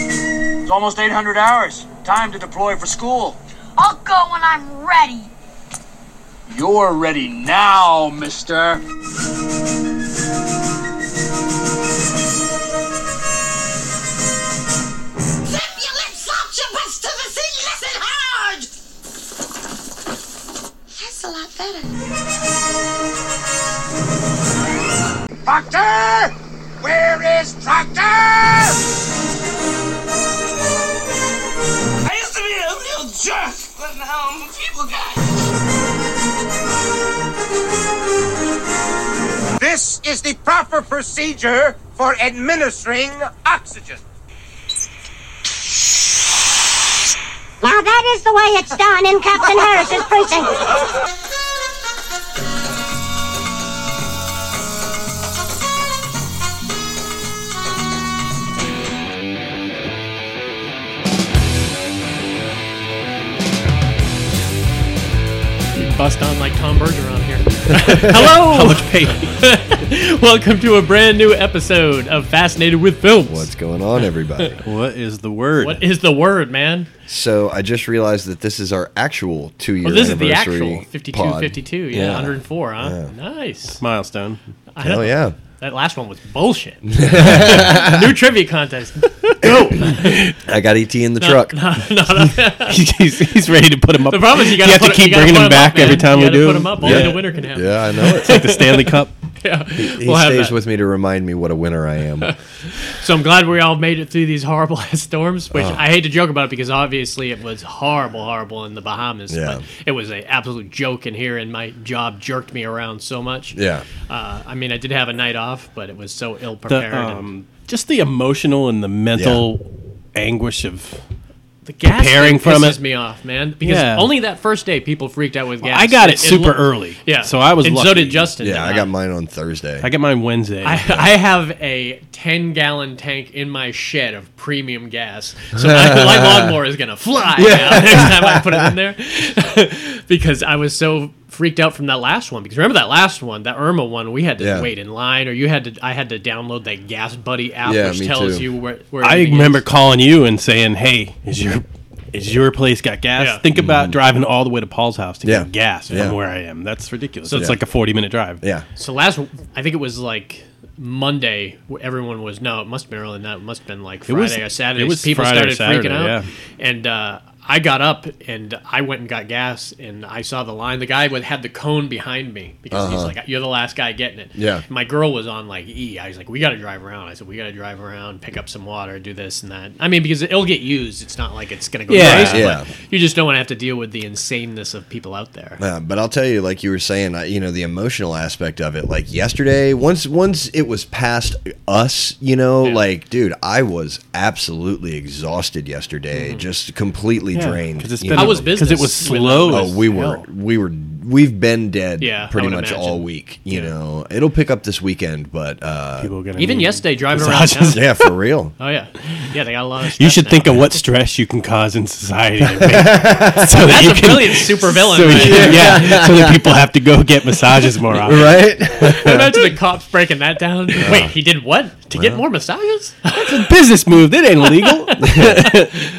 It's almost 800 hours. Time to deploy for school. I'll go when I'm ready. You're ready now, mister. Zip your lips up, your butts to the seat, listen hard! That's a lot better. Proctor! Where is Proctor? I used to be a real jerk, but now I'm a people guy. This is the proper procedure for administering oxygen. Now that is the way it's done in Captain Harris's precinct. You bust on like Tom Berger on here. Hello! Welcome to a brand new episode of Fascinated with Films. What's going on, everybody? What is the word? What is the word, man? so I just realized that this is our actual two-year Well, Oh, this is the anniversary actual 52, pod. 52, yeah, Yeah. 104, huh? Nice. milestone? I know. Hell Oh, yeah! That last one was bullshit. new trivia contest. I got ET in the truck. No, no, no. he's, he's ready to put him up. The problem is you, gotta have put, to keep you gotta bringing put him back up, man. every time you we gotta do. put him. him up. Only Yeah. the winner can have. Yeah, I know it. Like the Stanley Cup. Yeah. He We'll have stays that. with me to remind me what a winner I am. So I'm glad we all made it through these horrible ass storms, Oh. which I hate to joke about because obviously it was horrible, horrible in the Bahamas. Yeah. But it was an absolute joke in here, and my job jerked me around so much. yeah, Uh, I mean, I did have a night off, but it was so ill prepared. The, um, just the emotional and the mental anguish of. the gas preparing thing from pisses it. me off, man. Because Yeah. only that first day, people freaked out with gas. I got it, super looked- early. Yeah. So I was and so lucky. did Justin. yeah. did I not. got mine on Thursday. I get mine Wednesday. uh, I, I have a 10 gallon tank in my shed of premium gas. So my, my lawnmower is going to fly now next time I put it in there. because I was so freaked out from that last one. Because remember that last one, that Irma one, we had to Yeah. wait in line or you had to, I had to download that Gas Buddy app, Yeah, which me tells too. you where, where I everything remember is. calling you and saying, "Hey, is your is your place got gas? Yeah. Think about driving all the way to Paul's house to Yeah. get gas from Yeah. where I am. That's ridiculous. So it's Yeah. like a forty minute drive. yeah, So last, I think it was like Monday. wh- Everyone was no, it must have been early. That must have been like Friday was- or Saturday. it was people Friday or started freaking Saturday, out, yeah. and uh, I got up and I went and got gas, and I saw the line. The guy with had the cone behind me because Uh-huh. he's like, "You're the last guy getting it." Yeah. My girl was on like E. I was like, "We got to drive around." I said, "We got to drive around, pick up some water, do this and that." I mean, because it'll get used. It's not like it's gonna go Yeah, crazy. yeah. but You just don't want to have to deal with the insaneness of people out there. Uh, but I'll tell you, like you were saying, I, you know, the emotional aspect of it. Like yesterday, once once it was past us, you know, Yeah. like dude, I was absolutely exhausted yesterday, Mm-hmm. just completely drained. because it's you been I know? was busy. because it was business with- slow. Oh, as we hell. were, we were, we've been dead Yeah, I pretty would much imagine. all week. You know, it'll pick up this weekend, but uh, People are gonna Even need- yesterday, driving around. Massages. Town, yeah, for real. Oh yeah, yeah. They got a lot of. You stuff should now. think of what stress you can cause in society. so that That's you a can- brilliant supervillain. So you right? can- yeah, so that people have to go get massages more often. Right? Imagine the cops breaking that down. Wait, he did what to get more massages? Business move that ain't illegal.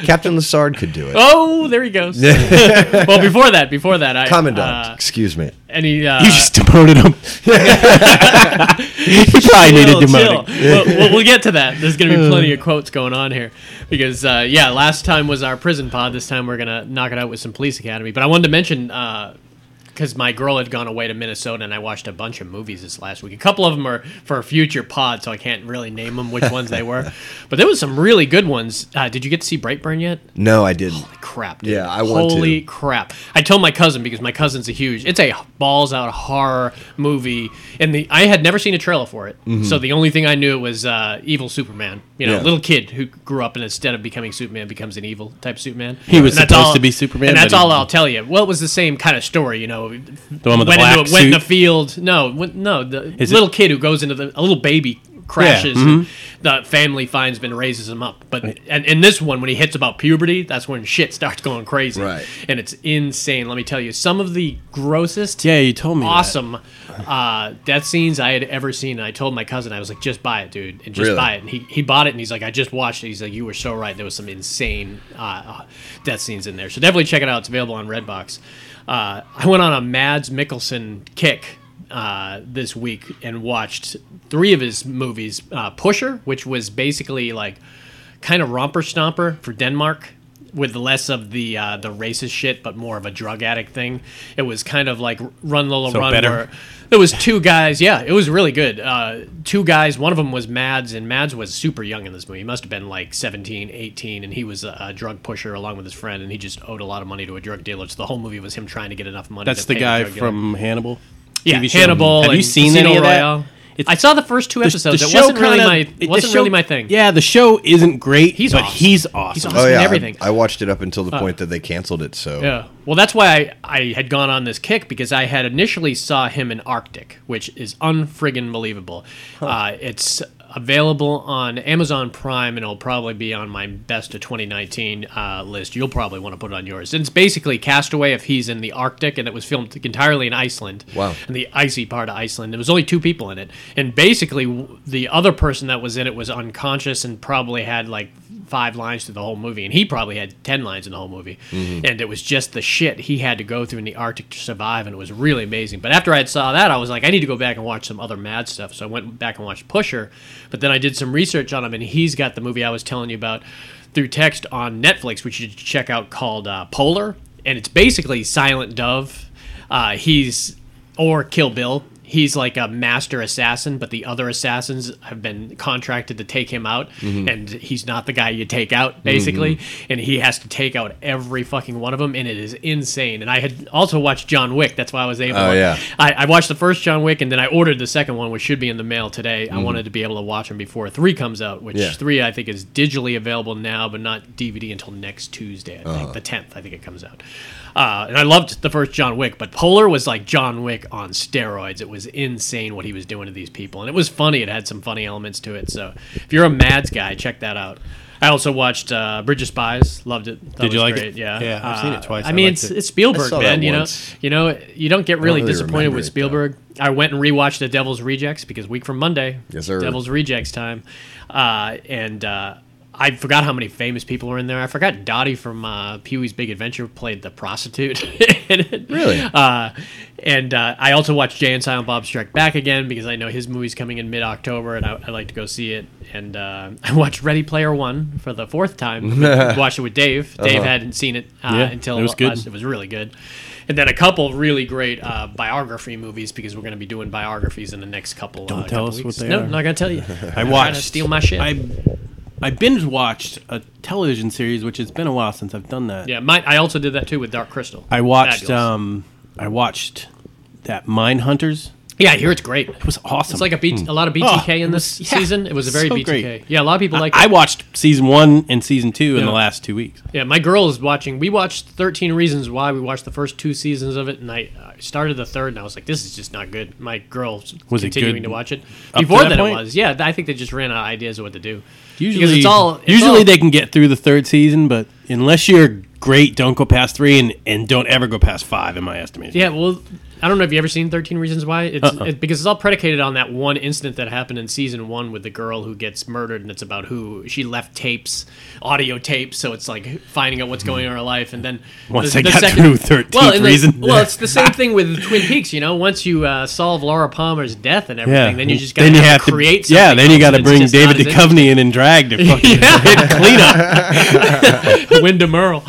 Captain Lassard could do it. oh, there he goes. well, before that, before that, I Commandant, uh, excuse me. any uh, you just demoted him. he probably needed Chill, chill. demoting. We'll, we'll, we'll get to that. There's going to be plenty of quotes going on here because, uh, yeah, last time was our prison pod. This time we're going to knock it out with some police academy. But I wanted to mention because my girl had gone away to Minnesota and I watched a bunch of movies this last week. A couple of them are for a future pod, so I can't really name them which ones they were. But there was some really good ones. Uh, did you get to see Brightburn yet? No, I didn't. crap, dude. Yeah, I want to. Holy crap. I told my cousin because my cousin's a huge it's a balls out horror movie and the I had never seen a trailer for it. Mm-hmm. So the only thing I knew was uh, evil Superman. You know, Yeah. little kid who grew up and instead of becoming Superman becomes an evil type Superman. He was And that's supposed to be Superman, And that's but he- all I'll tell you. Well it was the same kind of story, you know. The one with went the black into it, went in the suit. field. No, went, no, the Is it- little kid who goes into the a little baby crashes. mhm. and the family finds him and raises him up. But and in this one, when he hits about puberty, that's when shit starts going crazy, Right. And it's insane. Let me tell you, some of the grossest, Yeah, you told me. that. awesome uh, death scenes I had ever seen. And I told my cousin, I was like, just buy it, dude, and just Really? buy it. And he, he bought it, and he's like, I just watched it. He's like, you were so right. There was some insane uh, uh, death scenes in there. So definitely check it out. It's available on Redbox. Uh, I went on a Mads Mikkelsen kick uh, this week and watched three of his movies. Uh, Pusher, which was basically like kind of romper stomper for Denmark with less of the uh, the racist shit, but more of a drug addict thing. It was kind of like Run Lola So Run, better? where there was two guys. Yeah, it was really good. Uh, two guys. One of them was Mads, and Mads was super young in this movie. He must have been like 17, 18, and he was a, a drug pusher along with his friend, and he just owed a lot of money to a drug dealer. So the whole movie was him trying to get enough money. That's to the pay guy drug dealer. from Hannibal. yeah, TV show. Hannibal. Have you and seen Casino any of that? Royale. It's- I saw the first two The- episodes. the it show wasn't really kinda- my it- the it wasn't show- really my thing. Yeah, the show isn't great. He's but awesome. he's awesome. awesome. and I- everything. Oh, Uh, I, watched it up until the point that they canceled it. So Yeah. Well, that's why I, I had gone on this kick because I had initially saw him in Arctic, which is unfriggin' believable. Uh, it's available on Amazon Prime and it'll probably be on my best of 2019 uh, list. You'll probably want to put it on yours. And it's basically Castaway if he's in the Arctic, and it was filmed entirely in Iceland. Wow. In the icy part of Iceland. There was only two people in it, and basically w- the other person that was in it was unconscious and probably had like five lines through the whole movie, and he probably had ten lines in the whole movie. And it was just the shit he had to go through in the Arctic to survive, and it was really amazing. But after I had saw that, I was like, I need to go back and watch some other Mad stuff. So I went back and watched Pusher, but then I did some research on him, and he's got the movie I was telling you about through text on Netflix, which you should check out called uh, Polar, and it's basically Silent Dove. Uh, he's or Kill Bill. He's like a master assassin, but the other assassins have been contracted to take him out, Mm-hmm. and he's not the guy you take out, basically. And he has to take out every fucking one of them, and it is insane. And I had also watched John Wick. That's why I was able. Oh, to, yeah. I, I watched the first John Wick, and then I ordered the second one, which should be in the mail today. Mm-hmm. I wanted to be able to watch them before three comes out, which Yeah. three I think is digitally available now, but not DVD until next Tuesday. I Uh-huh. think the tenth. I think it comes out. Uh, and I loved the first John Wick, but Polar was like John Wick on steroids. It was insane what he was doing to these people, and it was funny. It had some funny elements to it. So if you're a Mads guy, check that out. I also watched uh, Bridge of Spies. Loved it. Thought Did you was like it? great. Yeah, Uh, Yeah, I've seen it twice. I, I mean, liked it's, it. it's Spielberg, saw that man. You know, once. you know, you don't get really really disappointed remember with it, though. Spielberg. I went and rewatched The Devil's Rejects because week from Monday, Yes, sir. Devil's Rejects time, uh, and uh, I forgot how many famous people were in there. I forgot Dottie from uh, Pee Wee's Big Adventure played the prostitute. in it. Really? Uh, and uh, I also watched Jay and Silent Bob Strike Back again because I know his movie's coming in mid October, and I, I'd like to go see it. And uh, I watched Ready Player One for the fourth time. watched it with Dave. Dave hadn't seen it uh, Yeah, until it was good. last- it was really good. And then a couple really great uh, biography movies because we're going to be doing biographies in the next couple. Don't tell us what they no, are. not going to tell you. I Trying watched to steal my shit. I I binge watched a television series, which it's been a while since I've done that. yeah, mine, I also did that too with Dark Crystal. I watched Fabulous. um I watched that Mine Hunters. yeah, I hear it's great. It was awesome. It's like a, hmm. B- a lot of BTK in this Oh, yeah, season. It was a very so BTK. great. Yeah, a lot of people like. I it. watched season one and season two in Yeah. the last two weeks. Yeah, my girl is watching. We watched 13 Reasons Why. We watched the first two seasons of it, and I uh, started the third, and I was like, "This is just not good." My girl's Was it continuing good to watch it. to Before that then, it point? was. Yeah, I think they just ran out of ideas of what to do. Usually, because it's all. it's usually all- they can get through the third season, but unless you're great, don't go past three, and, and don't ever go past five, in my estimation. Yeah, well, I don't know if you ever seen Thirteen Reasons Why. It's Uh-uh. it, because it's all predicated on that one incident that happened in season one with the girl who gets murdered, and it's about who she left tapes, audio tapes. So it's like finding out what's going on in her life, and then Once I got through 13th and Reason. well, it's the same thing with Twin Peaks. You know, once you uh, solve Laura Palmer's death and everything, then you just got to create. Something yeah. Then you got else, and to it's bring just not David as Duchovny in and drag to fucking yeah, clean up. Wyndham Earl.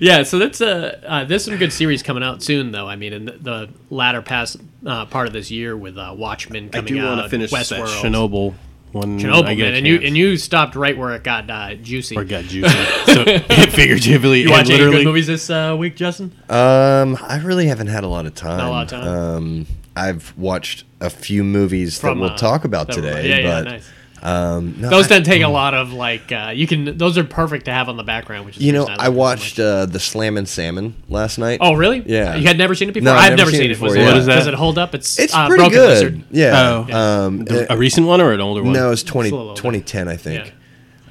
yeah, so that's uh, uh, there's some good series coming out soon, though. I mean, in the, the latter past uh, part of this year with uh, Watchmen I coming do out, want to finish that Westworld, Chernobyl when Chernobyl, I get man, and you and you stopped right where it got uh, juicy. or got juicy. so figuratively you and watch any literally. good movies this uh, week, Justin? Um, I really haven't had a lot of time. Not a lot of time. Um, I've watched a few movies From, that we'll uh, talk about that- today, yeah, yeah, but nice. Um, no, Those I- don't take a lot of like. Uh, you can. Those are perfect to have on the background. Which is you the know, reason like I them so watched much. uh, the Slam and Salmon last night. oh really? yeah. You had never seen it before. No, I've never, seen, it. before. yeah. What What is is that? Does it hold up? It's It's uh, pretty Broken good. Lizard. Yeah. Oh. Um, A uh, recent one or an older one? no, it's 20, a little older. 2010, I think.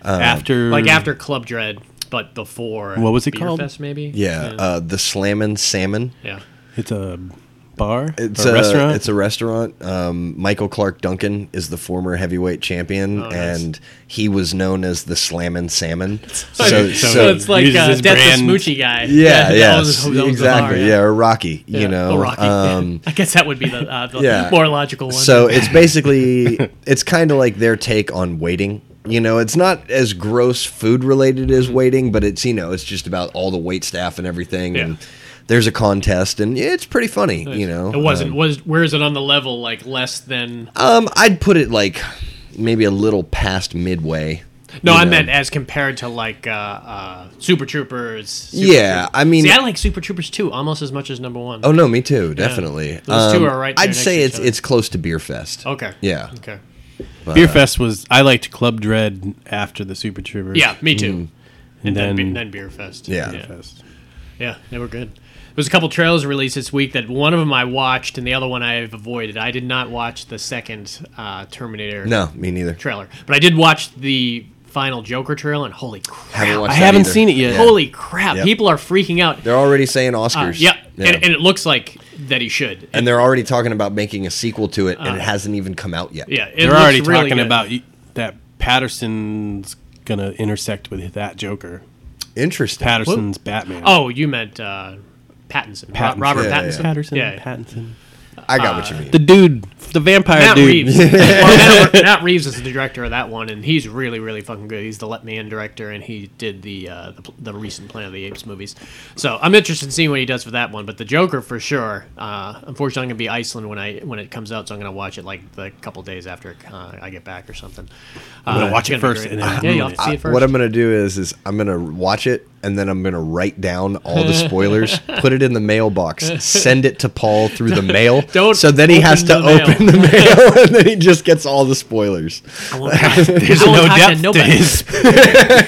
Yeah. after like after Club Dread, but before Mm. What was it Beer called? Fest, maybe. Yeah, uh, the Slammin' Salmon. yeah. It's a bar. It's or a, a restaurant. It's a restaurant. Uh, Um, Michael Clark Duncan is the former heavyweight champion, Oh, nice. and he was known as the Slammin' Salmon. so, so, So, it's like uses uh, his Death the brand. Smoochie guy. yeah, that yeah, was- that was the exactly. bar, yeah. or Rocky. You Yeah, know, the Rocky. Um, I guess that would be the, uh, the yeah. more logical one. So it's basically it's kind of like their take on waiting. You know, it's not as gross food related Mm-hmm. as waiting, but it's you know it's just about all the wait staff and everything. Yeah. And there's a contest, and it's pretty funny. You know, it wasn't. Um, was where is it on the level like less than? Um, I'd put it like maybe a little past midway. No, you I know. meant as compared to like uh, uh, Super Troopers. Super Yeah, I mean, See, I like Super Troopers too, almost as much as number one. oh no, me too, definitely. Those two Um, are right there I'd next say to each it's other. it's close to Beer Fest. Okay. Yeah. Okay. Beer Fest was. I liked Club Dread after the Super Troopers. Yeah, me too. and Then, then, Be- then Beer Fest. Mm-hmm. Yeah. yeah. Fest. Yeah, they were good. There's a couple trailers released this week that one of them I watched and the other one I've avoided. I did not watch the second uh, Terminator No, me neither. trailer, but I did watch the final Joker trailer, and holy crap! Haven't watched I that haven't either. seen it yet. Yeah. Holy crap! Yep. People are freaking out. They're already saying Uh, Oscars. yeah, Yeah. And, and it looks like that he should. and they're already talking about making a sequel to it, and it hasn't even come out yet. Uh, yeah, it They're looks already really talking good. about y- that Patterson's gonna intersect with that Joker. Interesting. Patterson's Batman. Oh, you meant uh, Pattinson, Ro- Pattinson. Robert Yeah, yeah, Pattinson. yeah. Patterson. Yeah, yeah. Pattinson. I got Uh, what you mean. The dude, the vampire Matt dude. Reeves. Well, Matt, Matt Reeves is the director of that one, and he's really, really fucking good. He's the Let Me In director, and he did the uh, the, pl- the recent Planet of the Apes movies. So I'm interested in seeing what he does for that one. But the Joker for sure. Uh, unfortunately, I'm gonna be Iceland when I when it comes out, so I'm gonna watch it like the couple days after uh, I get back or something. Uh, I'm gonna watch it first and then yeah, ruin you'll have to it. see I- it first. what I'm gonna do is is I'm gonna watch it and then I'm gonna write down all the spoilers, put it in the mailbox, send it to Paul through the mail. Don't so then he open has to the mail. open the mail and then he just gets all the spoilers. I won't talk- There's I won't no talk depth to nobody.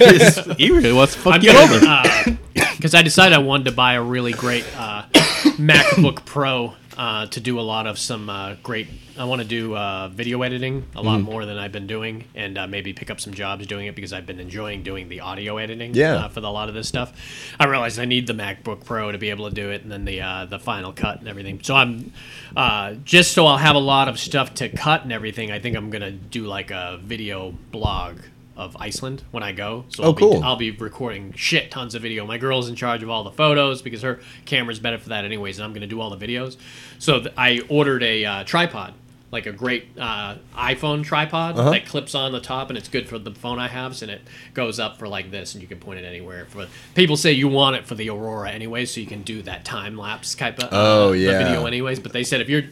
his. his- He really wants to fuck I'm you over. gonna, because I decided I wanted to buy a really great uh, MacBook Pro uh, to do a lot of some uh, great. I want to do uh, video editing a Mm-hmm. lot more than I've been doing, and uh, maybe pick up some jobs doing it because I've been enjoying doing the audio editing. Yeah. Uh, for the, a lot of this stuff, I realized I need the MacBook Pro to be able to do it, and then the uh, the Final Cut and everything. So I'm uh, just so I'll have a lot of stuff to cut and everything. I think I'm gonna do like a video blog. Of Iceland when I go, so Oh, I'll be- cool. I'll be recording shit tons of video. My girl's in charge of all the photos because her camera's better for that, anyways. And I'm going to do all the videos. So th- I ordered a uh, tripod, like a great uh, iPhone tripod Uh-huh. that clips on the top, and it's good for the phone I have, and it goes up for like this, and you can point it anywhere. For people say you want it for the Aurora anyway, so you can do that time lapse type of uh, Oh, yeah. video anyways. But they said if you're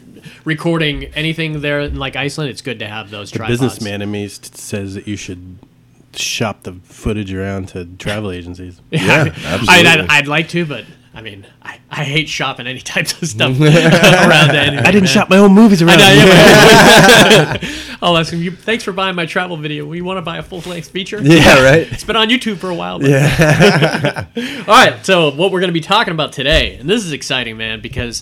recording anything there in like Iceland, it's good to have those tripods. Businessman in me s- says that you should shop the footage around to travel agencies. Yeah, I mean, I'd, I'd like to, but I mean, I, I hate shopping any types of stuff around anything. I didn't man. shop my own movies I around. know, yeah, but- I'll ask him. You, thanks for buying my travel video. We want to buy a full length feature. yeah, right. It's been on YouTube for a while. But. Yeah. All right. So what we're going to be talking about today, and this is exciting, man, because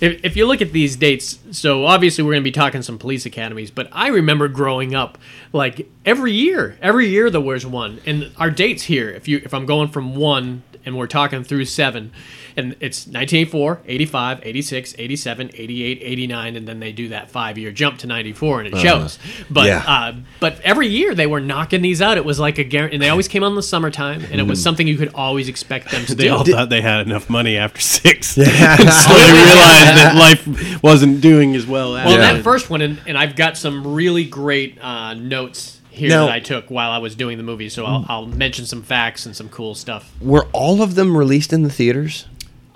if, if you look at these dates, so obviously we're going to be talking some police academies, but I remember growing up, like every year, every year there was one, and our dates here. If you if I'm going from one and we're talking through seven. And it's 1984, 85, 86, 87, 88, 89, and then they do that five year jump to 94, and it shows. But yeah. uh, but every year they were knocking these out. It was like a guarantee, and they always came on the summertime, and it Mm-hmm. was something you could always expect them to They do. all thought they had enough money after six. so they realized that life wasn't doing as well. As well, Yeah. that first one, and, and I've got some really great uh, notes here Now- Mm. that I took while I was doing the movie, so I'll, I'll mention some facts and some cool stuff. Were all of them released in the theaters?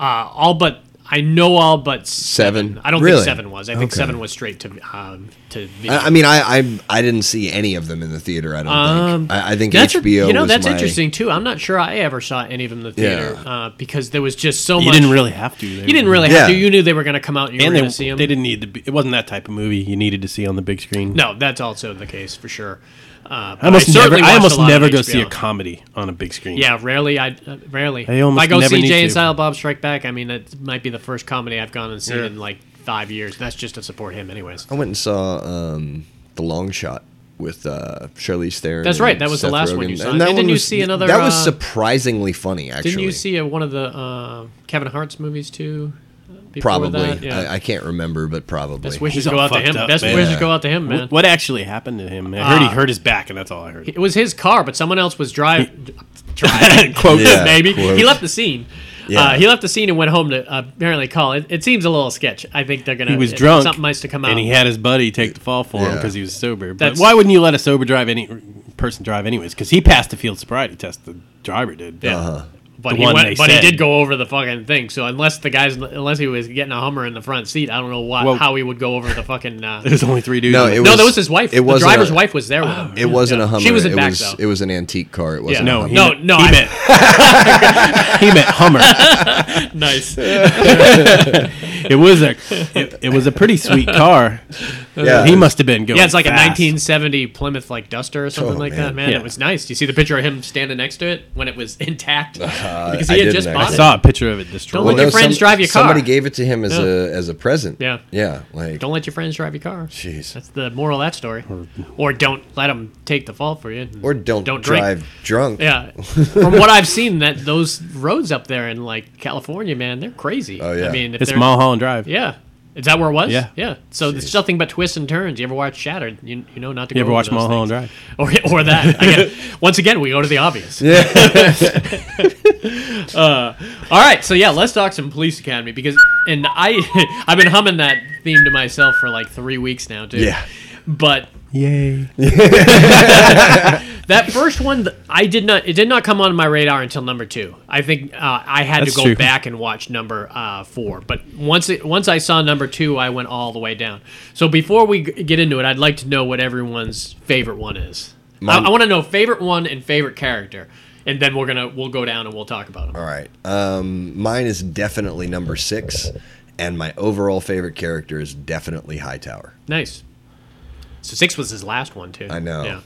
Uh, all but I know all but seven. Seven? I don't Really? think seven was. I think Okay. seven was straight to um, to. Video. I, I mean, I, I I didn't see any of them in the theater. I don't think. I, I think Um, that's a- HBO. you know, was that's my- interesting too. I'm not sure I ever saw any of them in the theater Yeah. uh, because there was just so You much. didn't really have to. They You didn't really Yeah. have to. You knew they were going to come out and you And were they, going to see them. they didn't need to be. It wasn't that type of movie you needed to see on the big screen. No, that's also the case for sure. Uh, but I almost never. certainly I watched a almost lot of never go see a HBO. comedy on a big screen. Yeah, rarely. I uh, rarely. I almost if I go never see need Jay and to. Silent Bob Strike Back, I mean, that might be the first comedy I've gone and seen in like five years. That's just to support him, anyways. Oh, I went and saw um, the Long Shot with uh, Charlize Theron. That's right, and that was the Seth last one Rogen. you saw. And And that didn't one you was- see another, That was uh, surprisingly funny. Actually, Didn't you see uh one of the uh, Kevin Hart's movies too? uh, before Probably. that? Yeah. I, I can't remember, but probably. Best wishes He's all go out to fucked him. up, Best man. wishes Yeah. go out to him, man. What actually happened to him? I heard he Ah. hurt his back, and that's all I heard. It was his car, but someone else was driving. driving quote Yeah, maybe quote. he left the scene. Yeah. Uh, he left the scene and went home to uh, apparently call. It, it seems a little sketch. I think they're gonna. He was it- drunk. Uh, Something nice to come out. And he had his buddy take the fall for him Yeah. because he was sober. But That's- why wouldn't you let a sober drive any person drive anyways? Because he passed the field sobriety test. The driver did. Yeah. Uh-huh. the but he one went, they but said. he did go over the fucking thing. So unless the guys, unless he was getting a Hummer in the front seat, I don't know why, Well- how he would go over the fucking. Uh, There's only three dudes. No, in it the- no, that was- was his wife. it the wasn't driver's a- Ah, wife was there with him. It wasn't a Hummer. She was in it back was, though. It was an antique car. It wasn't. Yeah. a no, Hummer. he No, meant, no, he I- meant, he meant Hummer. nice. It was a, it, it was a pretty sweet car. Yeah. he must have been going. Yeah, it's like a fast. 1970 Plymouth like Duster or something Oh, like man. that, man. Yeah. It was nice. Do you see the picture of him standing next to it when it was intact? because Uh, I he had didn't just actually. bought I it. saw a picture of it destroyed. Well, let your friends drive your car. Somebody gave it to him as a as a present. Yeah. Yeah. Like. Don't let your friends drive your car. Jeez. That's the moral of that story. Or don't let them take the fall for you. or don't, Don't drink. drive drunk. Yeah. From what I've seen, that those roads up there in like California, man, they're crazy. Oh, yeah. I mean, if it's they're- Mulholland Drive. Yeah. Is that where it was? Yeah. Yeah. So it's nothing but twists and turns. You ever watch Shattered? You, you know not to You go ever over watch those Mulholland things. Drive? or, or that. Again, once again, we go to the obvious. Yeah. uh, all right, so yeah, let's talk some Police Academy because, and I, I've been humming that theme to myself for like three weeks now, too. Yeah. But Yay! that first one, th- I did not. It did not come on my radar until number two. I think uh, I had That's to go true. back and watch number uh, four. But once it, once I saw number two, I went all the way down. So before we g- get into it, I'd like to know what everyone's favorite one is. I, Mine- want to know favorite one and favorite character, and then we're gonna we'll go down and we'll talk about them. All right. Um, mine is definitely number six, and my overall favorite character is definitely Hightower. Nice. So six was his last one too. I know. Yeah.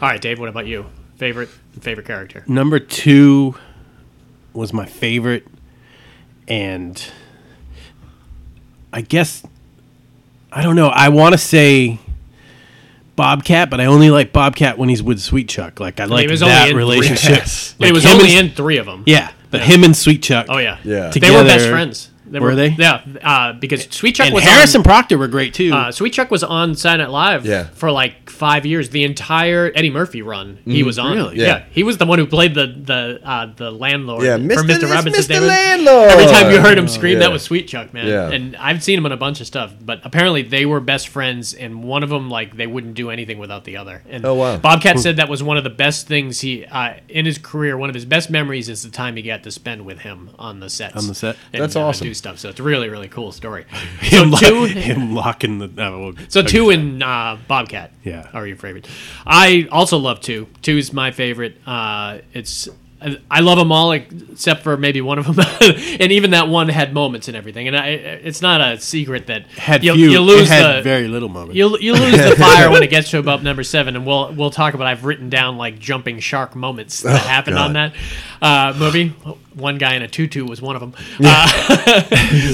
All right, Dave. What about you? Favorite favorite character? Number two was my favorite, and I guess I don't know. I want to say Bobcat, but I only like Bobcat when he's with Sweet Chuck. Like I like it was only that in relationship. Like it was him only and- in three of them. yeah, but him and Sweet Chuck. Oh yeah. Yeah. They were best together. friends. Were they? Yeah, uh, because Sweet Chuck And was Harrison On, Proctor were great too. uh, Sweet Chuck was on Saturday Night Live Yeah. for like five years. The entire Eddie Murphy run, he was on. Really? Yeah. Mm, Yeah. he was the one who played the the uh, the landlord. Yeah, for Mr. Mr. This Robinson's Day. Mr. Landlord. Every time you heard him scream, Yeah. that was Sweet Chuck, man. Yeah. And I've seen him on a bunch of stuff, but apparently they were best friends, and one of them like they wouldn't do anything without the other. And Oh, wow. Bobcat said that was one of the best things he uh, in his career. One of his best memories is the time he got to spend with him on the sets. On the set. and, That's uh, awesome. Do stuff. So it's a really really cool story. So him, lo- two. him locking the. oh, well, So okay. two and uh, Bobcat. Yeah. Are your favorite? I also love two. Two's my favorite. Uh, it's I I love them all except for maybe one of them, and even that one had moments and everything. And I, it's not a secret that had you, few. you lose it had the very little moments. you, you lose the fire when it gets to about number seven, and we'll we'll talk about. I've written down like jumping shark moments Oh, that happened on that uh, movie. One guy in a tutu was one of them. Uh,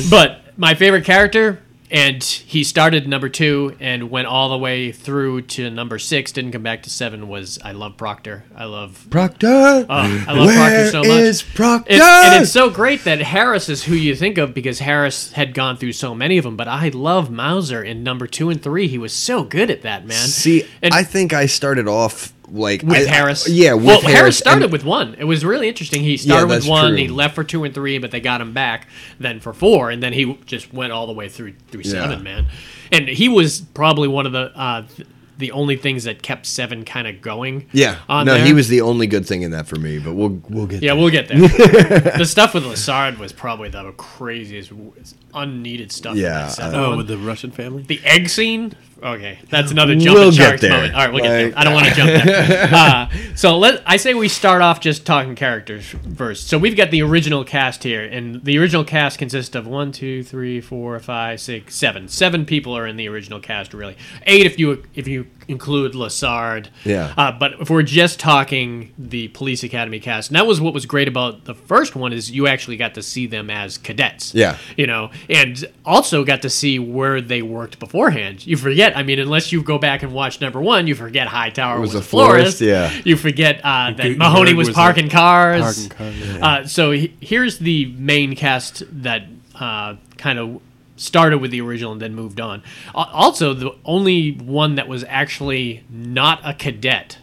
but my favorite character, and he started number two and went all the way through to number six. Didn't come back to seven. Was I love Proctor? I love Proctor. Oh, I love Proctor so much. Where is Proctor? It's, and it's so great that Harris is who you think of because Harris had gone through so many of them. But I love Mauser in number two and three. He was so good at that, man. See, and I think I started off like with I- Harris, yeah, with well, Harris started and- with one. It was really interesting. He started with that's one. true. He left for two and three, but they got him back then for four, and then he just went all the way through through Yeah. seven, man. And he was probably one of the. Uh, th- the only things that kept Seven kind of going. Yeah. on no, there. he was the only good thing in that for me, but we'll we'll get Yeah, there. we'll get there. the stuff with Lassard was probably the craziest, unneeded stuff. in Yeah, that set. Oh, with the Russian family. The egg scene? Okay, that's another jump We'll in get sharks there. moment. All right, we'll get there. Like- I don't want to jump there. Uh, so let I say we start off just talking characters first. So we've got the original cast here, and the original cast consists of one, two, three, four, five, six, seven. Seven people are in the original cast, really. Eight if you if you include Lassard. Yeah. Uh, but if we're just talking the Police Academy cast, and that was what was great about the first one is you actually got to see them as cadets Yeah. you know, and also got to see where they worked beforehand. You forget, I mean, unless you go back and watch number one, you forget Hightower was, was a a florist, florist. yeah. you forget uh, that Gutenberg Mahoney was, was a- parking cars. parking cars, yeah. Uh, so he- here's the main cast that uh, kind of started with the original and then moved on. Al- Also, the only one that was actually not a cadet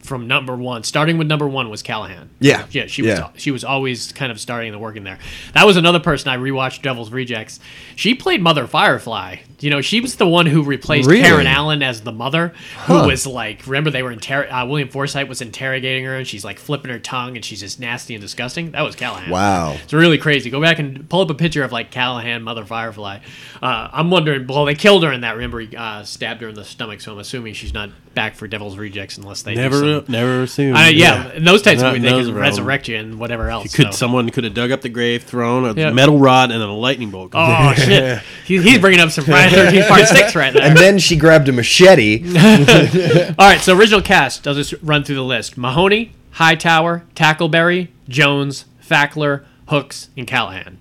from number one, starting with number one, was Callahan. Yeah. yeah, she was Yeah. she was always kind of starting and working there. That was another person I rewatched Devil's Rejects. She played Mother Firefly. You know, she was the one who replaced Really? Karen Allen as the mother, who was like, remember they were inter- uh, William Forsythe was interrogating her, and she's like flipping her tongue, and she's just nasty and disgusting. That was Callahan. Wow. It's really crazy. Go back and pull up a picture of like Callahan, Mother Firefly. Uh, I'm wondering. Well, they killed her in that. Remember, he uh, stabbed her in the stomach. So I'm assuming she's not back for Devil's Rejects unless they do Never, some- never assume. I, Uh, yeah, in those types of Not movies, they those can realm. resurrect you and whatever else. Could so. someone could have dug up the grave, thrown a Yeah. metal rod, and then a lightning bolt? Oh shit! He, he's bringing up some Friday Thirteenth Part Six right there. And then she grabbed a machete. All right, so original cast. I'll just run through the list: Mahoney, Hightower, Tackleberry, Jones, Fackler, Hooks, and Callahan.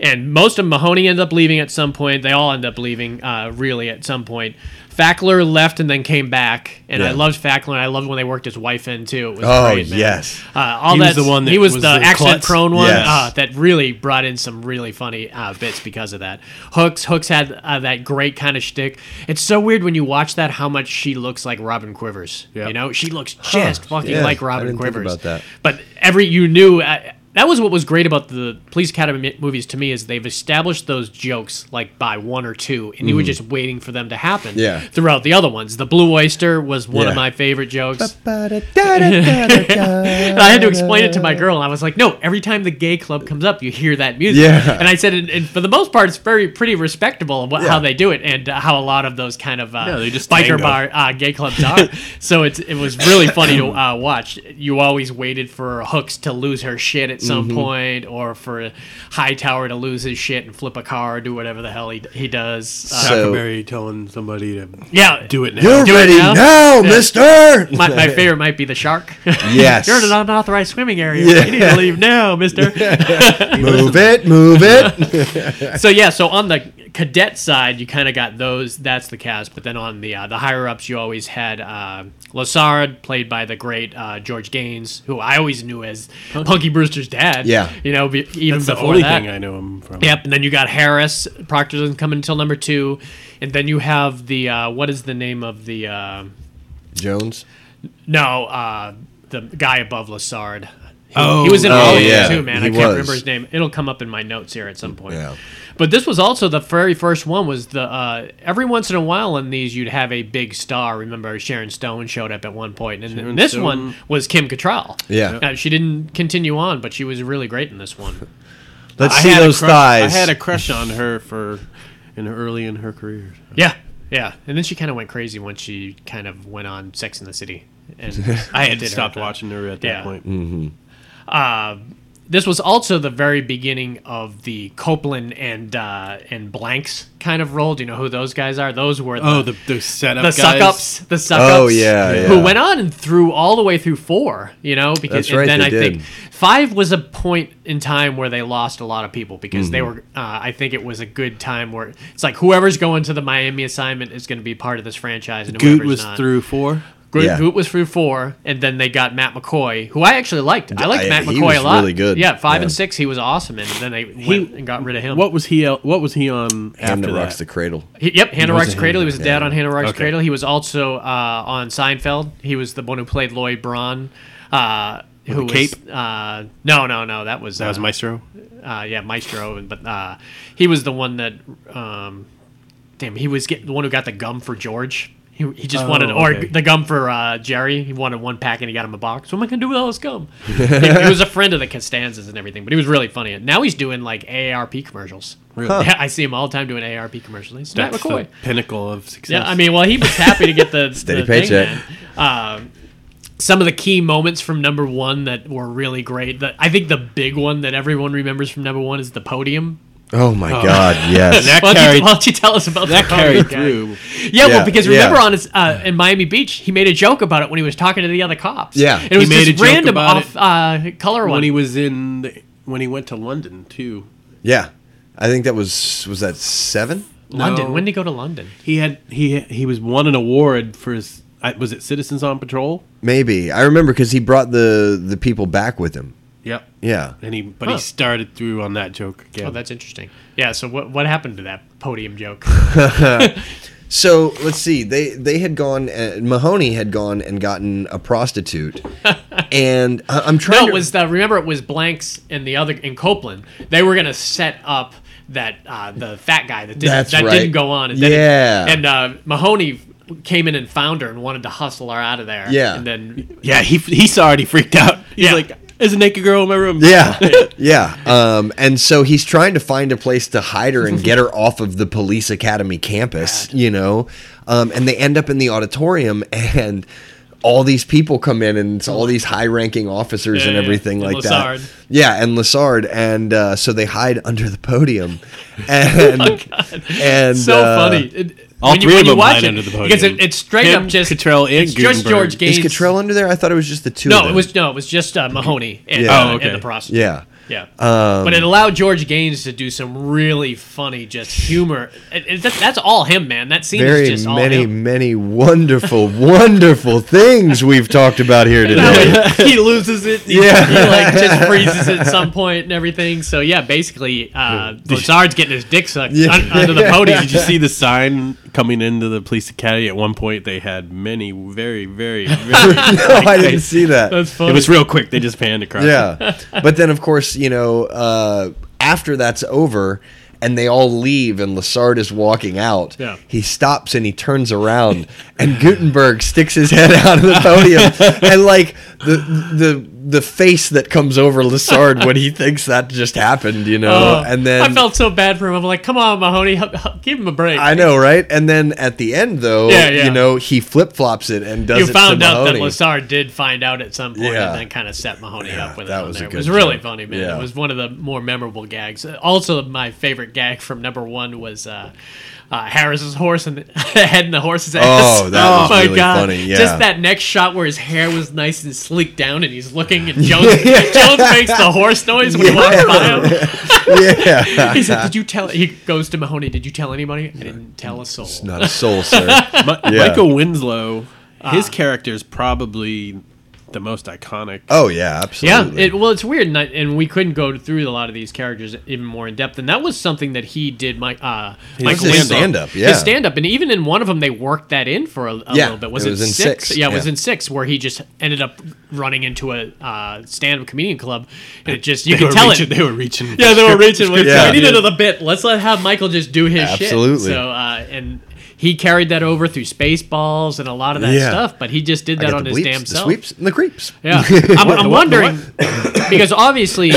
And most of Mahoney ended up leaving at some point. They all end up leaving, uh, really, at some point. Fackler left and then came back, and I Yeah. loved Fackler. And I loved when they worked his wife in too. It was Oh, great, man. yes. uh, all He was that's- the one that he was, was the, the accent prone klutz. one Yes. uh, that really brought in some really funny uh, bits because of that. Hooks Hooks had uh, that great kind of shtick. It's so weird when you watch that how much she looks like Robin Quivers. You know, she looks just fucking Yeah, like I Robin didn't think Quivers. about that. But every you knew uh, that was what was great about the Police Academy mi- movies to me is they've established those jokes like by one or two, and you were just waiting for them to happen. Mm-hmm. Yeah. Throughout the other ones, the Blue Oyster was one of Yeah. my favorite jokes. yeah. And I had to explain it to my girl, and I was like, "No, every time the gay club comes up, you hear that music." Yeah. And I said, and, and for the most part, it's very pretty respectable what, how Yeah. they do it and uh, how a lot of those kind of uh, Yeah, they just biker tango. bar uh, gay clubs are. so it's it was really funny to uh, watch. You always waited for Hooks to lose her shit at some Mm-hmm. point, or for Hightower to lose his shit and flip a car, or do whatever the hell he he does. Uh, So- Tackleberry telling somebody to yeah. do it now. You're Do it ready now? now, Yeah. mister. my, my favorite might be the shark. Yes. You're in an unauthorized swimming area. Yeah. You need to leave now, mister. move it, move it. so yeah, so on the cadet side, you kind of got those. That's the cast. But then on the uh, the higher ups, you always had uh, Lassard, played by the great uh, George Gaines, who I always knew as Punky Brewster's dad. Yeah. you know, be, even That's the before only that. thing I know him from. Yep, and then you got Harris. Proctor doesn't come until number two, and then you have the uh, what is the name of the uh, Jones. no uh, the guy above Lassard. He, Oh, he was in oh, all of yeah. them too, man. I He can't was. remember his name. It'll come up in my notes here at some point. Yeah. But this was also the very first one. Was the uh, every once in a while in these you'd have a big star. Remember Sharon Stone showed up at one point, and Sharon this Stone. one was Kim Cattrall. Yeah. Now, she didn't continue on, but she was really great in this one. Let's I see had a those crush- thighs. I had a crush on her for in early in her career. Yeah, yeah. And then she kind of went crazy once she kind of went on Sex in the City. And I had did her stopped thing. watching her at that Yeah. point. this was also the very beginning of the Copeland and uh, and Blanks kind of role. Do you know who those guys are? Those were the, Oh, the the setup the guys. suck ups, the suck ups. Oh, yeah, yeah. Who went on and through all the way through four? You know, because That's right, and then they I think did. five was a point in time where they lost a lot of people because they Mm-hmm. were. Uh, I think it was a good time where it's like whoever's going to the Miami assignment is going to be part of this franchise. And Goot whoever's was not. through four. Groot, Yeah. Groot was through four, and then they got Matt McCoy, who I actually liked. I liked I- Matt he McCoy was a lot. really good. Yeah, five Yeah. and six, he was awesome, in, and then they went and got rid of him. What was he? el- What was he on And after that rocks the that? cradle. He- yep, Hannah Rock's wasn't Cradle. He was the dad yeah. on Hannah Rock's Okay. Cradle. He was also uh, on Seinfeld. He was the one who played Lloyd Braun. Uh, who the cape? Was, uh, no, no, no. That was That was uh, Maestro. uh, yeah, Maestro, and but uh, he was the one that, um, damn, he was get, the one who got the gum for George. He, he just Oh, wanted, or okay. the gum for uh, Jerry. He wanted one pack and he got him a box. What am I going to do with all this gum? he, he was a friend of the Costanzas and everything, but he was really funny. And now he's doing like AARP commercials. Really? Yeah, I see him all the time doing AARP commercials. He's Matt That's McCoy. the pinnacle of success. Yeah, I mean, well, he was happy to get the Steady the thing, paycheck. man. Um, some of the key moments from number one that were really great. The, I think the big one that everyone remembers from number one is the podium. Oh my God! Yes. That Why don't, carried- you, why don't you tell us about that the podium carried gag? through. Yeah, Yeah, well, because yeah. remember on his uh, in Miami Beach, he made a joke about it when he was talking to the other cops. Yeah. and it was He made just a joke random about off uh, color one. when he was in the, when he went to London too. yeah. I think that was was that seven. London. No. Oh, When did he go to London? He had he he was won an award for his I- was it Citizens on Patrol? Maybe I remember because he brought the the people back with him. Yep. Yeah. And he but Huh. he started through on that joke again. Oh, that's interesting. Yeah. So what what happened to that podium joke? So let's see. They they had gone. Uh, Mahoney had gone and gotten a prostitute, and I, I'm trying. No, it to, was the remember it was blanks and the other in Copeland. They were gonna set up that uh, the fat guy that didn't That's that right. didn't go on. And then Yeah. and uh, Mahoney came in and found her and wanted to hustle her out of there. Yeah. and then yeah, he he's already freaked out. He's Yeah. like, "There's a naked girl in my room." Yeah, yeah. Um, and so he's trying to find a place to hide her and get her off of the police academy campus, you know. Um, and they end up in the auditorium, and all these people come in, and it's all these high-ranking officers Yeah, and yeah, everything and like Lazard. that. Yeah, and Lassard, and uh, so they hide under the podium, and and Oh so uh, funny. It- All when you- three when of you them watch lied it, under the podium. because it, it's straight Him, up just Cottrell, and it's just Gutenberg. George Is Gaines. Is Cottrell under there? I thought it was just the two. of No, them. it was no, it was just uh, Mahoney and, Yeah. uh, Oh, okay. and the prostitute. Yeah. Um, Yeah, but it allowed George Gaines to do some really funny, just humor. It, it- that's- that's all him, man. That scene Very is just all many, him. many wonderful, wonderful things we've talked about here today. he, he loses it. He, Yeah. he like just freezes at some point and everything. So yeah, basically, uh, Lazard's getting his dick sucked Yeah. un- under the podium. Did you see the sign coming into the police academy? At one point, they had many very, very, very. no, I didn't see that. That's funny. it was real quick. They just panned across. yeah. But then, of course, you know, uh, after that's over and they all leave and Lassard is walking out, Yeah. he stops and he turns around and Gutenberg sticks his head out of the podium and like the the the face that comes over Lassard when he thinks that just happened, you know, Oh, and then I felt so bad for him. I'm like, come on, Mahoney, h- h- give him a break. I know, right? And then at the end, though, Yeah, yeah. you know, he flip flops it and does you it to found out that Mahoney. Lassard did find out at some point Yeah. and then kind of set Mahoney up with that it. on was a there. good it was really joke. funny, man. Yeah. It was one of the more memorable gags. Uh, Also, my favorite gag from number one was uh, uh, Harris's horse and the head in the horse's ass. Oh, that was really funny, yeah. Just that next shot where his hair was nice and sleek down, and he's looking, and Jones, Jones makes the horse noise when he walks by him. yeah. He said, "Did you tell?" He goes to Mahoney, "Did you tell anybody?" I didn't tell a soul. Not a soul, sir. Mi- Yeah. Michael Winslow, Ah. his character is probably the most iconic. Oh, yeah, absolutely. Yeah, it, well, it's weird, and, I, and we couldn't go through a lot of these characters even more in depth, and that was something that he did. My, uh, Michael his Winslow. stand-up, yeah. his stand-up, and even in one of them, they worked that in for a, a Yeah, little bit. Was it it, was in six? Six, Yeah, it was yeah. in six where he just ended up running into a uh, stand-up comedian club, and it just you could were tell reaching, it. They were reaching. Yeah, they were reaching. Like, Yeah. We need another bit. Let's let have Michael just do his Absolutely. shit. So, uh, and he carried that over through Spaceballs and a lot of that Yeah. stuff. But he just did I that got on the his bleeps, damn the self. sweeps and the creeps. Yeah, I'm, I'm wondering because obviously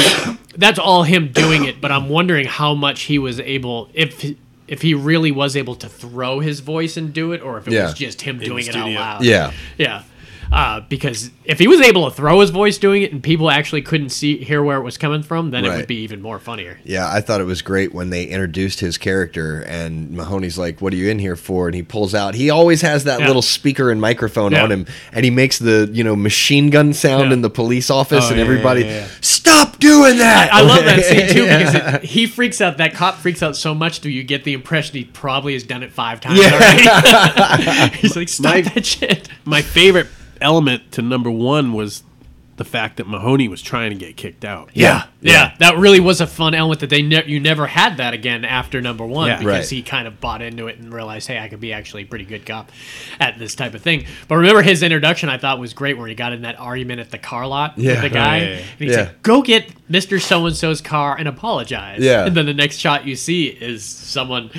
that's all him doing it, but I'm wondering how much he was able if if he really was able to throw his voice and do it, or if it Yeah. was just him doing it out studio. loud. Yeah. yeah. Uh, because if he was able to throw his voice doing it and people actually couldn't see hear where it was coming from, then it Right. would be even more funnier. Yeah, I thought it was great when they introduced his character and Mahoney's like, "What are you in here for?" and he pulls out. He always has that Yeah. little speaker and microphone Yeah. on him, and he makes the you know machine gun sound Yeah. in the police office, Oh, and yeah, everybody yeah, yeah. stop doing that. I love that scene too because it, he freaks out. That cop freaks out so much. Do you get the impression he probably has done it five times already? He's like, stop My- that shit. My favorite element to number one was the fact that Mahoney was trying to get kicked out. yeah, Yeah, that really was a fun element that they ne- you never had that again after number one Yeah. because Right. he kind of bought into it and realized, hey, I could be actually a pretty good cop at this type of thing. But remember his introduction, I thought was great where he got in that argument at the car lot Yeah. with the guy, Oh, yeah, yeah. and he's Yeah. like, "Go get Mr. So and so's car and apologize. Yeah. And then the next shot you see is someone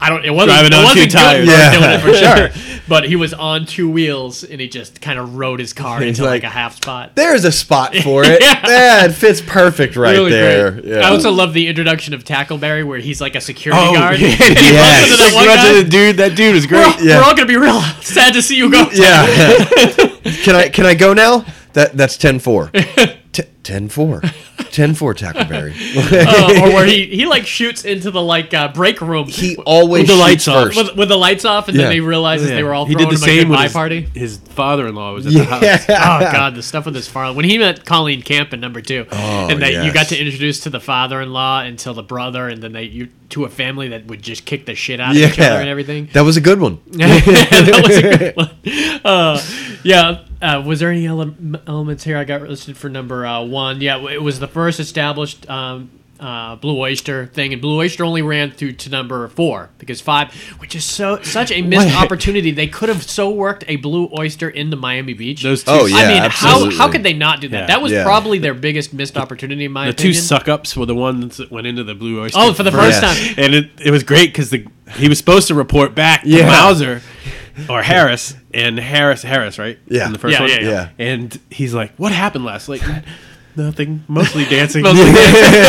I don't it wasn't, Driving it on two wasn't tires. Gutenberg Yeah. doing it for sure. But he was on two wheels and he just kind of rode his car He's into like, like, a half spot. There's a spot for it. Yeah. yeah. it fits perfect right there. great. Yeah. I also love the introduction of Tackleberry where he's like a security Oh, guard. yeah. He runs into Yes. that one Grudge guy. of the dude. That dude was We're great. all, we're all gonna be real sad to see you go. yeah. can I can I go now? That that's 10-4. T- 10-4. 10-4 Tackleberry. Uh, or where he, he like shoots into the like uh, break room he always With the shoots lights off. first. with, with the lights off, and Yeah. then they realizes they were all he throwing did the him a same with goodbye his, party. his father-in-law was at the house. yeah. Oh god, the stuff with his father when he met Colleen Camp in number two, and that you got Oh, yes. to introduce to the father-in-law until the brother, and then they you to a family that would just kick the shit out of each other and everything. That was a good one. that was a good one. Uh, yeah. Uh, was there any ele- elements here I got listed for number uh, one? Yeah, it was the first established um, uh, Blue Oyster thing, and Blue Oyster only ran through to number four because five, which is so such a missed opportunity. They could have so worked a Blue Oyster into Miami Beach. Those two, Oh, yeah. I mean, how, absolutely. how could they not do that? Yeah. That was Yeah. probably their biggest missed opportunity, in my the two opinion. suck-ups were the ones that went into the blue oyster. oh, for the first Yes. time. and it, it was great because the he was supposed to report back to Yeah. Mauser or Harris and Harris Harris right Yeah. in the first Yeah, one yeah, yeah. Yeah. and he's like what happened last night nothing mostly dancing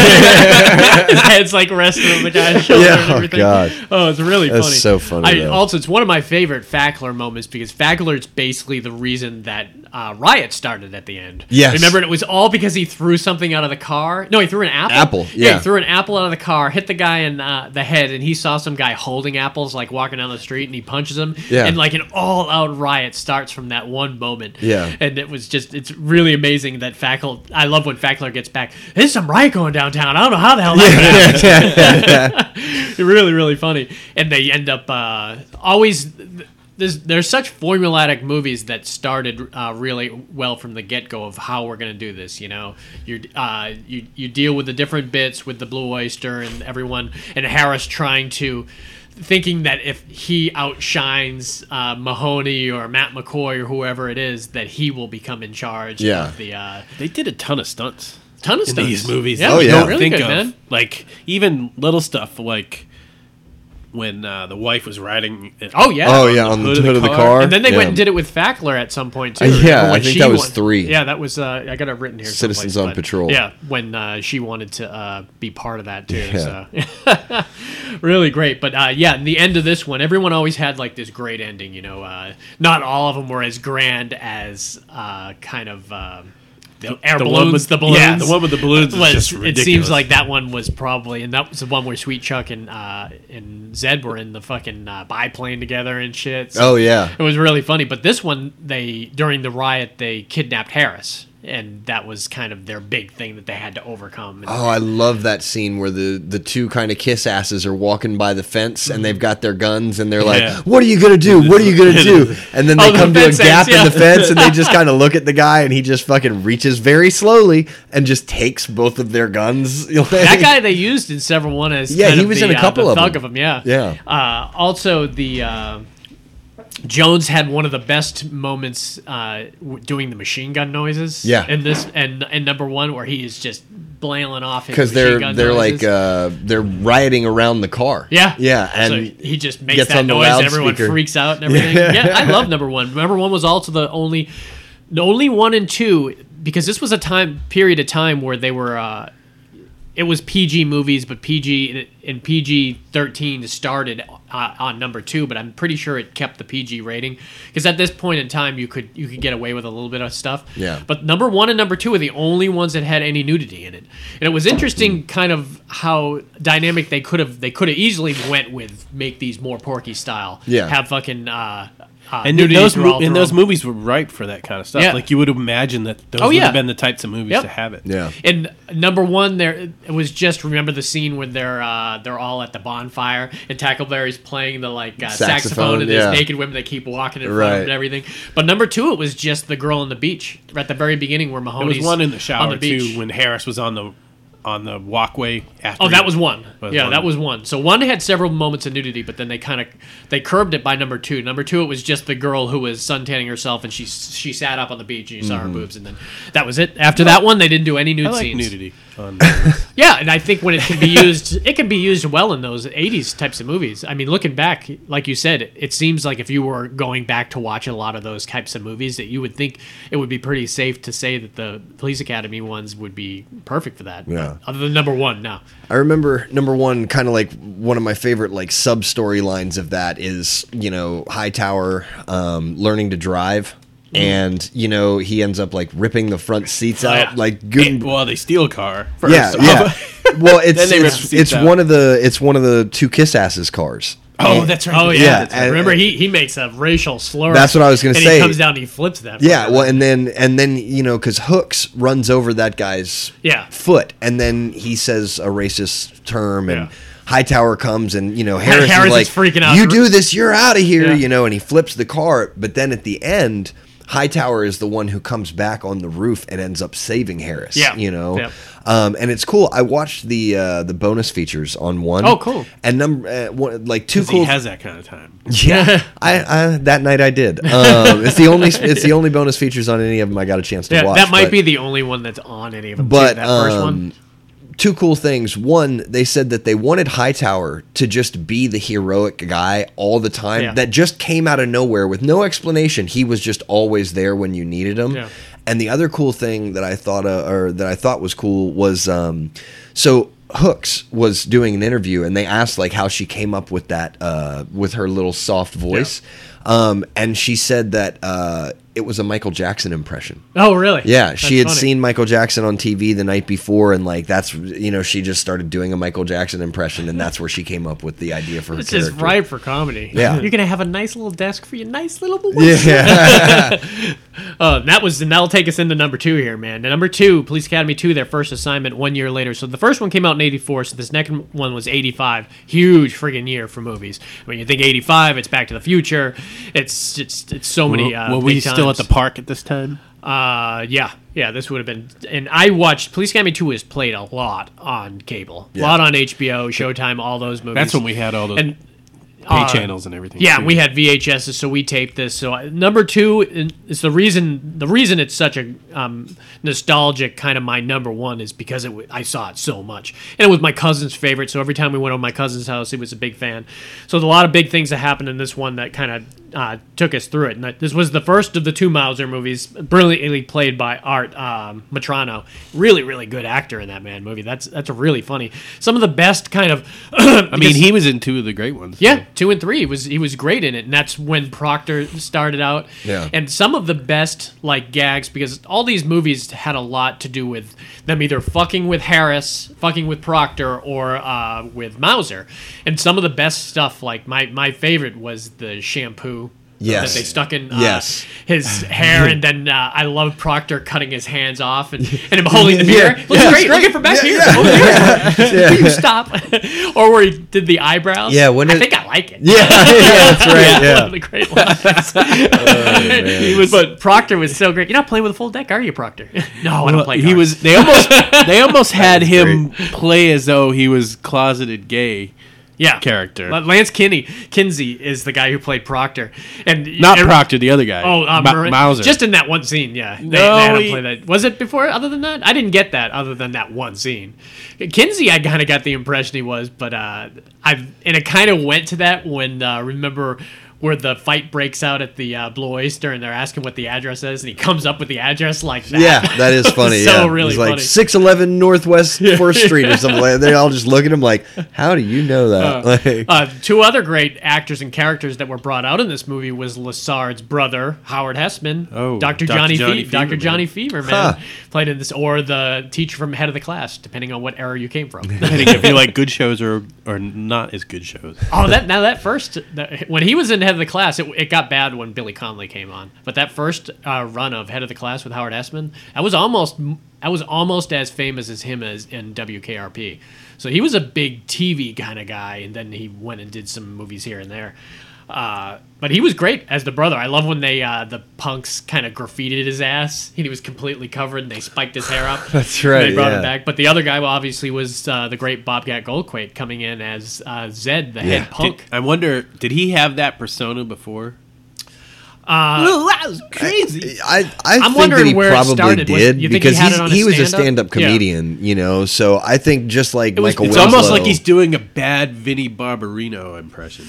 his head's like resting on the guy's shoulder Yeah, and oh, everything. God. Oh, it's really That's funny. so funny, I, though. also, it's one of my favorite Fackler moments because Fackler is basically the reason that uh, riot started at the end. Yes. Remember, it was all because he threw something out of the car. No, he threw an apple. Apple, yeah. he threw an apple out of the car, hit the guy in uh, the head, and he saw some guy holding apples like walking down the street, and he punches him. Yeah. And like an all-out riot starts from that one moment. Yeah. And it was just, it's really amazing that Fackler, I love when Fackler gets back. There's some riot going downtown. I don't know how the hell that happened." really really funny and they end up uh, always there's, there's such formulaic movies that started uh, really well from the get-go of how we're going to do this you know you uh, you you deal with the different bits with the blue oyster and everyone and harris trying to thinking that if he outshines uh, mahoney or matt mccoy or whoever it is that he will become in charge Yeah. of the uh, they did a ton of stunts ton of in stuff these movies yeah, that Oh, you yeah. don't really think good, of man. like even little stuff like when uh, the wife was riding uh, oh yeah Oh yeah, on the hood, of the car. And then they yeah. went and did it with Fackler at some point too. Uh, yeah, Or when I think she that was wan- three. Yeah, that was. Uh, I got it written here. someplace, Citizens on but- Patrol. Yeah, when uh, she wanted to uh, be part of that too. Yeah. So. really great, but uh, yeah, in the end of this one, everyone always had like this great ending. You know, uh, not all of them were as grand as uh, kind of. Uh, the air balloons, one with the balloons. yeah, the one with the balloons is was- just it ridiculous. seems like that one was probably, and that was the one where Sweet Chuck and uh, and Zed were in the fucking uh, biplane together and shit. So Oh yeah. it was really funny. But this one, they during the riot, they kidnapped Harris, and that was kind of their big thing that they had to overcome. And- Oh, I love that scene where the the two kind of kiss asses are walking by the fence and they've got their guns and they're like, Yeah. "What are you gonna do? What are you gonna do?" And then they Oh, the come to a fence gap ends, in the yeah. fence and they just kind of look at the guy and he just fucking reaches very slowly and just takes both of their guns. that guy they used in several one as Yeah, kind he of was the, in a uh, couple the of thug them. of them. Yeah, Yeah. Uh, also, the uh, Jones had one of the best moments uh, w- doing the machine gun noises. Yeah. in this and and number one where he is just blaling off his because machine they're gun they're noises. like uh, they're rioting around the car. Yeah. yeah, So and he just makes gets that on the noise. Everyone loudspeaker. freaks out and everything. Yeah. I love number one. Number one was also the only, the only one and two because this was a time period of time where they were. Uh, it was PG movies, but PG and PG thirteen started uh, on number two, but I'm pretty sure it kept the PG rating because at this point in time you could you could get away with a little bit of stuff. Yeah. But number one and number two are the only ones that had any nudity in it, and it was interesting, kind of how dynamic they could have they could have easily went with make these more Porky style. Yeah. Have fucking uh, uh, and nudity those through mo- all and through those them. movies were ripe for that kind of stuff. Yeah. Like you would imagine that those Oh, would yeah. have been the types of movies Yep. to have it. yeah. And number one, there it was just remember the scene when they're uh, they're all at the bonfire and Tackleberry's playing the like uh, saxophone, Saxophone, and there's yeah. naked women that keep walking in front of him Right. and everything. But number two, it was just the girl on the beach right at the very beginning where There Mahoney's was one in the on shower the beach. too when Harris was on the on the walkway after. Oh, he- that was one. Was yeah, one. that was one. So one had several moments of nudity, but then they kind of they curbed it by number two. Number two, it was just the girl who was suntanning herself, and she Mm-hmm. she sat up on the beach and you saw her boobs, and then that was it. After that one, they didn't do any nude I like scenes. nudity. on movies. Yeah, and I think when it can be used, it can be used well in those '80s types of movies. I mean, looking back, like you said, it seems like if you were going back to watch a lot of those types of movies, that you would think it would be pretty safe to say that the Police Academy ones would be perfect for that. Yeah. Other than number one, no. I remember number one, kind of like one of my favorite like sub storylines of that is you know Hightower um, learning to drive, Mm-hmm. and you know he ends up like ripping the front seats out, Yeah. like good. and- well, they steal a car first. yeah, yeah. Well, it's Then they rip the it's, seats it's out. one of the it's one of the two kiss asses cars. Oh, that's right. Oh yeah, Yeah, that's right. and- remember he, he makes a racial slur. That's what I was gonna and say. He comes down, and he flips that. Yeah, well, and then and then you know because Hooks runs over that guy's Yeah. foot, and then he says a racist term, and Yeah. Hightower comes, and you know Harris, Harris is is like, freaking out. "You do this, you're out of here," Yeah. you know, and he flips the car. But then at the end, Hightower is the one who comes back on the roof and ends up saving Harris. Yeah. you know. Yep. Um, and it's cool. I watched the uh, the bonus features on one. Oh, cool. And number uh, one, like two He cool has that kind of time. yeah, I, I that night I did. Um, it's the only it's the only bonus features on any of them I got a chance to Yeah, watch. that might but- be the only one that's on any of them. too, But, that first um, one. two cool things. One, they said that they wanted Hightower to just be the heroic guy all the time Yeah. that just came out of nowhere with no explanation. He was just always there when you needed him. Yeah. And the other cool thing that I thought uh, or that I thought was cool was um, so Hooks was doing an interview and they asked like how she came up with that uh, with her little soft voice. Um, and she said that uh, it was a Michael Jackson impression. Oh really? Yeah, That's she had funny. seen Michael Jackson on TV the night before, and like that's you know she just started doing a Michael Jackson impression, and that's where she came up with the idea for her This is character. ripe for comedy. Yeah. You're gonna have a nice little desk for your nice little boy. Yeah, Uh, and that was, and that'll take us into number two here, man. And number two, Police Academy two, their first assignment one year later. So the first one came out in '84, so this next one was '85. Huge friggin' year for movies. When you think '85, it's Back to the Future. It's it's it's so many. Uh, were we big still at times. the park at this time? Uh, yeah, yeah. This would have been, and I watched Police Academy two was played a lot on cable, a lot on HBO, Showtime, all those movies. That's when we had all those and pay channels and everything. yeah, too. we had VHSs, so we taped this. So I, number two and it's the reason. The reason it's such a um, nostalgic kind of my number one is because it w- I saw it so much, and it was my cousin's favorite. So every time we went over to my cousin's house, he was a big fan. So there's a lot of big things that happened in this one that kind of uh, took us through it. And that- this was the first of the two Mauser movies, brilliantly played by Art um, Matrano. Really, really good actor in that man movie. That's that's really funny. Some of the best kind of. I mean, he was in two of the great ones. Yeah, two and three. He was he was great in it, and that's when Proctor started out. Yeah. and some of the best like gags because all these movies had a lot to do with them either fucking with Harris, fucking with Proctor, or uh, with Mauser. And some of the best stuff, like my my favorite was the shampoo. Yes. That they stuck in uh, Yes. his hair, and then uh, I love Proctor cutting his hands off and, and him holding the beer. Looks great. Look at from back here. Over there. Will you stop? or where he did the eyebrows. Yeah, when I it- think I like it. yeah, that's right. One of Yeah, the great ones. he was, but Proctor was so great. You're not playing with a full deck, are you, Proctor? no, I don't play. he cards. was. They almost. they almost had him play as though he was closeted gay. yeah character. But Lance Kinney Kinsey is the guy who played Proctor, and Not every- Proctor, the other guy. Oh, uh, Ma- Mauser. Mauser. Just in that one scene, yeah. They, they No, had him he- play that. Was it before? Other than that, I didn't get that. Other than that one scene, Kinsey, I kind of got the impression he was, but uh, I and it kind of went to that when uh, remember. Where the fight breaks out at the uh, Blue Oyster, and they're asking what the address is, and he comes up with the address like that. yeah, that is funny. So yeah, really He's like funny. six eleven Northwest First Street or something. like that. They all just look at him like, "How do you know that?" like, Uh, two other great actors and characters that were brought out in this movie was Lasard's brother Howard Hessman, Oh, Dr. Dr. Johnny, Johnny Fe- Fever, Dr. Johnny man. Fever, man, Huh. played in this, or the teacher from head of the class, depending on what era you came from. depending if you like good shows or or not as good shows. oh, that now that first that, when he was in head of the class, it, it got bad when Billy Conley came on, but that first uh, run of head of the class with Howard Hessman, I was almost I was almost as famous as him as in WKRP. So he was a big TV kind of guy, and then he went and did some movies here and there. Uh, but he was great as the brother. I love when they uh, the punks kind of graffitied his ass. He was completely covered, and they spiked his hair up. That's And right, they brought yeah. him back. But the other guy, well, obviously, was uh, the great Bobcat Goldthwait coming in as uh, Zed, the Yeah. head punk. Did- I wonder, did he have that persona before? Uh, oh, that was crazy. I, I I'm think wondering that he where it probably started. Was- did you think he because had it he's- on he his was a stand-up? stand-up Yeah. comedian, you know. So I think just like was- Michael, it's almost like Winslow- he's doing a bad Vinnie Barbarino impression.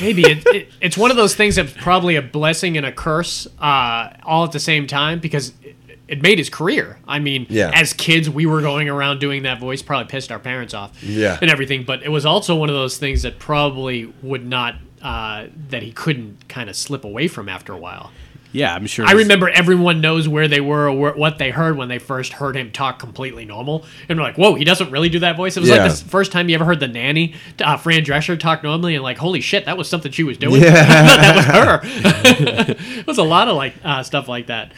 Maybe it, it, it's one of those things that's probably a blessing and a curse uh, all at the same time because it, it made his career. I mean, Yeah. as kids, we were going around doing that voice, probably pissed our parents off Yeah. and everything. But it was also one of those things that probably would not, uh, that he couldn't kind of slip away from after a while. Yeah, I'm sure. I it's- remember everyone knows where they were or where, what they heard when they first heard him talk completely normal, and we're like, "Whoa, he doesn't really do that voice." It was Yeah. like the s- first time you ever heard the nanny, uh, Fran Drescher, talk normally, and like, "Holy shit, that was something she was doing. that was her." it was a lot of like uh, stuff like that.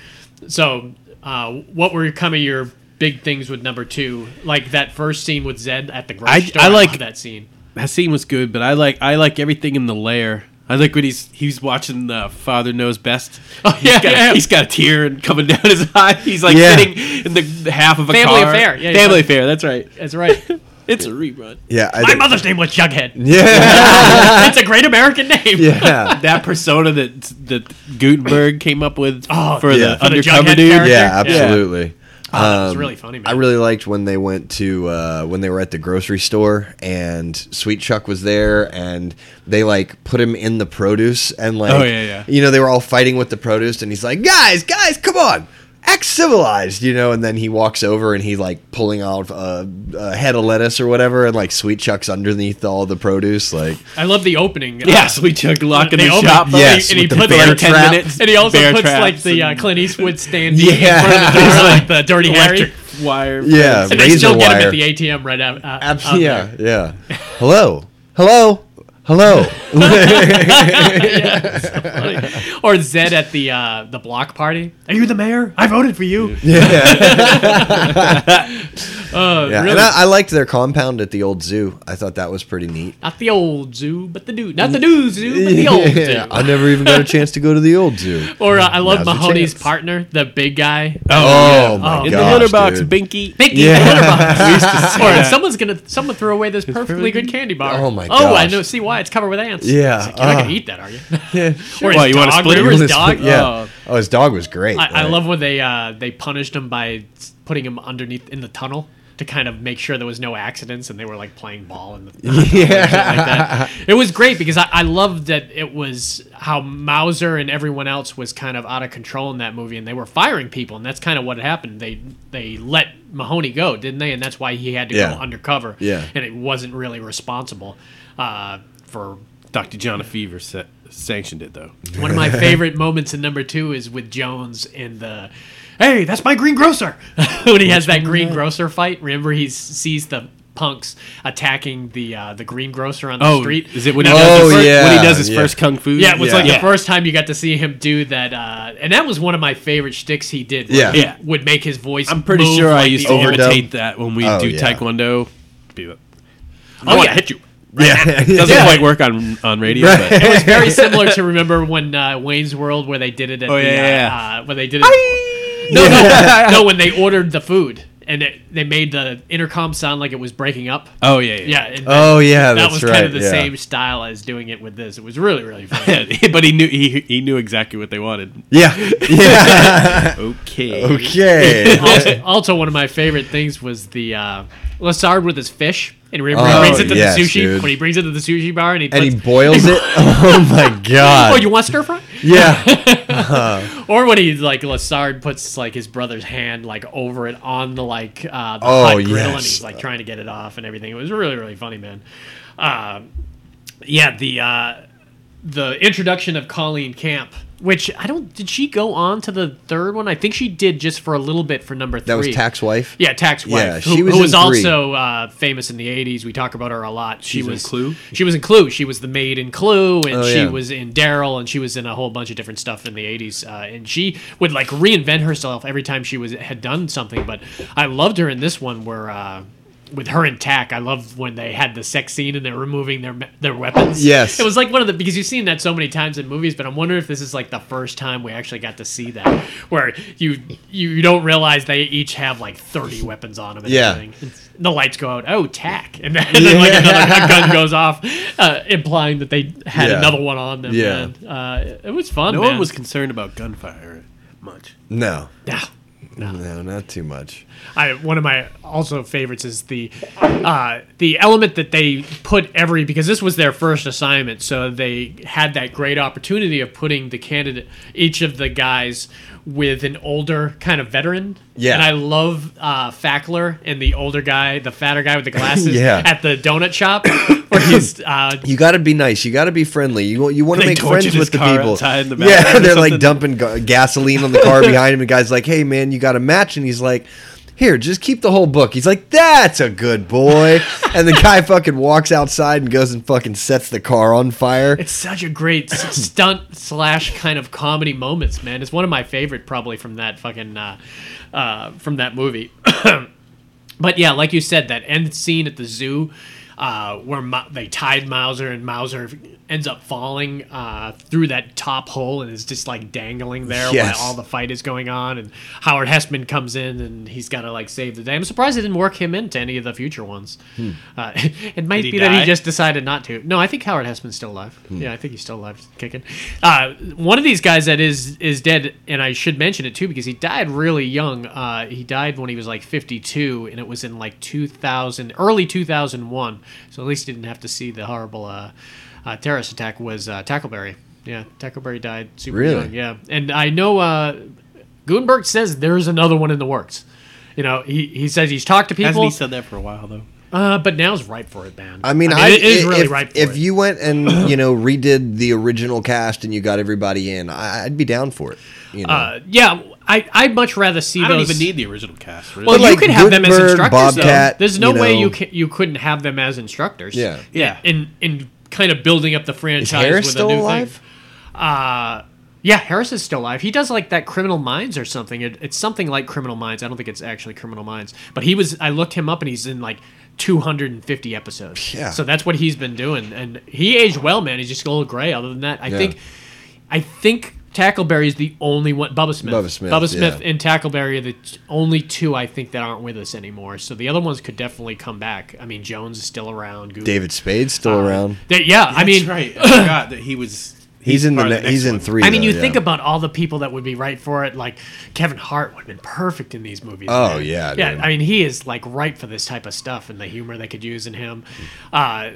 So, uh, what were kind of your big things with number two? Like that first scene with Zed at the grocery I- store. I like- love that scene. that scene was good, but I like I like everything in the lair. I like when he's he's watching the Father Knows Best. Oh, yeah, he's got, yeah. he's got a tear and coming down his eye. He's like Yeah. sitting in the the half of a Family car. Affair, yeah, Family yeah. Affair. That's right. That's right. It's a rerun. yeah, I My think- mother's name was Jughead. yeah, That's a great American name. yeah, That persona that that Gutenberg came up with Oh, for yeah. the For the undercover Jughead dude. character. yeah, Yeah. absolutely. Oh, it's really funny. Man. I really liked when they went to uh, when they were at the grocery store and Sweet Chuck was there and they like put him in the produce and like Oh, yeah, yeah. you know they were all fighting with the produce and he's like guys guys come on act civilized you know and then he walks over and he's like pulling out a, a head of lettuce or whatever and like Sweet Chuck's underneath all the produce like I love the opening. Yeah, so we took lock in they the open- shop. and he- Yes, and he with the puts bear like, 10 trap. minutes. and he also bear puts like traps the uh, and Clint Eastwood standee Yeah. in front of the door, like the Dirty Harry, electric wire. yeah and they razor still wire get him at the ATM right out. Uh, Abs- out yeah there. yeah hello hello hello or Zed at the uh, the block party. Are you the mayor? I voted for you. Uh, Yeah, really? and Not, I, I liked their compound at the old zoo. I thought that was pretty neat. the old zoo, but the new, not the new zoo, but the old zoo. I never even got a chance to go to the old zoo. Or uh, I love Now's your Mahoney's chance. partner, the big guy. Oh. Oh, my god! In the litter box, Binky. Mickey Yeah. yeah. or someone's gonna someone threw away this perfectly good candy bar. Oh my Oh, I gosh. know. See why it's covered with ants. Yeah, It's like, you're not gonna ah. eat that, are you? Or his Why, you wanna dog, split it? remember You his dog? yeah. Oh. his dog was great. I, I right? love when they uh, they punished him by s- putting him underneath in the tunnel to kind of make sure there was no accidents, and they were like playing ball in the yeah. It was great because I, I loved that it was how Mauser and everyone else was kind of out of control in that movie, and they were firing people, and that's kind of what happened. They they let Mahoney go, didn't they? And that's why he had to Yeah. go undercover. Yeah. and it wasn't really responsible uh, for Dr. John Fever sa- sanctioned it though. one of my favorite moments in number two is with Jones in the. Hey, that's my greengrocer. when he has that greengrocer fight, remember he s- sees the punks attacking the uh, the greengrocer on the Oh, street. is it when he And does Oh, his first, yeah, when he does his yeah. first kung fu? yeah, it was like Yeah. the first time you got to see him do that, uh, and that was one of my favorite shticks he did. where Yeah. he Yeah. would make his voice. I'm pretty move sure I like used the to old- overdub. imitate that when we Oh, do yeah. taekwondo. Be like, Oh "I yeah, hit you. Yeah, Doesn't yeah. quite work on on radio, but it was very similar to remember when uh, Wayne's World where they did it at Oh, the yeah, uh, yeah. Uh, when they did it. No, no, no, when they ordered the food and it, they made the intercom sound like it was breaking up. oh yeah, yeah. Yeah. And Oh yeah, that that's was right. kind of the yeah. same style as doing it with this. It was really, really funny. Yeah, but he knew he he knew exactly what they wanted. Yeah, yeah. Okay. okay. also, also one of my favorite things was the uh, Lassard with his fish, and remember Oh, he brings it to yes, the sushi dude. when he brings it to the sushi bar, and he And puts- he boils it. Oh my Oh, god. you want stir fry? Yeah, Or when he like Lassard puts like his brother's hand like over it on the like uh, the Oh, hot grill and yes. he's like trying to get it off and everything. It was really really funny, man. Uh, yeah, the uh, the introduction of Colleen Camp, which I don't did she go on to the third one? I think she did just for a little bit for number three. that was Tax Wife. Yeah, tax wife. Yeah, who- she who, was was, in Three. also uh, famous in the '80s. We talk about her a lot. She She's in was Clue? She was in Clue. She was the maid in Clue, and Oh, she yeah. was in Daryl, and she was in a whole bunch of different stuff in the '80s. Uh, and she would like reinvent herself every time she was had done something. But I loved her in this one where. Uh, with her intact. I loved when they had the sex scene and they're removing their their weapons. Yes. it was like one of the because you've seen that so many times in movies, but I'm wondering if this is like the first time we actually got to see that, where you you, you don't realize they each have like 30 weapons on them. And Yeah. everything. It's- the lights go out. Oh, tack, and then, and then, like another a gun goes off, uh, implying that they had Yeah. another one on them. Yeah. man. Uh, it was fun. No man. one was concerned about gunfire much. No, Yeah. no, not too much. I one of my also favorites is the uh, the element that they put every because this was their first assignment, so they had that great opportunity of putting the candidate each of the guys with an older kind of veteran. Yeah. and I love uh, Fackler and the older guy, the fatter guy with the glasses Yeah. at the donut shop where he's uh, You got to be nice. You got to be friendly. You want- you want to They make tortured friends his with the car people. outside in the yeah, background or they're like dumping something. ga- gasoline on the car behind him. And the guy's like, "Hey man, you got a match?" And he's like, "Here, just keep the whole book." He's like, "That's a good boy." and the guy fucking walks outside and goes and fucking sets the car on fire. It's such a great s- stunt slash kind of comedy moments, man. It's one of my favorite, probably from that fucking uh, uh, from that movie. but yeah, like you said, that end scene at the zoo uh, where Ma- they tied Mauser and Mauser ends up falling uh, through that top hole and is just like dangling there Yes. while all the fight is going on. And Howard Hessman comes in and he's got to like save the day. I'm surprised they didn't work him into any of the future ones. Uh, it might he be that he die? just decided not to. No, I think Howard Hessman's still alive. Yeah, I think he's still alive, kicking. Uh, one of these guys that is is dead, and I should mention it too because he died really young. Uh, he died when he was like 52, and it was in like 2000, early 2001. So at least he didn't have to see the horrible uh, uh, terrorist attack. Was uh, Tackleberry? Yeah, Tackleberry died super Really? young. Yeah, and I know uh, Gutenberg says there's another one in the works. You know, he, he says he's talked to people, Hasn't he said that for a while though? uh, but now's ripe for it, man. I mean, I, it is really if, ripe for if it. you went and you know redid the original cast and you got everybody in, I, I'd be down for it. You know, Uh, yeah, I I'd much rather see I don't those. even need the original cast. Really. well, But, like, you could have them as Gutenberg, instructors. Bobcat, though. There's no you way know. you can, you couldn't have them as instructors. Yeah. Yeah. In in kind of building up the franchise. is Harris with still a new alive? Thing. Uh, yeah, Harris is still alive. He does like that Criminal Minds or something. It, it's something like Criminal Minds. I don't think it's actually Criminal Minds, but he was. I looked him up, and he's in like 250 episodes. Yeah. So that's what he's been doing, and he aged well, man. He's just a little gray. Other than that, I Yeah. think, I think Tackleberry is the only one. Bubba Smith. Bubba Smith, Smith yeah. and Tackleberry are the t- only two I think that aren't with us anymore. So the other ones could definitely come back. I mean, Jones is still around. Goose- David Spade's still around. They- yeah, I mean, That's right. I forgot that he was. He's, in the, part of ne- the he's next in one. three. I mean, though, you yeah. think about all the people that would be right for it. Like Kevin Hart would have been perfect in these movies. Oh, man. yeah, yeah. dude. I mean, he is like right for this type of stuff and the humor they could use in him. Uh,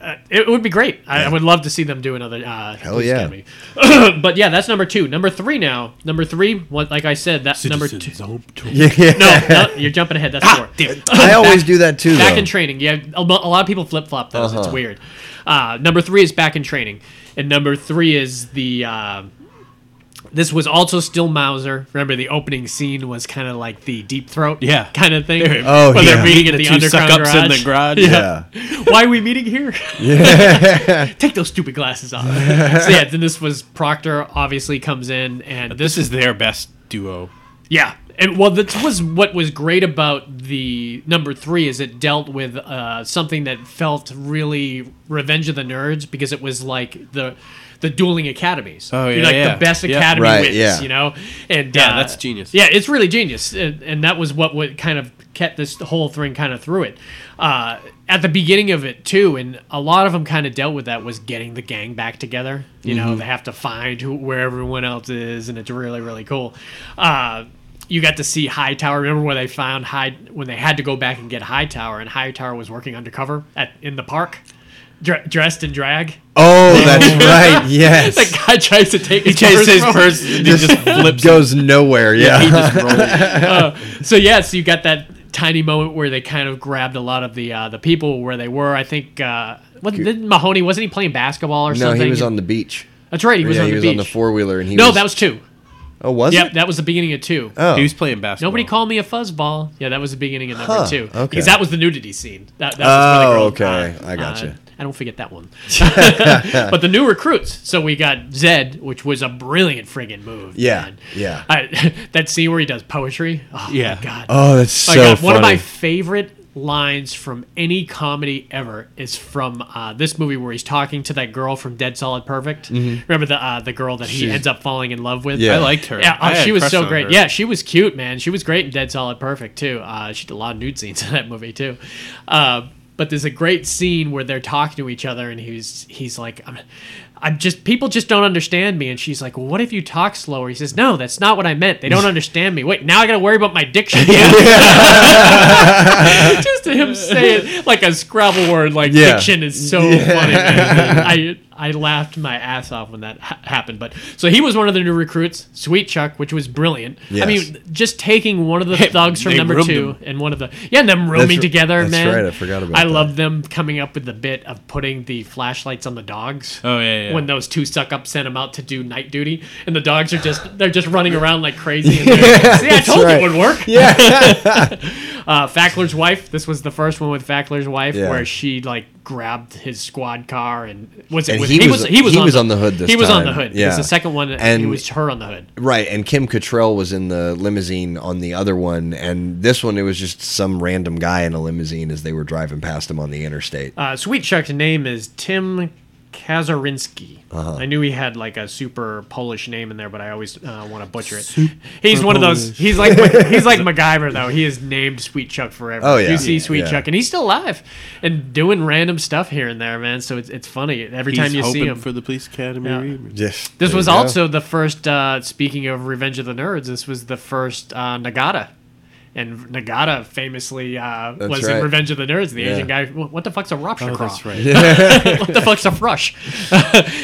uh, it would be great. I, I would love to see them do another. Uh, Police yeah. Academy. but yeah, that's number two. Number three now. Number three. What? Like I said, that's number two. No, no, you're jumping ahead. That's four. I always do that too. Back though. in training. Yeah, a, lo- a lot of people flip flop those. It's weird. Uh, number three is back in training, and number three is the. Uh, this was also still Mauser. Remember, the opening scene was kind of like the deep throat, Yeah. kind of thing. Oh, where yeah. they're meeting at the, two underground suck-ups garage. in the garage. yeah. Why are we meeting here? Take those stupid glasses off. so yeah, then this was Proctor. Obviously, comes in, and this This is their best duo. yeah, and well, that was what was great about the number three is it dealt with uh, something that felt really Revenge of the Nerds because it was like the the dueling academies. Oh, You're yeah, like yeah. the best Yeah. academy Right, wins. yeah. You know, and Yeah, uh, that's genius. Yeah, it's really genius, and, and that was what what kind of kept this whole thing kind of through it. Uh, at the beginning of it too, and a lot of them kind of dealt with that was getting the gang back together. You know, Mm-hmm. they have to find who, where everyone else is, and it's really really cool. Uh, you got to see Hightower. Remember where they found High when they had to go back and get Hightower, and Hightower was working undercover at in the park, dre- dressed in drag. Oh, that's right. Yes. That guy tries to take his Chase purse his from him. purse and he just flips. Goes nowhere. Yeah. so yeah, so you got that tiny moment where they kind of grabbed a lot of the uh, the people where they were. I think uh, what, didn't Mahoney wasn't he playing basketball or no, something? he was on the beach. That's right, he was yeah, on he the was beach. on the four wheeler, and he no, was, that was two. Oh, was Yep, it? that was the beginning of two. Oh. He was playing basketball. Nobody call me a fuzzball. Yeah, that was the beginning of number Huh, two. okay. Because that was the nudity scene. That, that was Oh, where the girl, okay. I gotcha. Uh, I don't forget that one. but the new recruits. So we got Zed, which was a brilliant friggin' move. Yeah, man. yeah. I, that scene where he does poetry. Oh, my Yeah. God. Oh, that's My so God, funny. One of my favorite lines from any comedy ever is from uh, this movie where he's talking to that girl from Dead Solid Perfect. Remember the uh, the girl that he Mm-hmm. She's- ends up falling in love with? Yeah. I liked her. Yeah, oh, I had she a was crush so on great. her. Yeah, she was cute, man. She was great in Dead Solid Perfect too. Uh, she did a lot of nude scenes in that movie too. Uh, but there's a great scene where they're talking to each other, and he's he's like, I'm, "I'm just people just don't understand me," and she's like, well, "What if you talk slower?" He says, "No, that's not what I meant. They don't understand me. Wait, now I got to worry about my diction." just him saying like a Scrabble word like Yeah. diction is so funny. man. I I laughed my ass off when that ha- happened. But so he was one of the new recruits, Sweet Chuck, which was brilliant. I Yes. mean, just taking one of the thugs from they number roomed two him. and one of the yeah, and them That's rooming r- together, that's man. right, I forgot about I that. love them coming up with the bit of putting the flashlights on the dogs. Oh, yeah, yeah. When those two suck up sent them out to do night duty, and the dogs are just they're just running around like crazy. And they're like, See, I told right. you it would work. Yeah. Uh, Fackler's wife. This was the first one with Fackler's wife, Yeah. where she like grabbed his squad car and was it And was, he he, was- was he was he was on the hood this he was on the time. hood. Yeah. It's the second one, and And- it was her on the hood. Right, and Kim Cattrall was in the limousine on the other one, and this one it was just some random guy in a limousine as they were driving past him on the interstate. Uh, Sweet Chuck's name is Tim Kazarinski. Uh-huh. I knew he had like a super Polish name in there, but I always uh, want to butcher it. he's one of those. Polish. He's like he's like MacGyver though. He is named Sweet Chuck forever. Oh, yeah. you see Yeah, Sweet yeah. Chuck, and he's still alive and doing random stuff here and there, man. So it's it's funny every time He's you see hoping him. for the police academy. Yeah. reunion. Yes, This there was you go. also the first. Uh, speaking of Revenge of the Nerds, this was the first uh, Nagata, and Nagata famously uh, That's was right. in Revenge of the Nerds. The Yeah. Asian guy. "Wh- What the fuck's a rupture? Oh, craw? that's right. what the fuck's a frush?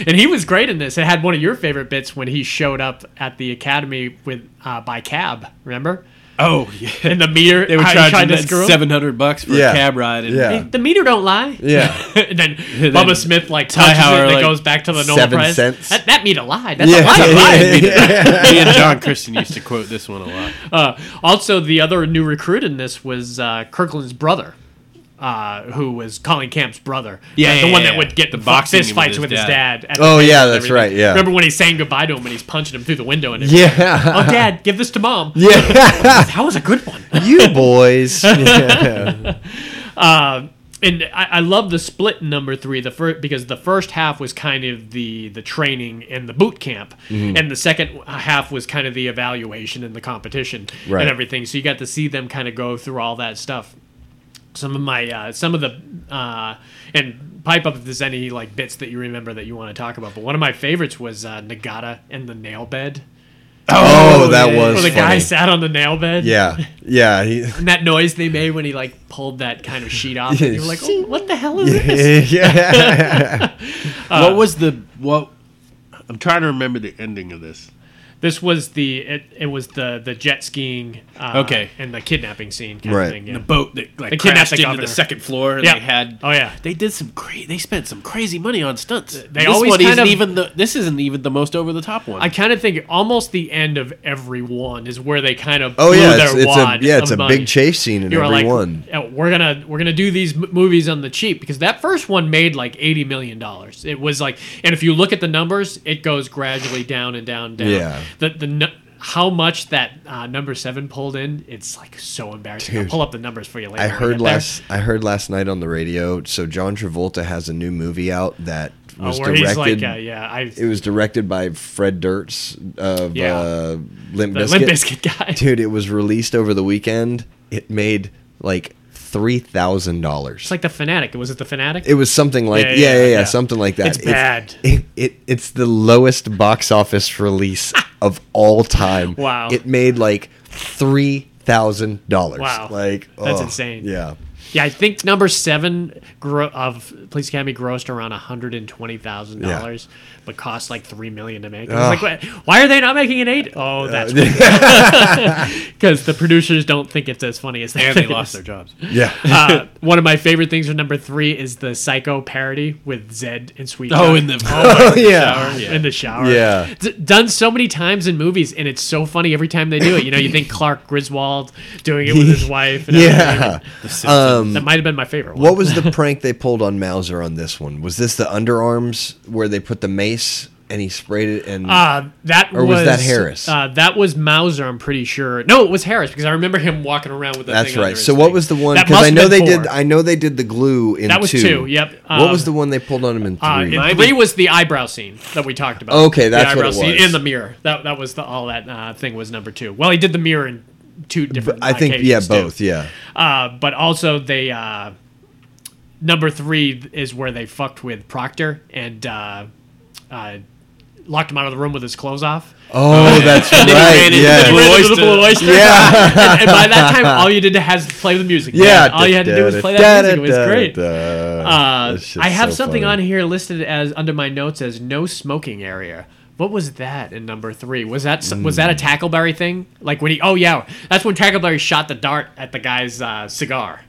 and he was great in this. It had one of your favorite bits when he showed up at the academy with uh, by cab. Remember? Oh, yeah. And the meter. They were how he tried charging to that screw him. 700 bucks for Yeah. a cab ride. And Yeah. The meter don't lie. Yeah. and then Then Bubba Smith like touches it Hauer, and it like, goes back to the normal seven price. cents. That, that meter lied. That's a Yeah. lie. It lied. Me and John Christian used to quote this one a lot. Uh, also, the other new recruit in this was uh, Kirkland's brother, uh, who was Colin Camp's brother. Yeah, Uh, the yeah, one yeah, that yeah. would get the The boxing boxing fist fights with with his his dad. at Oh, the yeah, table and that's everything. right, yeah. remember when he's saying goodbye to him and he's punching him through the window and everything? Yeah, Oh, Dad, give this to Mom. Yeah, that was a good one. you boys. Oh, and I, I love the split in number three, the first because the first half was kind of the the training and the boot camp, Mm-hmm. and the second half was kind of the evaluation and the competition Right. and everything. So you got to see them kind of go through all that stuff. Some of my uh, some of the uh, and pipe up if there's any like bits that you remember that you want to talk about. But one of my favorites was uh, Nagata and the nail bed, Oh, that yeah. was where the guy funny. sat on the nail bed. Yeah, yeah, he, And that noise they made when he like pulled that kind of sheet off, and you were like, oh, "What the hell is this?" yeah. what was the what? I'm trying to remember the ending of this. This was the it, it was the the jet skiing uh, Okay. and the kidnapping scene kind Right. of thing. Yeah. The boat that like They kidnapped crashed the into governor. the second floor. And Yeah. They had oh yeah. they did some crazy. They spent some crazy money on stunts. They always kind of- even the this isn't even the most over the top one. I kind of think almost the end of every one is where they kind of Oh blew yeah, their it's, it's a wad yeah, it's of a money. big chase scene in You were every like, one. "Yeah, we're gonna we're gonna do these m- movies on the cheap because that first one made like eighty million dollars. It was like, and if you look at the numbers, it goes gradually down and down and down. Yeah. The the nu- how much that uh, number seven pulled in, it's like so embarrassing. I'll Dude. pull up the numbers for you later. I when we heard get there. last. I heard last night on the radio. So John Travolta has a new movie out that Oh, was where he's directed. like, uh, yeah, I It was directed by Fred Durst of Yeah. uh, Limp the Bizkit. Limp Biscuit guy. Dude, it was released over the weekend. It made like three thousand dollars. It's like the fanatic. Was it the fanatic? It was something like Yeah, yeah, yeah, yeah, yeah, yeah. something like that. It's bad. It, it it's the lowest box office release of all time. Wow. It made like three thousand dollars. Wow. like That's ugh, insane. Yeah, yeah, I think number seven gro- of Police Academy grossed around hundred and twenty thousand dollars, but cost like three million to make. I was like, "Wait, why are they not making an eight? Uh, Oh, that's because the producers don't think it's as funny as they and they think it lost is. their jobs. yeah. Uh, one of my favorite things from number three is the Psycho parody with Zed and Sweet. Oh, Chuck. in the yeah. yeah. in the shower. Yeah. It's done so many times in movies, and it's so funny every time they do it. You know, you think Clark Griswold doing it with his wife. And everything. Yeah. That might have been my favorite one. What was the prank they pulled on Mauser on this one? Was this the underarms where they put the mace and he sprayed it and Uh, that Or was was, that Harris? Uh, that was Mauser. I'm pretty sure. No, it was Harris because I remember him walking around with that. that's thing under right. his So what thing. was the one? That Because must I have know been they four. Uh, did. I know they did the glue in That was two. two, yep. what Um, was the one they pulled on him in Uh, three? and three was the eyebrow scene that we talked about. Okay, the that's what eyebrow it scene was. in the mirror. That that was the, all that uh, thing was number two. Well, he did the mirror in two different. I think yeah, occasions, too. both yeah. Uh, but also they uh, number three is where they fucked with Proctor and uh, uh, locked him out of the room with his clothes off. Oh, that's right. Then he Yeah, ran into the Blue Oyster. yeah. and, and by that time, all you did has play the music. Yeah, man. all you had to do was play that music. It was great. Uh, I have something on here listed as under my notes as no smoking area. What was that in number three? Was that some, was that Hmm. a Tackleberry thing? Like when he? Oh yeah, that's when Tackleberry shot the dart at the guy's uh, cigar.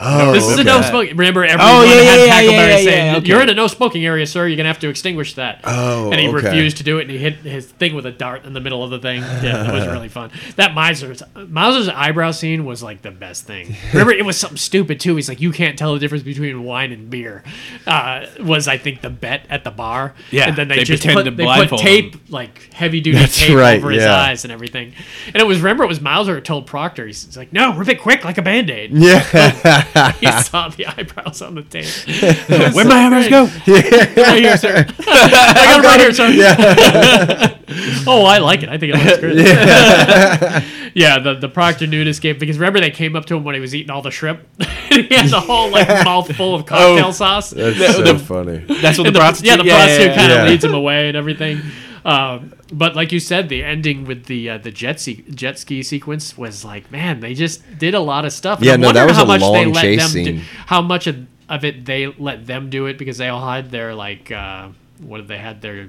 Oh, this is a no okay. smoking. Remember, everyone Oh, yeah, had yeah, yeah, Tackleberry yeah, yeah, saying, yeah, okay. "You're in a no smoking area, sir. You're gonna have to extinguish that." Oh, and he okay. refused to do it, and he hit his thing with a dart in the middle of the thing. Yeah, it was really fun. That Miser's Miser's eyebrow scene was like the best thing. Remember, it was something stupid too. He's like, "You can't tell the difference between wine and beer." Uh, was I think the bet at the bar? Yeah, and then they, they just pretend put, to they put blindfold tape like heavy duty That's tape right, over his yeah. eyes and everything. And it was remember it was Mauser who told Proctor. He's, he's like, "No, rip it quick like a band aid." Yeah. he saw the eyebrows on the tape. Where'd my eyebrows go? Right here, sir. I got it right here, sir. oh, I like it. I think it looks good. Yeah, the, the Proctor nudist game, because remember they came up to him when he was eating all the shrimp? he had the whole like mouthful of cocktail sauce. That's so funny. That's what the, And the- prostitute. yeah, the prostitute kind of yeah. leads him away and everything. Um, but like you said, the ending with the uh, the jet ski jet ski sequence was like, man, they just did a lot of stuff. And Yeah, I'm no, that wondering was how a much they long let chase them Do, scene. how much of, of it they let them do it because they all had their like uh, what did they had their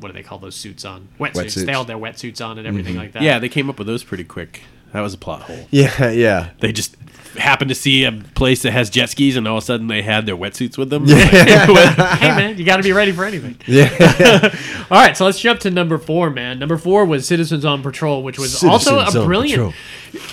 what do they call those suits on wetsuits? Wetsuits. Mm-hmm. They all had their wetsuits on and everything like that. Yeah, they came up with those pretty quick. That was a plot hole. Yeah, yeah. They just happened to see a place that has jet skis, and all of a sudden they had their wetsuits with them. Yeah. hey man, you got to be ready for anything. Yeah. All right, so let's jump to number four, man. Number four was Citizens on Patrol, which was Citizens also a on brilliant.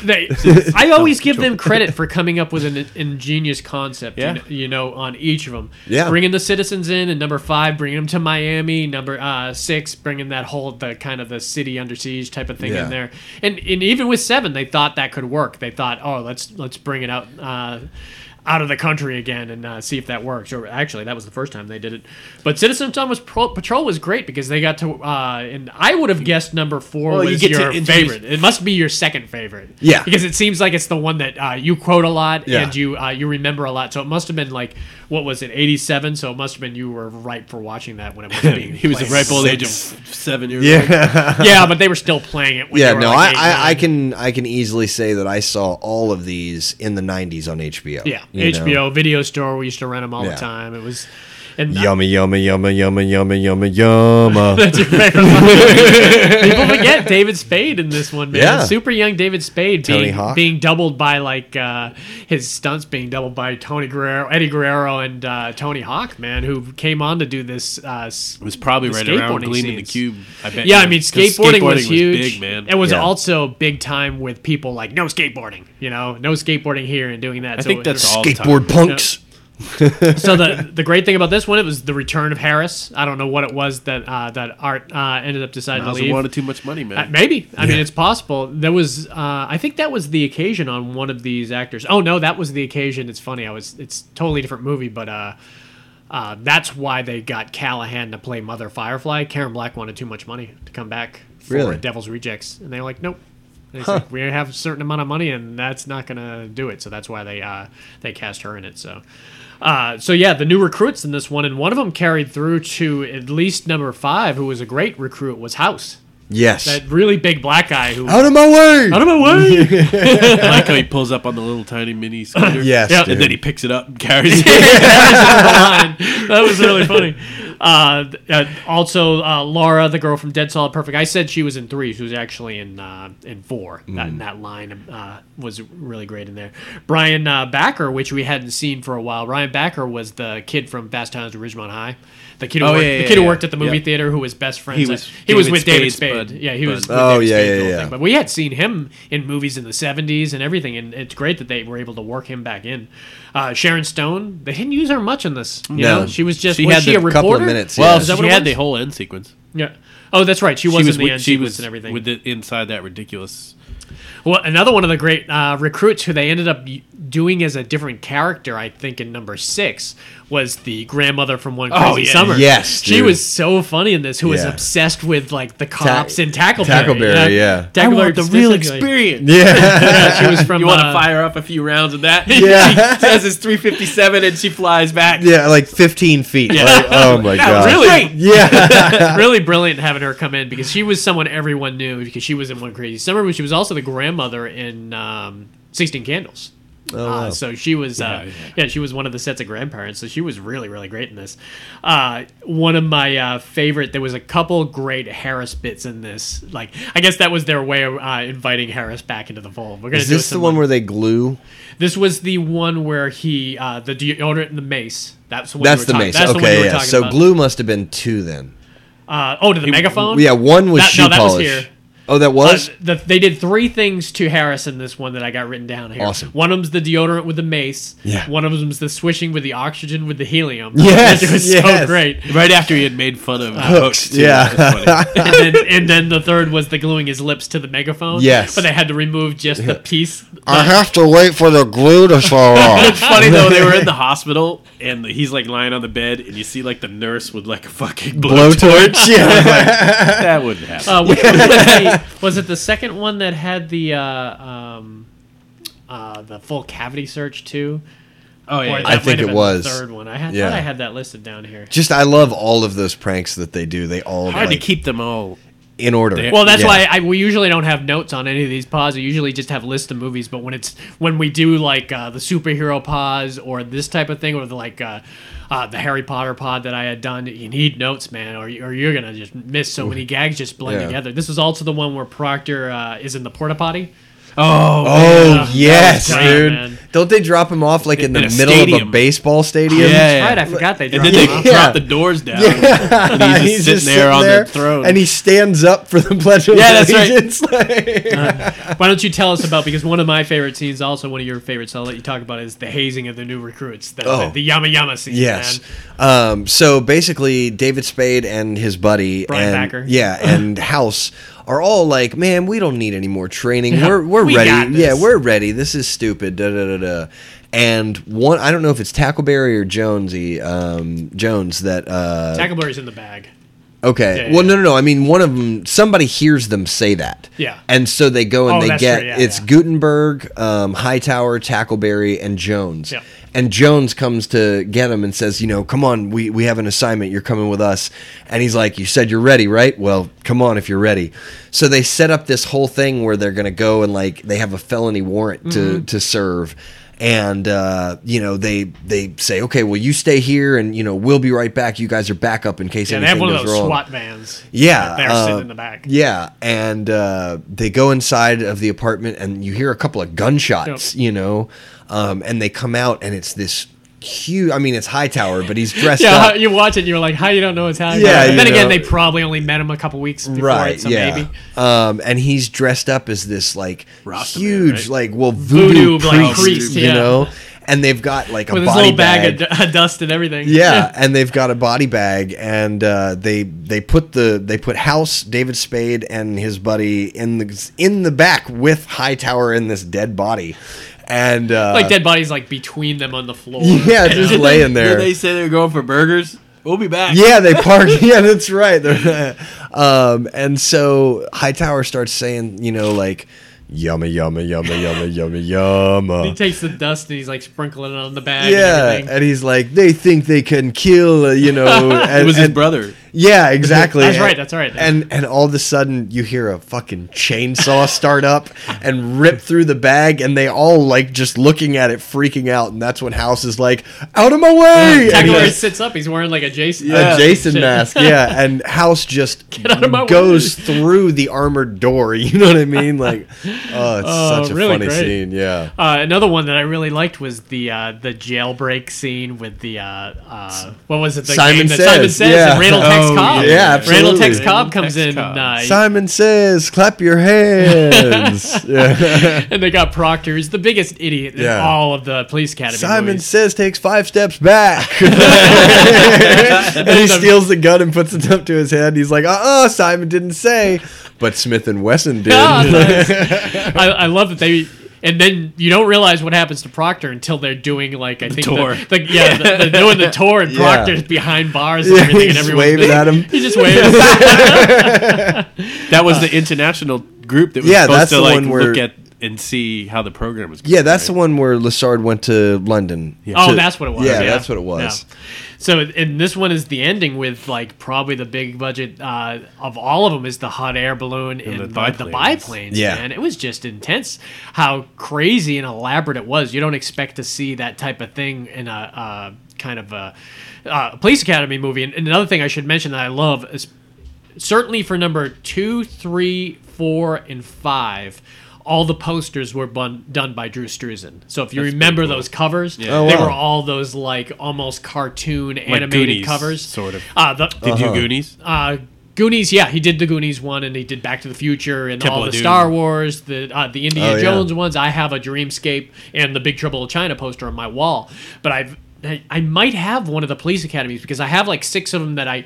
They, I always give them credit for coming up with an ingenious concept, you, Yeah. know, you know, on each of them. Yeah. Bringing the citizens in, and number five, bringing them to Miami. Number uh, six, bringing that whole the kind of the city under siege type of thing Yeah. in there. And and even with seven, they thought that could work. They thought, oh, let's let's bring it out. Uh, out of the country again and uh, see if that works. Or actually, that was the first time they did it. But Citizen Tom was pro- Patrol was great because they got to. Uh, and I would have guessed number four Well, you was get to your introduce- favorite. It must be your second favorite. Yeah. because it seems like it's the one that uh, you quote a lot Yeah. and you uh, you remember a lot. So it must have been like what was it, eighty seven? So it must have been you were ripe for watching that when it was being. he was a played. ripe old age of seven years. old. Yeah. yeah, but they were still playing it. When Yeah, they were no, like eight, I, I, I nine. can I can easily say that I saw all of these in the '90s on HBO. Yeah, you know? HBO video store. We used to rent them all Yeah. the time. It was. And Yummy, yummy, yummy, yummy, yummy, yummy, yummy. That's your favorite line. People forget David Spade in this one, man. Yeah. Super young David Spade Tony being, Hawk. being doubled by like uh, his stunts being doubled by Tony Guerrero, Eddie Guerrero, and uh, Tony Hawk, man, who came on to do this. Uh, s- It was probably The right around skateboarding Gleam in the scenes. Cube. I bet. yeah, you. I mean 'Cause skateboarding, was huge. big, man. It was Yeah. also big time with people like no skateboarding, you know, no skateboarding here and doing that. I think that's all the time. Skateboard punks. so the the great thing about this one, it was the return of Harris. I don't know what it was that uh, that Art uh, ended up deciding to Miles leave. wanted too much money, man. Uh, maybe. I mean, it's possible. There was, uh, I think that was the occasion on one of these actors. Oh no, that was the occasion. It's funny. I was. It's totally different movie, but uh, uh, that's why they got Callahan to play Mother Firefly. Karen Black wanted too much money to come back for Really? Devil's Rejects, and they were like, nope. And it's like, we have a certain amount of money, and that's not gonna do it. So that's why they uh, they cast her in it. So. Uh, so yeah, the new recruits in this one, and one of them carried through to at least number five, who was a great recruit, was House Yes. that really big black guy who Out of my way. out of my way. I like how he pulls up on the little tiny mini scooter. Yes, Yeah. and dude. then he picks it up and carries it. that was the line. That was really funny. Uh, th- uh, also, uh, Laura, the girl from Dead Solid Perfect, I said she was in three. She was actually in uh, in four. Mm. That, that line uh, was really great in there. Brian uh, Backer, which we hadn't seen for a while. Ryan Backer was the kid from Fast Times at Ridgemont High. The kid who, Oh, worked, yeah, the yeah, kid who yeah. worked at the movie Yeah. theater who was best friends. He was he was David with David Spade. Spade's bud. yeah, he Bud. was. with Oh, David yeah, Spade yeah, the whole yeah. thing. But we had seen him in movies in the 70s and everything, and it's great that they were able to work him back in. Uh, Sharon Stone, they didn't use her much in this. You No. know, she was just She was had she the a couple of reporter? minutes. Well, yeah. she that what it had was? the whole end sequence. Yeah. Oh, that's right. She was, in the with- end she sequence was and everything. with the, inside that ridiculous. well, another one of the great uh, recruits who they ended up y- doing as a different character, I think, in number six was the grandmother from One Crazy Oh, yeah. Summer. Yes, she dude. was so funny in this. Who was Yeah. obsessed with like the cops and Tackleberry. Tackleberry, you know? yeah. I Tackleberry want the just real like- experience. yeah. Yeah, she was from. You want to uh, fire up a few rounds of that? Yeah. she says it's 357 and she flies back. yeah, like 15 feet. Like, oh my god. Really, Yeah. really brilliant having her come in because she was someone everyone knew because she was in One Crazy Summer, but she was also the grandmother in um, Sixteen Candles. Oh, uh, so she was, uh, yeah, yeah. she was one of the sets of grandparents. So she was really, really great in this. Uh, one of my uh, favorite. There was a couple great Harris bits in this. Like, I guess that was their way of uh, inviting Harris back into the fold. We're gonna Is do this the some one where they glue? this was the one where he uh, the deodorant and the mace. That's the one. you That's were the talking- mace. That's the one you okay, were yeah. talking So about. glue must have been two then. Uh, oh, to the megaphone. Yeah, one was That- shoe no, that was polish. here. Oh, that was. Uh, the, they did three things to Harris in this one that I got written down here. Awesome. One of them's the deodorant with the mace. Yeah. One of them's the swishing with the oxygen with the helium. Yes, it was so yes. great. Right after he had made fun of Hooks. too. yeah. That was funny. And then, and then the third was the gluing his lips to the megaphone. Yes. But they had to remove just the piece. I have to wait for the glue to fall It's off. funny though. They were in the hospital, and he's like lying on the bed, and you see like the nurse with like a fucking blowtorch. Blowtorch. Yeah. that wouldn't happen. Uh, which was, the, was it the second one that had the uh, um, uh, the full cavity search too? oh Or that I might think have it been was. the third one. I had, Yeah. thought I had that listed down here. Just I love all of those pranks that they do. They all hard like, to keep them all. in order. There. Well, that's Yeah. why I, we usually don't have notes on any of these pods. We usually just have lists of movies. But when it's when we do like uh, the superhero pods or this type of thing, or the like uh, uh, the Harry Potter pod that I had done, you need notes, man, or, you- or you're gonna just miss so many gags just blend Yeah. together. This is also the one where Proctor uh, is in the porta potty. Oh, Oh Yeah. yes, That was great, dude! man. Don't they drop him off like in, In the a middle of a stadium. baseball stadium? yeah. That's right, I forgot they and dropped then they him off. Yeah. drop the doors down, and He's he's just sitting just there sitting on there, the throne. and he stands up for the pledge of Yeah, that's right. allegiance. like- Why don't you tell us about because one of my favorite scenes, also one of your favorites, I'll let you talk about is the hazing of the new recruits, the, Oh. the, the yama yama scene. Yes. man. Um, so basically, David Spade and his buddy Brian and, Backer. yeah, and House are all like, "Man, we don't need any more training. We're we're We ready. got this." Yeah, we're ready. This is stupid." Da da da da. And one, I don't know if it's Tackleberry or Jonesy um, Jones that. Uh, Tackleberry's in the bag. okay, yeah, well, yeah. no, no, no. I mean, one of them. Somebody hears them say that. Yeah. And so they go and Oh, they that's get right, yeah, it's yeah. Gutenberg, um, Hightower, Tackleberry, and Jones. Yeah. And Jones comes to get him and says, you know, come on, we, we have an assignment. You're coming with us. And he's like, you said you're ready, right? Well, come on if you're ready. So they set up this whole thing where they're going to go and like they have a felony warrant to, to serve. And uh, you know they they say okay, well you stay here, and you know we'll be right back. You guys are back up in case Yeah, they have anything one of goes those wrong. SWAT vans. Yeah, they're uh, sitting in the back. Yeah, and uh, they go inside of the apartment, and you hear a couple of gunshots. You know, um, and they come out, and it's this huge. I mean, it's Hightower, but he's dressed Yeah, up. how- you watch it, you're like, how you don't know it's happening? Yeah, but then you again, know. they probably only met him a couple weeks before Right, it, so yeah. maybe. Um, and he's dressed up as this like Rastaman, huge, right? like well voodoo, Voodoo, like, priest, priest, you yeah. know. And they've got like a With his body little bag, bag of, d- of dust and everything. Yeah, and they've got a body bag, and uh, they they put the they put House David Spade and his buddy in the in the back with Hightower in this dead body, and uh, like dead bodies like between them on the floor. yeah, you just know? laying Did there. they say they were going for burgers? We'll be back. Yeah, they park. yeah, that's right. They're- um, and so Hightower starts saying, you know, like yummy, yummy, yummy, yummy, yummy, yumma. He takes the dust and he's like sprinkling it on the bag. and Yeah, everything. and he's like, they think they can kill, uh, you know. It and- was his and- brother. Yeah, exactly. That's And- right, that's right. And and all of a sudden you hear a fucking chainsaw start up and rip through the bag, and they all like just looking at it, freaking out, and that's when House is like, "Out of my Mm, way!" and Tackleberry he's- sits up. He's wearing like a Jason. a Jason Shit. mask, yeah, and House just out of my goes through the armored door. You know what I mean? Like, oh, it's Oh, such a really funny great. scene. Yeah, Uh, another one that I really liked was the uh, the jailbreak scene with the uh, uh, what was it? The game Simon that Says, Simon says yeah. and Randall Oh, Tex Oh, Cobb. yeah, Randall absolutely. Tex Cobb comes Tex in, Cobb. uh, Simon says, clap your hands. Yeah. and they got Proctor, who's the biggest idiot in Yeah. all of the police academy. Simon movies. says takes five steps back. and he steals the gun and puts it up to his head. He's like, uh uh Simon didn't say. But Smith and Wesson did. Ah, nice. I, I love that they. And then you don't realize what happens to Proctor until they're doing like I think tour. The, the- yeah, the, they're doing the tour and Yeah. Proctor's behind bars and Yeah, everything, he's and everyone's waving at him. He just waves. That was the international group that was Uh, Yeah, supposed that's to the like one where- look at and see how the program was. Going, yeah, that's the right? one where Lassard went to London. Oh, To- that's what it was. Yeah, that's what it was. Yeah. So, and this one is the ending with like probably the big budget uh, of all of them is the hot air balloon and, the, the the biplanes. biplanes. Yeah. man, it was just intense. How crazy and elaborate it was. You don't expect to see that type of thing in a uh, kind of a uh, police academy movie. And, and another thing I should mention that I love is certainly for number two, three, four, and five. All the posters were bun- done by Drew Struzan. So if you remember those covers, Oh, they wow. were all those like almost cartoon animated Goonies, covers, sort of. Uh, the Did you Goonies? uh, Goonies, yeah, he did the Goonies one, and he did Back to the Future, and Temple all of the Doom. Star Wars, the uh, the Indiana Oh, yeah. Jones ones. I have a Dreamscape and the Big Trouble in China poster on my wall, but I've I, I might have one of the police academies because I have like six of them that I.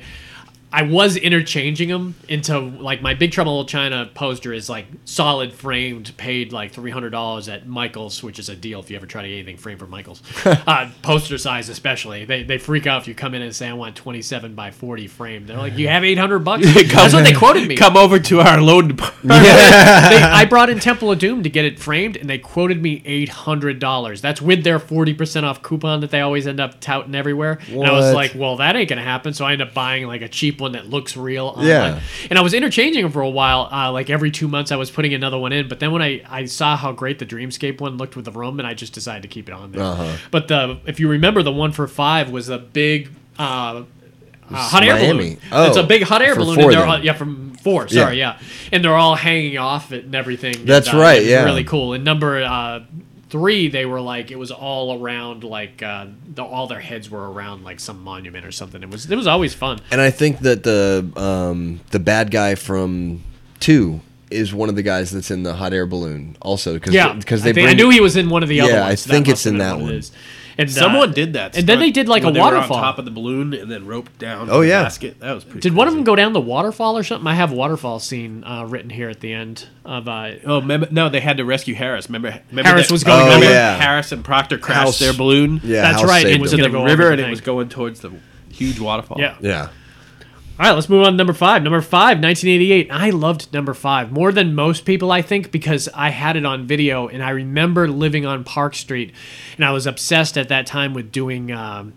I was interchanging them into like my Big Trouble in Little China poster is like solid framed, paid like three hundred dollars at Michaels, which is a deal if you ever try to get anything framed from Michaels. uh, poster size especially, they, they freak out if you come in and say I want twenty seven by forty framed. They're like, you have eight hundred bucks. That's what they quoted me. Come over to our load department. They- I brought in Temple of Doom to get it framed, and they quoted me eight hundred dollars. That's with their forty percent off coupon that they always end up touting everywhere. And I was What? like, well, that ain't gonna happen. So I ended up buying like a cheap one that looks real. online. Yeah. And I was interchanging them for a while. Uh, like every two months, I was putting another one in. But then when I, I saw how great the Dreamscape one looked with the room, and I just decided to keep it on there. Uh-huh. But the if you remember, the one for five was a big. Uh, uh, hot air Miami. balloon. Oh, it's a big hot air for balloon. four And they're then. all, yeah, from four. Sorry, yeah. and they're all hanging off it and everything. That's And, uh, right, it's yeah. really cool. And number uh, three, they were like it was all around like uh, the, all their heads were around like some monument or something. It was it was always fun. And I think that the um, the bad guy from two is one of the guys that's in the hot air balloon also because Yeah, they I, think- bring I knew he was in one of the other Yeah, ones. I so that think must it's have in been that what it one. is. And uh, Someone did that, and then they stunt did like a when they were waterfall. on top of the balloon and then roped down. Oh, to the yeah. basket. that was pretty. Did one of crazy. them go down the waterfall or something? I have waterfall scene uh, written here at the end of uh, Oh, remember, no, they had to rescue Harris. Remember, remember Harris that- was going Oh, remember yeah. Harris and Proctor crashed House. their balloon yeah That's House right, it saved was him. to Gonna the go over river, the and it thing. was going towards the huge waterfall. yeah. yeah All right, let's move on to number five. Number five, 1988. I loved number five more than most people, I think, because I had it on video and I remember living on Park Street, and I was obsessed at that time with doing um,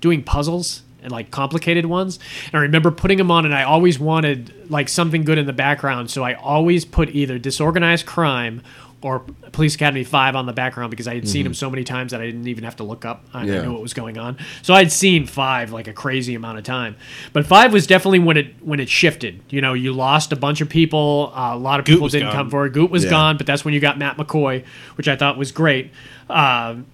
doing puzzles and like complicated ones. And I remember putting them on, and I always wanted like something good in the background, so I always put either disorganized crime or Police Academy Five on the background because I had seen them so many times that I didn't even have to look up. I, I Mm-hmm. Yeah. knew what was going on. So I'd seen five like a crazy amount of time, but five was definitely when it when it shifted. You know, you lost a bunch of people. Uh, a lot of people was didn't gone. come forward. Goot was Yeah. gone, but that's when you got Matt McCoy, which I thought was great. Um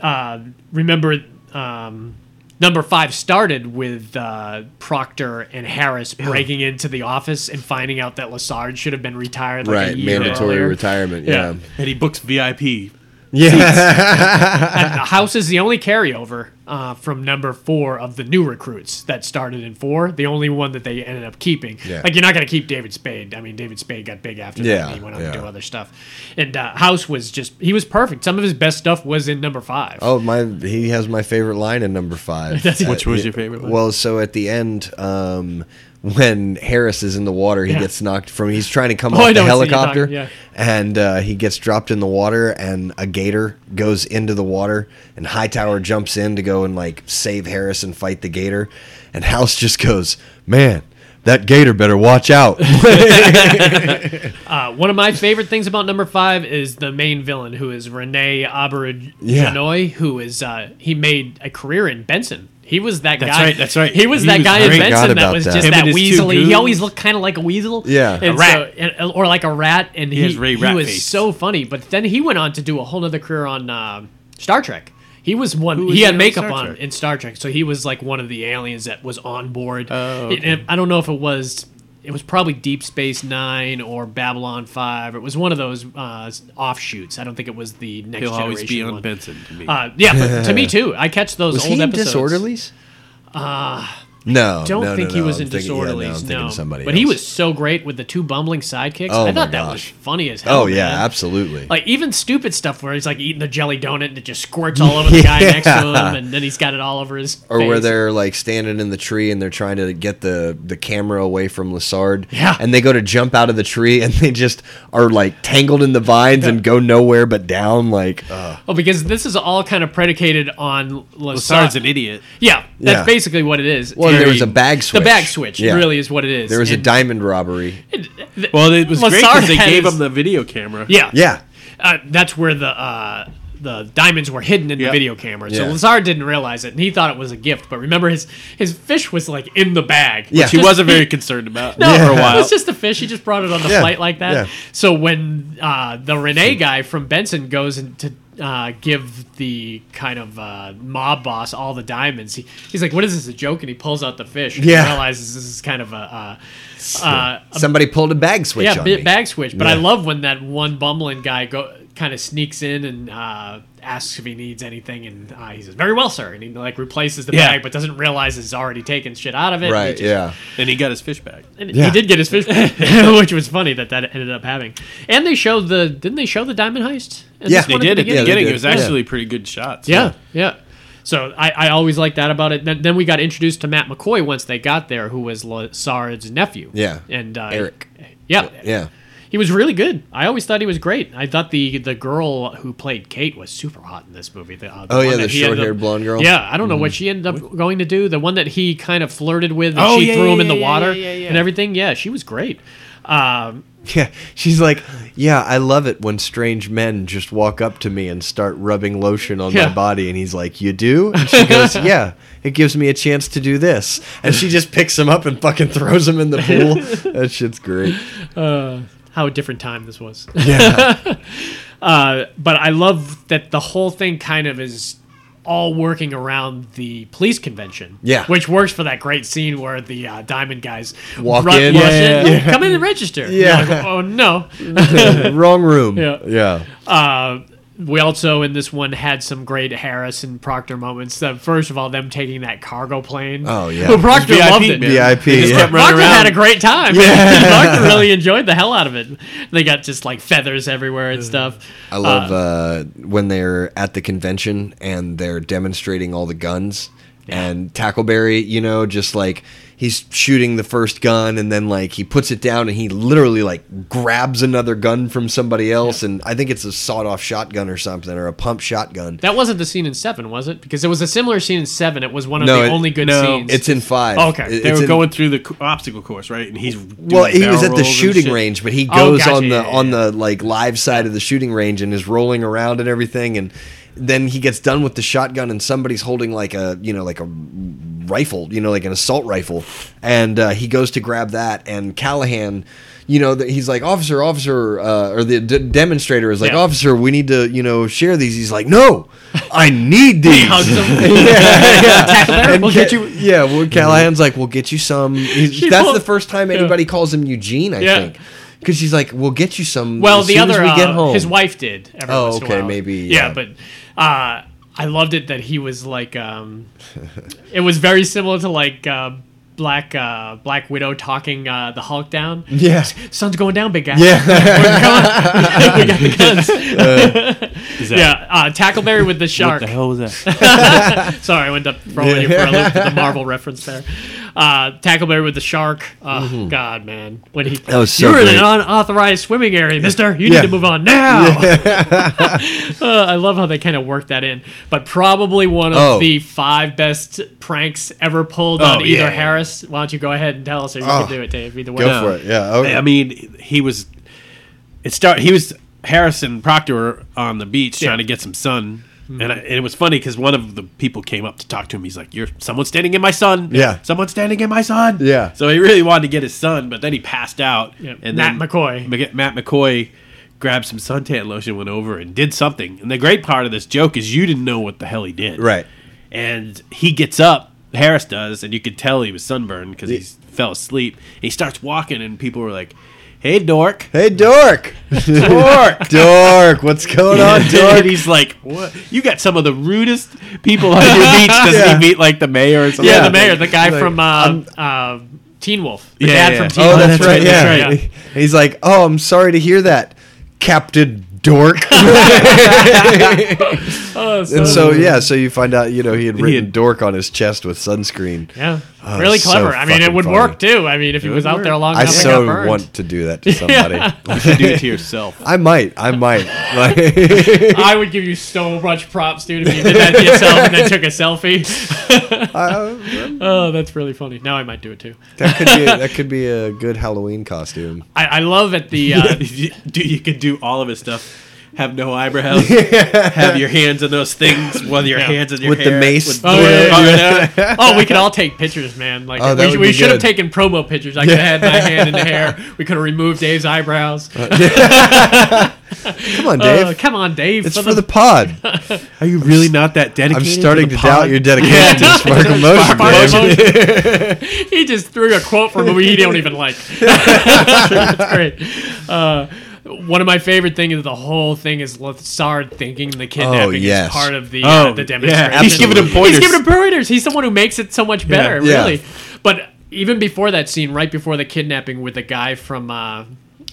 uh, remember. Um, Number five started with uh, Proctor and Harris breaking into the office and finding out that Lassard should have been retired like a right year mandatory earlier. retirement Yeah. yeah and he books VIP. the house is the only carryover uh, from number four of the new recruits that started in four. The only one that they ended up keeping. Yeah. Like you're not going to keep David Spade. I mean, David Spade got big after that. Yeah, And he went on yeah. to do other stuff. And uh, House was just he was perfect. Some of his best stuff was in number five. Oh my! He has my favorite line in number five. Which was Uh, your favorite line? Well, so at the end, um, when Harris is in the water, he Yeah. gets knocked from. He's trying to come Oh, off I the know what scene you're talking- helicopter, yeah. and uh, he gets dropped in the water, and a gator goes into the water, and Hightower jumps in to go and like save Harris and fight the gator, and House just goes, "Man, that gator better watch out." Uh, one of my favorite things about number five is the main villain, who is Rene Aberjanoy, Yeah. who is uh, he made a career in Benson. He was that That's guy. right, that's right. He was He that was guy great. in Forgot Benson that about was that. just Him and that his two weasely. He goons. always looked kind of like a weasel. Yeah. A And rat. so- and- or like a rat. And he, has Ray he Rat was face. so funny. But then he went on to do a whole other career on um uh, Star Trek. He was one. Who was he he had on makeup Star on Trek? in Star Trek, so he was like one of the aliens that was on board. Oh, It- and I don't know if it was. It was probably Deep Space Nine or Babylon Five. It was one of those uh, offshoots. I don't think it was the next. He'll always be Generation on one. Benson to me. Uh, yeah, but to me too. I catch those Was old he in episodes. Disorderlies? Uh, no, Don't no, think no, he no, was I'm in thinking- yeah, no, I'm Disorderlies. thinking no, somebody but he else. was so great with the two bumbling sidekicks. Oh I my thought that gosh. was funny as hell. Oh yeah, man. absolutely. Like even stupid stuff where he's like eating the jelly donut and it just squirts all over the guy next to him, Yeah. and then he's got it all over his. or face. where they're like standing in the tree and they're trying to get the the camera away from Lassard. Yeah. And they go to jump out of the tree and they just are like tangled in the vines and go nowhere but down. Like, uh, Oh, because this is all kind of predicated on Lassard's Lassard's. an idiot. yeah, that's Yeah. basically what it is. Well, there was Very- a bag The switch. bag switch Yeah. really is what it is. there was a And diamond robbery. th- Well, it was great Lassard because they had gave his- him the video camera. Yeah, Yeah. uh, that's where the uh, the diamonds were hidden in Yep. the video camera. So Yeah. Lazard didn't realize it, and he thought it was a gift. But remember, his his fish was like in the bag. Yeah. which She just- wasn't very concerned about No, for a while. it was just the fish. He just brought it on the Yeah, flight like that. yeah. So when uh, the Renee guy from Benson goes in to uh, give the kind of uh, mob boss all the diamonds, he, he's like, "What is this? A joke?" And he pulls out the fish. And Yeah. he realizes this is kind of a. Uh, uh, Somebody pulled a bag switch yeah, on bi- me. bag switch. But I Yeah. love when that one bumbling guy go kind of sneaks in and uh, asks if he needs anything, and uh, he says, "Very well, sir," and he like replaces the Yeah. bag, but doesn't realize it's already taken shit out of it. and right. it just- yeah. and he got his fish back. and Yeah. He did get his fish, which was funny that that ended up having. And they showed the didn't they show the diamond heist? in Yeah. this one at the They did at the beginning? they beginning. did. It was Yeah. actually pretty good shots. Yeah, yeah. So I, I always like that about it. Then, then we got introduced to Matt McCoy once they got there, who was Lazard's nephew. Yeah. and uh, Eric. Yeah, Yeah. he was really good. I always thought he was great. I thought the the girl who played Kate was super hot in this movie. The, uh, Oh, one yeah, that the he ended short-haired up- blonde girl. Mm-hmm. Yeah, I don't know what she ended up going to do. The one that he kind of flirted with, and Oh, she yeah, threw yeah, him in the yeah, yeah, water yeah, yeah. and everything. Yeah, she was great. Um, Yeah. She's like, yeah, I love it when strange men just walk up to me and start rubbing lotion on Yeah. my body. And he's like, you do? And she goes, yeah, it gives me a chance to do this. And she just picks him up and fucking throws him in the pool. that shit's great. how a different time this was. Yeah. Uh, but I love that the whole thing kind of is all working around the police convention. Yeah. Which works for that great scene where the uh, diamond guys Walk in. rush Yeah, yeah, "Oh, Come in and register. You're Yeah. like, oh, no. Wrong room. Yeah. Yeah. Uh, we also in this one had some great Harris and Proctor moments. The, first of all, them taking that cargo plane. Oh, yeah. Who Proctor It was loved VIP, it. man. VIP. just yeah. kept running Proctor had a around. great time. Proctor really enjoyed the hell out of it. They got just like feathers everywhere and stuff. I love uh, when they're at the convention and they're demonstrating all the guns. And Tackleberry, you know, just like he's shooting the first gun and then like he puts it down and he literally like grabs another gun from somebody else. And I think it's a sawed off shotgun or something or a pump shotgun. That wasn't the scene in Seven, was it? Because there was a similar scene in Seven. It was one of No, the it- only good no, scenes. It's in five. Okay, It- They it's were in- going through the co- obstacle course, right? And he's doing Well, he was barrel at rolls the and shooting shit. range, but he goes Oh, gotcha, on the yeah, yeah, on the like live side of the shooting range and is rolling around and everything, and then he gets done with the shotgun and somebody's holding like a you know like a rifle, you know like an assault rifle, and uh, he goes to grab that, and Callahan. You know, that he's like, officer, officer, uh, or the d- demonstrator is like, Yeah. officer, we need to, you know, share these. He's like, no, I need these. Hugs him. yeah, yeah. Tackleberry, And we'll get you- Yeah, well, Callahan's like, we'll get you some. He's- She that's pulled- the first time Yeah. anybody calls him Eugene, I Yeah. think. Because she's like, we'll get you some. Well, as the soon other as we uh, get home. his wife did. Every Oh, once in a okay, while. maybe, yeah. but uh, I loved it that he was like. Um, it was very similar to like uh, Black uh, Black Widow talking uh, the Hulk down. Yeah, Sun's going down, big guy. Mm. yeah, we got the guns. Is that- yeah, uh, Tackleberry with the What shark. the hell was that? Sorry, I went up throwing you for a loop with the Marvel reference there. Uh, Tackleberry with the shark. Oh, God, man. When he, Mm-hmm. That was so You're in great. an unauthorized swimming area, mister. You Yeah. need to move on now. Uh, I love how they kind of worked that in. But probably one of Oh. the five best pranks ever pulled on Oh, either yeah. Harris. Why don't you go ahead and tell us, or you Oh. can do it, Dave. Either way. go for it. Yeah, okay. I mean, he was. It start. He was Harrison Proctor were on the beach trying to get some sun, and, I, and it was funny because one of the people came up to talk to him. He's like, "You're someone's standing in my sun. Yeah. someone's standing in my sun. Yeah. So he really wanted to get his son, but then he passed out. Yep. And Matt then McCoy. Ma- Matt McCoy grabbed some suntan lotion, went over, and did something. And the great part of this joke is you didn't know what the hell he did. Right. And he gets up, Harris does, and you could tell he was sunburned because he fell asleep. He starts walking, and people were like, hey, dork. Hey, dork, Dork. dork, what's going on, and dork? he's like, "What? You got some of the rudest people on your beach. Doesn't Yeah. he meet like the mayor or something?" Yeah, Yeah. the mayor, the guy Like, from uh, uh, Teen Wolf, the Yeah, dad yeah, from yeah. Teen Oh, Wolf. that's, right. that's yeah. right, He's like, oh, I'm sorry to hear that, Captain Dork. Oh, so, and so yeah, so you find out you know he had written had- dork on his chest with sunscreen. yeah, Oh, really so clever. I mean, it fucking would funny. work too. I mean, if he was out there long I enough, and so got burned. want to do that to somebody. You do it to yourself. I might, I might. Like, I would give you so much props, dude, if you did that to yourself and then took a selfie. oh, that's really funny. Now I might do it too. that could be that could be a good Halloween costume. I, I love at the uh, Dude, you could do all of his stuff. Have no eyebrows. Have your hands in those things. One of your Yeah. hands in your With the hair, mace. Oh, the- yeah, yeah, Oh, yeah. oh, we could all take pictures, man. Like Oh, that we, would we be should have good. taken promo pictures. I could have had my hand in the hair. We could have removed Dave's eyebrows. Come on, Uh, Dave. Uh, come on, Dave. it's for the pod. Are you really not that dedicated? I'm starting the to pod? doubt your dedication to Sparkle Motion. Fire Dave. emoji. he just threw a quote from a movie he don't even like. That's great. Uh, one of my favorite things is the whole thing is Lothar thinking the kidnapping Oh, yes. is part of the uh, Oh, the yeah, demonstration. He's giving him He's pointers. giving him pointers. He's someone who makes it so much better, yeah. really. But even before that scene, right before the kidnapping, with the guy from. Uh,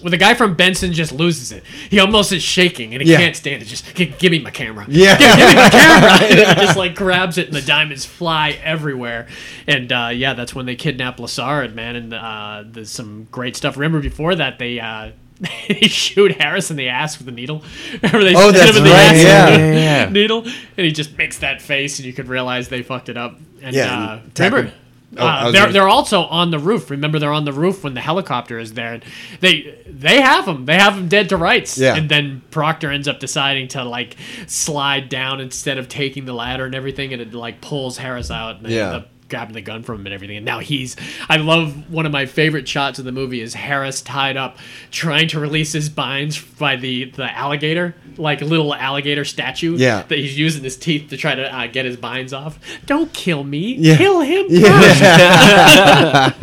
with the guy from Benson just loses it. He almost is shaking and he Yeah. can't stand it. Just "Gi- give me my camera. Yeah. Give- give me my camera. And he just like grabs it and the diamonds fly everywhere. And uh, yeah, that's when they kidnap Lasard, man. And uh, there's some great stuff. Remember before that they. Uh, they shoot Harris in the ass with a needle. Remember they Oh, hit that's him in the right, ass yeah. with a Yeah, yeah, yeah. needle, and he just makes that face, and you could realize they fucked it up. And Yeah, uh, and tackle- remember, Oh, I uh, was they're gonna- they're also on the roof. Remember, they're on the roof when the helicopter is there. And they they have him. They have him dead to rights. Yeah. And then Proctor ends up deciding to like slide down instead of taking the ladder and everything, and it like pulls Harris out. And they Yeah. end up grabbing the gun from him and everything. And now he's. I love one of my favorite shots of the movie is Harris tied up, trying to release his binds by the the alligator, like little alligator statue. Yeah. That he's using his teeth to try to uh, get his binds off. Don't kill me. Yeah. Kill him. first.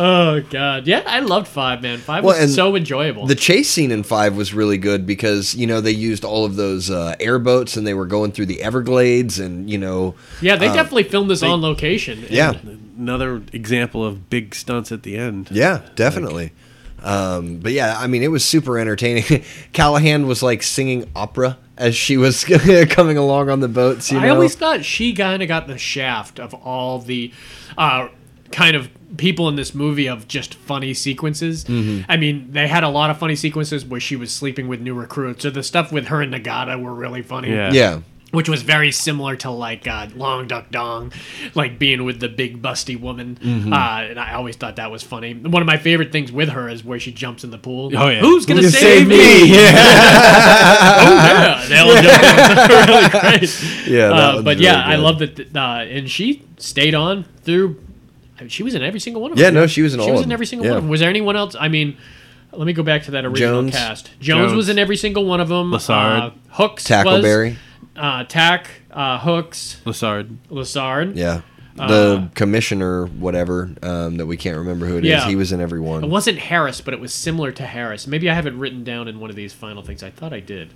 Oh god, yeah, I loved Five Man. Five Well, and was so enjoyable. The chase scene in five was really good because you know they used all of those uh, airboats and they were going through the Everglades and you know yeah, um, they definitely filmed this on location. and- yeah Another example of big stunts at the end. yeah definitely. Um, but yeah, I mean it was super entertaining. Callahan was like singing opera as she was coming along on the boats. You know, I always thought she kind of got the shaft of all the uh, kind of people in this movie of just funny sequences. Mm-hmm. I mean, they had a lot of funny sequences where she was sleeping with new recruits. So the stuff with her and Nagata were really funny. Yeah. yeah. Which was very similar to like uh, Long Duck Dong, like being with the big busty woman, Mm-hmm. uh, and I always thought that was funny. One of my favorite things with her is where she jumps in the pool. Oh, yeah. who's gonna, Who's gonna save, save me? me? Yeah, they all jump. really great. Yeah, that Uh, one's but yeah, really I good. love that. th- Uh, and she stayed on through. I mean, she was in every single one of Yeah, them. no, she was in all She was of in them. every single Yeah. one of them. Was there anyone else? I mean, let me go back to that original Jones. cast. Jones, was Jones. in every single one of them. Lassard. Uh, Hooks. Tackleberry. Was, uh, Tack. Uh, Hooks. Lassard. Lassard. Yeah. The commissioner, whatever, um, that we can't remember who it is, Uh, Yeah. he was in It everyone. wasn't Harris, but it was similar to Harris. Maybe I have it written down in one of these final things. I thought I did.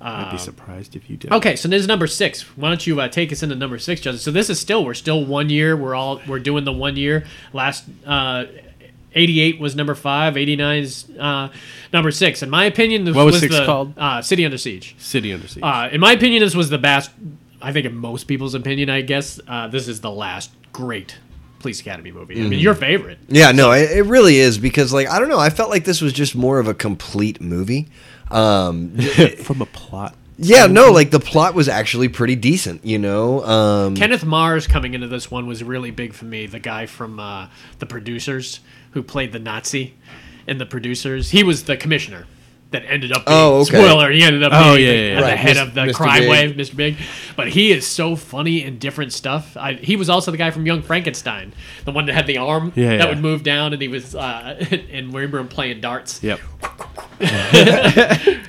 I'd be surprised if you did. Um, Okay, so this is number six. Why don't you uh, take us into number six, Justin? So this is still we're still one year. We're all we're doing the one year. Last uh, eighty eight was number five. Eighty nine is uh, number six. In my opinion, this What was six the, called? Uh, City Under Siege. City under siege. Uh, in my opinion, this was the best. I think, in most people's opinion, I guess uh, this is the last great Police Academy movie. I Mm-hmm. mean, your favorite. Yeah, no, it, it really is because, like, I don't know, I felt like this was just more of a complete movie. Um, From a plot. yeah, no, like the plot was actually pretty decent, you know. Um, Kenneth Mars coming into this one was really big for me. The guy from uh, the producers who played the Nazi in the producers, he was the commissioner. that ended up. Being, Oh, okay. Spoiler: He ended up Oh, being yeah, the- yeah, yeah. the Right, head Mis- of the Mr. crime Big. wave, Mr. Big. But he is so funny in different stuff. I, he was also the guy from Young Frankenstein, the one that had the arm Yeah, that yeah. would move down, and he was uh, and we remember him playing darts. Yep.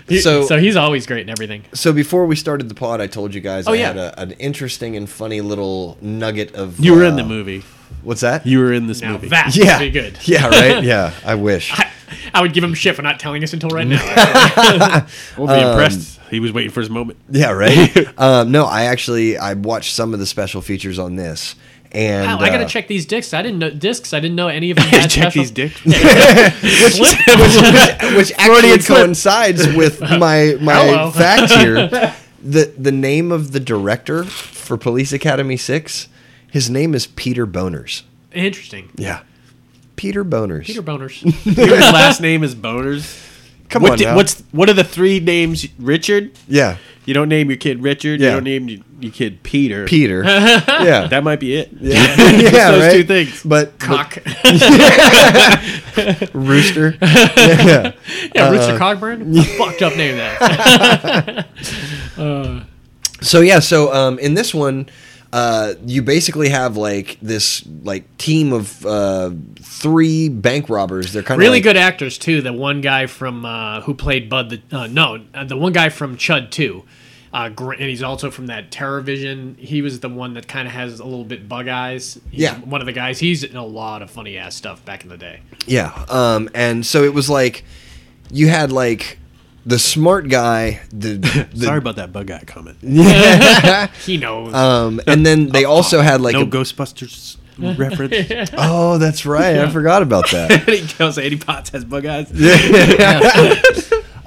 He- So- so, he's always great in everything. So before we started the pod, I told you guys Oh, I yeah. had a, an interesting and funny little nugget of. You were uh, in the movie. What's that? You were in this Now movie. that yeah, would be good. Yeah, right. Yeah, I wish. I would give him shit for not telling us until right now. we'll be impressed. He was waiting for his moment. Yeah, right. um, no, I actually I watched some of the special features on this, and Wow, I gotta uh, check these discs. I didn't know discs. I didn't know any of them had Check special- these dicks. which actually coincides with my my Hello. fact here. the The name of the director for Police Academy Six, his name is Peter Boners. Interesting. Yeah, Peter Boners. Peter Boners. Your last name is Boners. Come What on, di- now. what's what are the three names? Richard. yeah, You don't name your kid Richard. Yeah. You don't name your, your kid Peter. Peter. yeah, That might be it. Yeah. yeah, those right? two things. But Cock. but rooster. yeah, Richard Uh, Cogburn. A fucked up name that. So yeah, so um, in this one, uh, you basically have like this like team of uh, three bank robbers. They're kind of Really good actors too. The one guy from uh, who played Bud. The uh, no, uh, the one guy from Chud Two. Uh, Gr- and he's also from that Terror Vision. He was the one that kind of has a little bit bug eyes. He's Yeah. one of the guys. He's in a lot of funny ass stuff back in the day. Yeah, um, and so it was like you had like the smart guy, the, the Sorry about that bug eye comment. He knows. um, and then they also had like Oh, no a, Ghostbusters reference. oh, that's right, I forgot about that. he tells Andy Potts has bug eyes.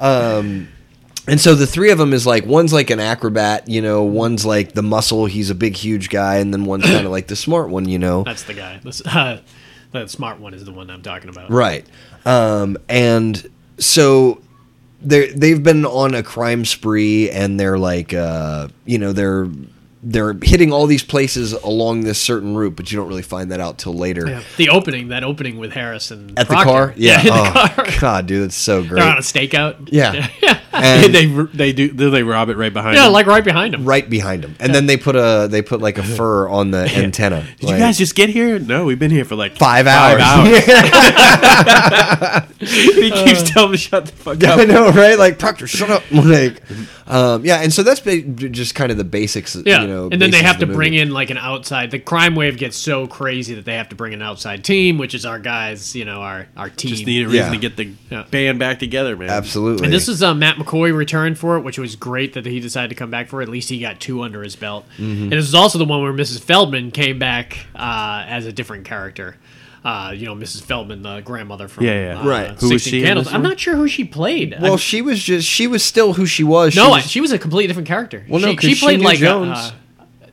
And so the three of them is like one's like an acrobat, you know, one's like the muscle, he's a big huge guy, and then one's kind of like the smart one, you know. That's the guy. That's, uh, the smart one is the one I'm talking about. Right. Um, and so they they've been on a crime spree, and they're like, uh, you know, they're they're hitting all these places along this certain route, but you don't really find that out till later. Yeah. The opening, that opening with Harrison At the car, yeah, in the oh, car. God, dude, it's so great. They're on a stakeout. yeah, and And they they do do they rob it right behind. Yeah, him? like right behind him. right behind him, and then they put a they put like a fur on the antenna. Did you guys just get here? No, we've been here for like Five hours. he keeps telling me shut the fuck Yeah, I up. know, right? Like Proctor, shut up. Like, um, yeah, and so that's ba- just kind of the basics. Yeah, you know, and then they basis have of to the movie. bring in like an outside. The crime wave gets so crazy that they have to bring an outside team, which is our guys. You know, our our team. Just need a reason Yeah. to get the Yeah. band back together, man. Absolutely. And this is uh, Matt McCoy returned for it, which was great that he decided to come back for. it. At least he got two under his belt. Mm-hmm. And this is also the one where Mrs. Feldman came back uh, as a different character. Uh, you know, Mrs. Feldman, the grandmother from Yeah, yeah. uh, Right. Who Sixteen was she in Candles. this I'm one? not sure who she played. well, I'm- she was just she was still who she was. no, she I- was, she was a completely different character. Well, no, she, 'cause she played knew like a, Jones. uh,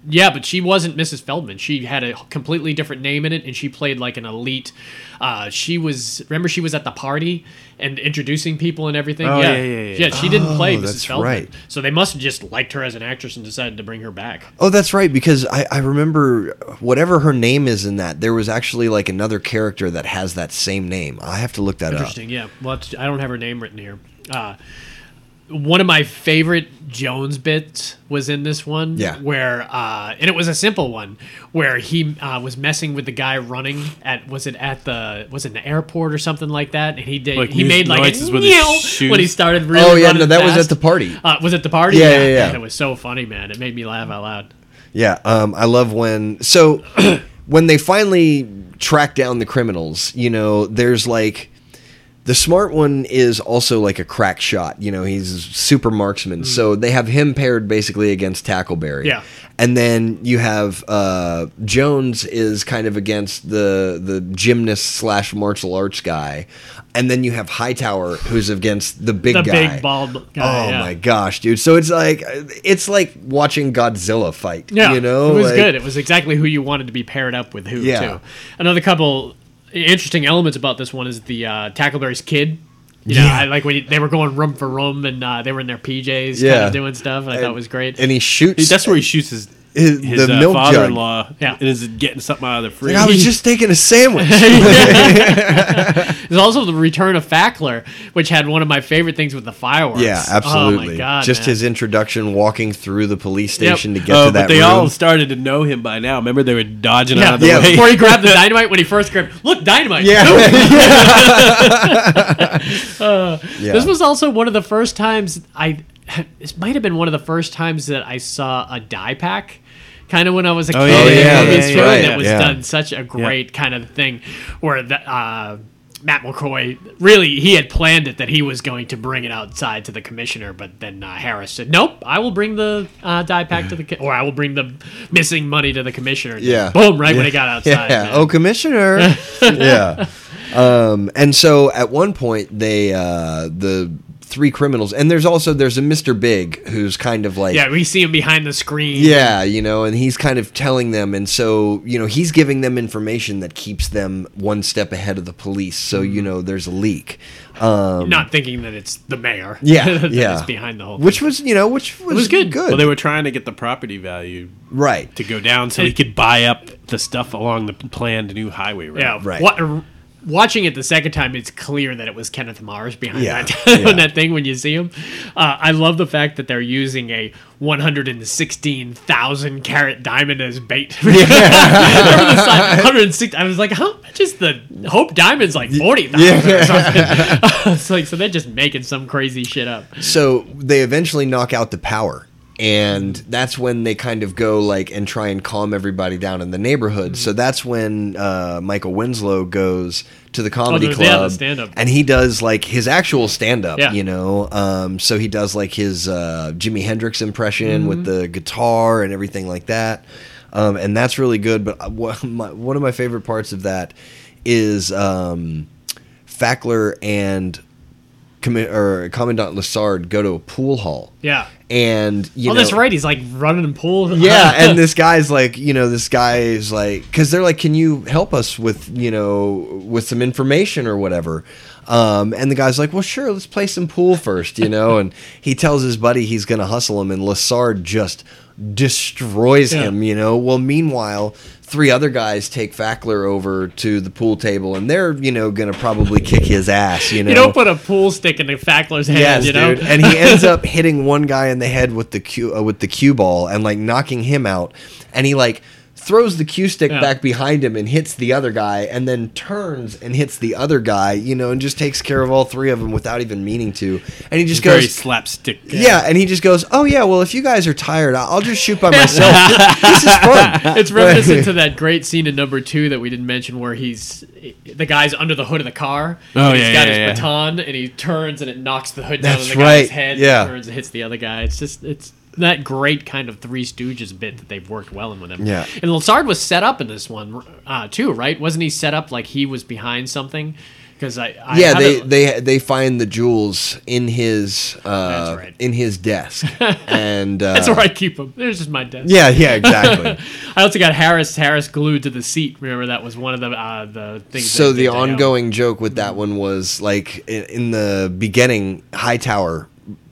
yeah, but she wasn't Mrs. Feldman. She had a completely different name in it, and she played like an elite. Uh, she was remember she was at the party and introducing people and everything. Oh, yeah, yeah, yeah, yeah. she didn't play Mrs. Oh, that's Feldman. right. So they must have just liked her as an actress and decided to bring her back. oh, that's right, because I, I remember whatever her name is in that. There was actually like another character that has that same name. I have to look that up. Interesting. Yeah. Well, it's- I don't have her name written here. Uh, one of my favorite Jones bits was in this one. Yeah. Where uh, and it was a simple one where he uh, was messing with the guy running at was it at the was it an airport or something like that and he did Like he news- made like noises a with his meow shoes. when he started really. oh yeah, running no, that was fast. at the party. Uh, was it the party? Yeah, yeah, yeah. And it was so funny, man. It made me laugh out loud. Yeah, um, I love when so when they finally track down the criminals. You know, there's like the smart one is also like a crack shot. You know, he's a super marksman, so they have him paired basically against Tackleberry. Mm. Yeah. and then you have uh, Jones is kind of against the the gymnast slash martial arts guy, and then you have Hightower who's against the big The guy. big bald guy. Oh Uh, yeah. my gosh, dude! So it's like it's like watching Godzilla fight. Yeah, you know, it was Like- good. It was exactly who you wanted to be paired up with who Yeah. too. Another couple interesting elements about this one is the uh, Tackleberry's kid. You know, I like when he, they were going room for room and uh, they were in their PJs, kind Yeah. of doing stuff. And I thought it was great. And he shoots. That's where he shoots his his, his the uh, milk jug. father-in-law Yeah. is getting something out of the fridge. Like, I was just taking a sandwich. Oh There's also the return of Fackler, which had one of my favorite things with the fireworks. yeah, absolutely. Oh my god, just man. his introduction, walking through the police Yep. station to get Oh, to that but they room. all started to know him by now. Remember, they were dodging out Yeah, of the Yeah. way. before he grabbed the dynamite, when he first grabbed, look, dynamite. Oh, yeah. yeah. Uh, This was also one of the first times I. This might have been one of the first times that I saw a die pack. Kind of when I was a kid, Oh, yeah, yeah, It was yeah, shown yeah, that yeah. was Yeah. done such a great kind of thing, where the, uh, Matt McCoy really he had planned it that he was going to bring it outside to the commissioner, but then uh, Harris said, "Nope, I will bring the uh, die pack to the co- or I will bring the missing money to the commissioner." And Yeah. boom! Right when it got outside, Yeah. man. Oh, commissioner. yeah. Um, and so at one point they uh, the three criminals and there's also there's a Mr. Big who's kind of like yeah, we see him behind the screen. Yeah, you know, and he's kind of telling them, and so you know, he's giving them information that keeps them one step ahead of the police. So you know, there's a leak. Um, not thinking that it's the mayor. yeah, that yeah, is behind the whole. which was you know, which was, was good. good, well, they were trying to get the property value right? to go down so he could buy up the stuff along the planned new highway road. thing. yeah, right. wa- watching it the second time, it's clear that it was Kenneth Mars behind Yeah, that yeah. that thing when you see him. Uh, I love the fact that they're using a 116,000 carat diamond as bait. Remember the sign, 106 I was like, how much is the Hope Diamond's like 40,000 or something? it's like, so they're just making some crazy shit up. So they eventually knock out the power. And that's when they kind of go like and try and calm everybody down in the neighborhood. Mm-hmm. So that's when uh, Michael Winslow goes to the comedy Oh, the- club yeah, the stand-up. and he does like his actual stand up, Yeah. you know. Um, so he does like his uh, Jimi Hendrix impression with Mm-hmm. the guitar and everything like that. Um, and that's really good. But uh, wha- my, one of my favorite parts of that is um, Fackler and commi- or Commandant Lassard go to a pool hall. Yeah. And you oh, know, that's right. He's like running and pool. uh, yeah, and this guy's like, you know, this guy's like, because they're like, can you help us with, you know, with some information or whatever? Um, and the guy's like, well, sure, let's play some pool first, you know. and he tells his buddy he's going to hustle him, and Lassard just destroys Yeah. him, you know. Well, meanwhile, three other guys take Fackler over to the pool table, and they're, you know, going to probably kick his ass, you know. You don't put a pool stick in the Fackler's hand, Yes, you know? dude. And he ends up hitting one guy in the head with the cue uh, with the cue ball and like knocking him out. And he like throws the cue stick Yeah. back behind him and hits the other guy, and then turns and hits the other guy. You know, and just takes care of all three of them without even meaning to. And he just very goes. slapstick. yeah, and he just goes, "Oh yeah, well if you guys are tired, I- I'll just shoot by myself. this is fun." it's reminiscent to that great scene in number two that we didn't mention where he's the guy's under the hood of the car. Oh, and yeah, He's got yeah, his yeah. baton and he turns and it knocks the hood down That's on the guy's right, head. yeah. And turns and hits the other guy. It's just, it's that great kind of Three Stooges bit that they've worked well in with him. Yeah. And Lassard was set up in this one, uh, too, right? Wasn't he set up like he was behind something? Because I, I yeah, had they, a- they they find the jewels in his uh, That's right. in his desk, and uh, That's where I keep them. There's just my desk. Yeah, yeah, exactly. I also got Harris Harris glued to the seat. Remember that was one of the uh, the things. So that they the dug out. ongoing joke with that one was like in, in the beginning, Hightower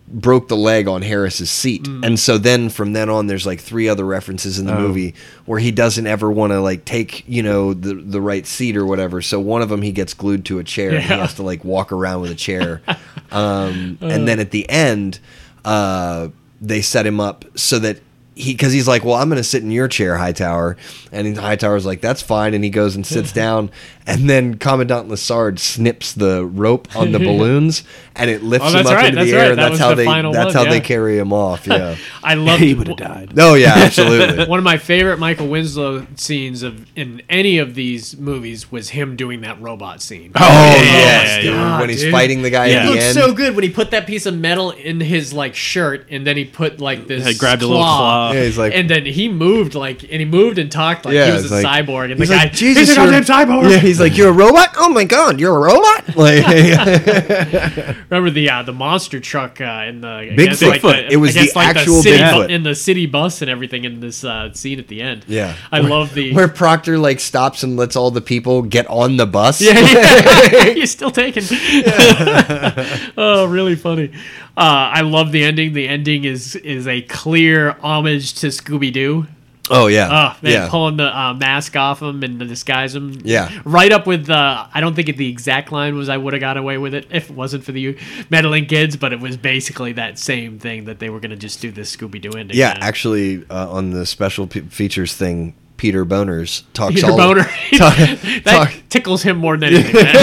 broke the leg on Harris's seat, and so then from then on, there's like three other references in the movie where he doesn't ever want to like take you know the the right seat or whatever. So one of them he gets glued to a chair and he Yeah. has to like walk around with a chair, um, and then at the end, uh, they set him up so that. He, because he's like, well, I'm going to sit in your chair, Hightower, and Hightower's like, that's fine, and he goes and sits down, and then Commandant Lassard snips the rope on the balloons, and it lifts Oh, him that's up right, into that's the air. right, and that that's was how the they final that's one, how they yeah. carry him off. Yeah. I love he would have died. oh yeah, absolutely. One of my favorite Michael Winslow scenes of in any of these movies was him doing that robot scene. Oh, yes, dude, God, when he's dude. fighting the guy Yeah. at It the looked end. so good when he put that piece of metal in his like shirt, and then he put like this. He grabbed a little claw. yeah, he's like, and then he moved like, and he moved and talked like yeah, he was it's a like- cyborg, and the he's guy, like, Jesus, he's a you're- goddamn cyborg. Yeah, he's like, you're a robot. Oh my god, you're a robot. Like, Remember the uh, the monster truck uh, in the against, Bigfoot. Like the, It was against, the like, actual city bu- Bigfoot. in the city bus and everything in this uh, scene at the end. Yeah. I love the. where Proctor like stops and lets all the people get on the bus. yeah, yeah. you're still taking. oh, really funny. Uh, I love the ending. The ending is is a clear homage to Scooby Doo. Oh yeah. Oh, man, yeah. pulling the uh, mask off him and to disguise him. Yeah. Right up with, uh, I don't think it, the exact line was I would have got away with it if it wasn't for the meddling kids, but it was basically that same thing that they were going to just do this Scooby Doo ending. Yeah, now. actually, uh, on the special pe features thing, Peter Boners talks Peter all. Boner. talk- that talk- tickles him more than anything. man.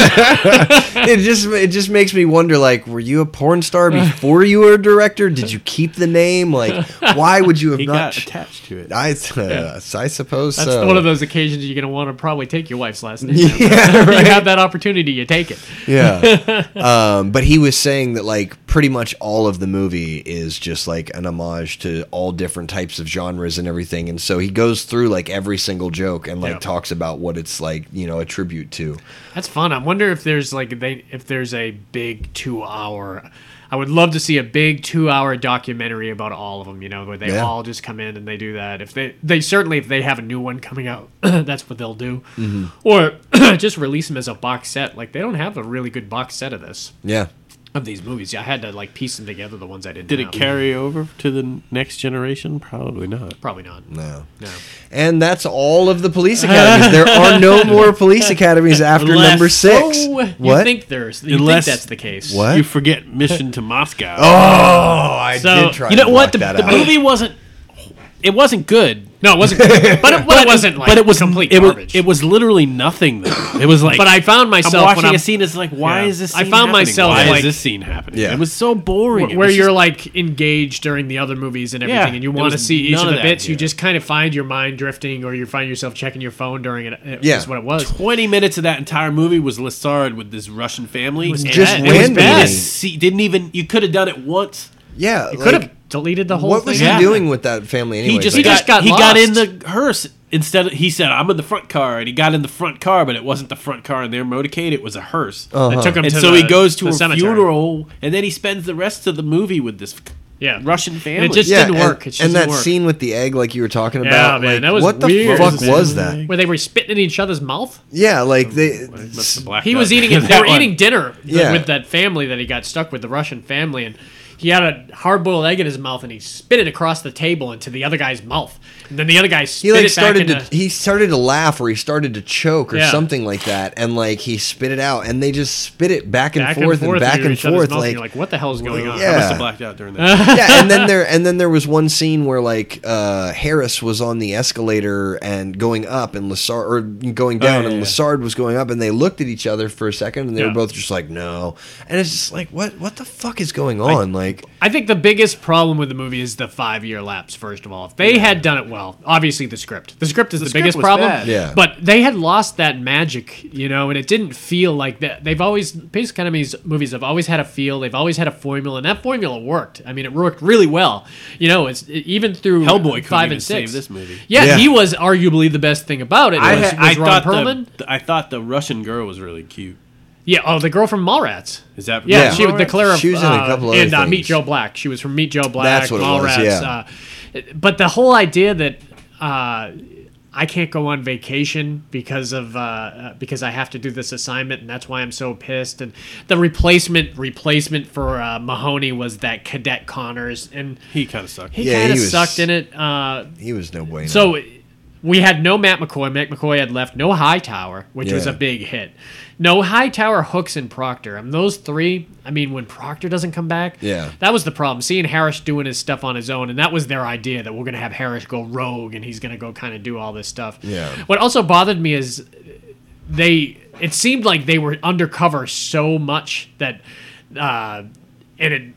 it just it just makes me wonder. Like, were you a porn star before you were a director? Did you keep the name? Like, why would you have He not? got ch- attached to it. I I suppose That's so. one of those occasions you're going to want to probably take your wife's last name. yeah, You right. have that opportunity, you take it. yeah. Um, but he was saying that like pretty much all of the movie is just like an homage to all different types of genres and everything, and so he goes through like every single joke and like Yeah. talks about what it's like you know a tribute to. That's fun. I wonder if there's like they if there's a big two hour. I would love to see a big two hour documentary about all of them. You know, where they Yeah. all just come in and they do that. If they they certainly if they have a new one coming out, that's what they'll do. Mm-hmm. Or just release them as a box set. Like they don't have a really good box set of this Yeah. of these movies. Yeah, I had to like piece them together. The ones I didn't. Did it have. carry over to the next generation? Probably not. Probably not. No. No. And that's all of the police academies. there are no more police academies after Unless- number six. Oh, what? You think there's? You Unless- think that's the case? what? You forget Mission to Moscow. oh, I So, did try. you know to block what? The, that the out. movie wasn't. It wasn't good. No, it wasn't. good. But it, but it wasn't like. but it was complete It was, garbage. it was literally nothing. Though it was like. but I found myself I'm when watching I'm, a scene. It's like, why Yeah. is this? I scene found happening? myself, Why like- is this scene happening? Yeah. It was so boring. It where was you're just- like engaged during the other movies and everything, Yeah, and you there want to was see each none of of the that bits. You here. just kind of find your mind drifting, or you find yourself checking your phone during it. it Yeah. is what it was. 20 minutes of that entire movie was Lissard with this Russian family. was and just it was random. bad. See, didn't even. You could have done it once. yeah. Could like, have deleted the whole what thing. was Yeah. he doing with that family anyway? he just He got, just got he got in lost. the hearse instead. Of, he said, "I'm in the front car," and he got in the front car, but it wasn't the front car in their motorcade. It was a hearse. uh-huh. That took him and to so the, he goes to the a cemetery. funeral, and then he spends the rest of the movie with this Yeah, Russian family. It just yeah, didn't and- work. It just And, didn't that work. scene with the egg, like you were talking Yeah, about, man, like, that was what the weird. fuck It was that? where they were spitting in each other's mouth. Yeah, like they. Must have blacked He was out. eating. They That were one. eating dinner th- Yeah. with that family that he got stuck with, the Russian family, and he had a hard-boiled egg in his mouth, and he spit it across the table into the other guy's mouth, and then the other guy spit He it like back started to into- he started to laugh or he started to choke or Yeah. something like that, and like he spit it out, and they just spit it back and, back forth, and into back and each other's forth, mouth, and like you're like what the hell's going on? Yeah. Must have blacked out during that. yeah, and then there and then there was one scene where like uh, Harris was on the escalator and going up, and Lassard or Oh, going down, yeah, and yeah. Lassard was going up, and they looked at each other for a second, and they Yeah. were both just like, "No," and it's just like, "What? What the fuck is going on?" like, I think the biggest problem with the movie is the five year lapse. First of all, if they had done it well, obviously the script. The script is the, script biggest was problem. bad. Yeah. But they had lost that magic, you know, and it didn't feel like that. They've always Pace Economy's movies have always had a feel. They've always had a formula, and that formula worked. I mean, it worked really well. You know, it's even through Hellboy couldn't five even and save six. this movie. Yeah, Yeah. he was arguably the best thing about it. I, was, had- was I Ron thought Perlman. the, I thought the Russian girl was really cute. yeah. Oh, the girl from Mallrats. Is that Yeah, Yeah. she was the Clara. She was in a uh, couple other and uh, Meet things. Joe Black. She was from Meet Joe Black. That's what it was, Mallrats, yeah. uh, but the whole idea that uh, I can't go on vacation because of uh, uh, because I have to do this assignment, and that's why I'm so pissed. And the replacement replacement for uh, Mahoney was that Cadet Connors, and He kind of sucked. he Yeah, kind of he was- sucked in it. Uh, he was no bueno. so we had no Matt McCoy. Matt McCoy had left no Hightower, which was Yeah. a big hit. No Hightower, Hooks, and Proctor. And those three, I mean, when Proctor doesn't come back, Yeah. that was the problem. Seeing Harris doing his stuff on his own, and that was their idea that we're going to have Harris go rogue and he's going to go kind of do all this stuff. Yeah. What also bothered me is they it seemed like they were undercover so much that uh and it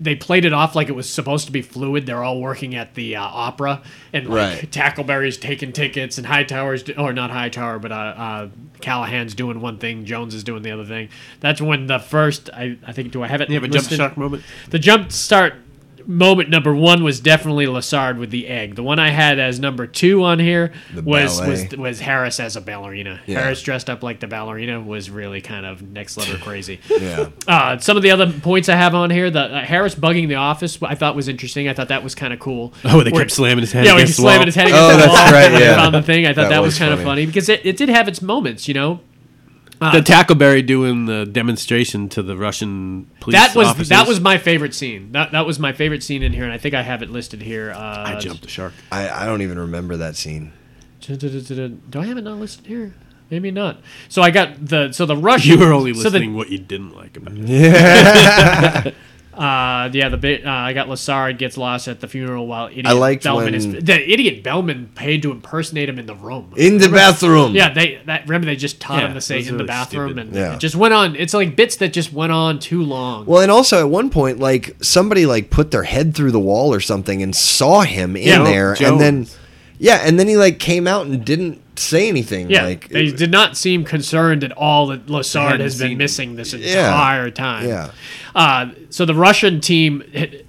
they played it off like it was supposed to be fluid. They're all working at the uh, opera, and like Right. Tackleberry's taking tickets, and Hightower's do- or not Hightower, but uh, uh, Callahan's doing one thing, Jones is doing the other thing. That's when the first I, I think do I have it? You have a jump listed? shock moment. The jump start moment number one was definitely Lassard with the egg. The one I had as number two on here The was ballet. was was Harris as a ballerina. Yeah. Harris dressed up like the ballerina was really kind of next level crazy. yeah, Uh, some of the other points I have on here, the uh, Harris bugging the office, I thought was interesting. I thought that was kind of cool. Oh, they Where- kept slamming his head Yeah, where against he's the wall. slamming his head Oh, against the that's wall. right, when he yeah. found the thing. I thought that, That was, was kind of funny. funny because it, it did have its moments, you know. the Tackleberry doing the demonstration to the Russian police. That was officers. that was my favorite scene. That that was my favorite scene in here, and I think I have it listed here. Uh, I jumped the shark. I, I don't even remember that scene. Do I have it not listed here? Maybe not. So I got the so the Russian. You were only so the- listening what you didn't like about it. Uh, yeah, the bit uh, I got Lasard gets lost at the funeral while idiot I liked Bellman is when- the idiot Bellman paid to impersonate him in the room. In the bathroom. yeah, they that remember they just taught Yeah, him to say in that's the really bathroom stupid. and Yeah. it just went on. It's like bits that just went on too long. Well, and also at one point, like somebody like put their head through the wall or something and saw him in Yeah. there, and then yeah, and then he like came out and didn't say anything. yeah, like they did not seem concerned at all that Lasard hadn't has seen- been missing this Yeah. entire time. Yeah. Uh, so the Russian team,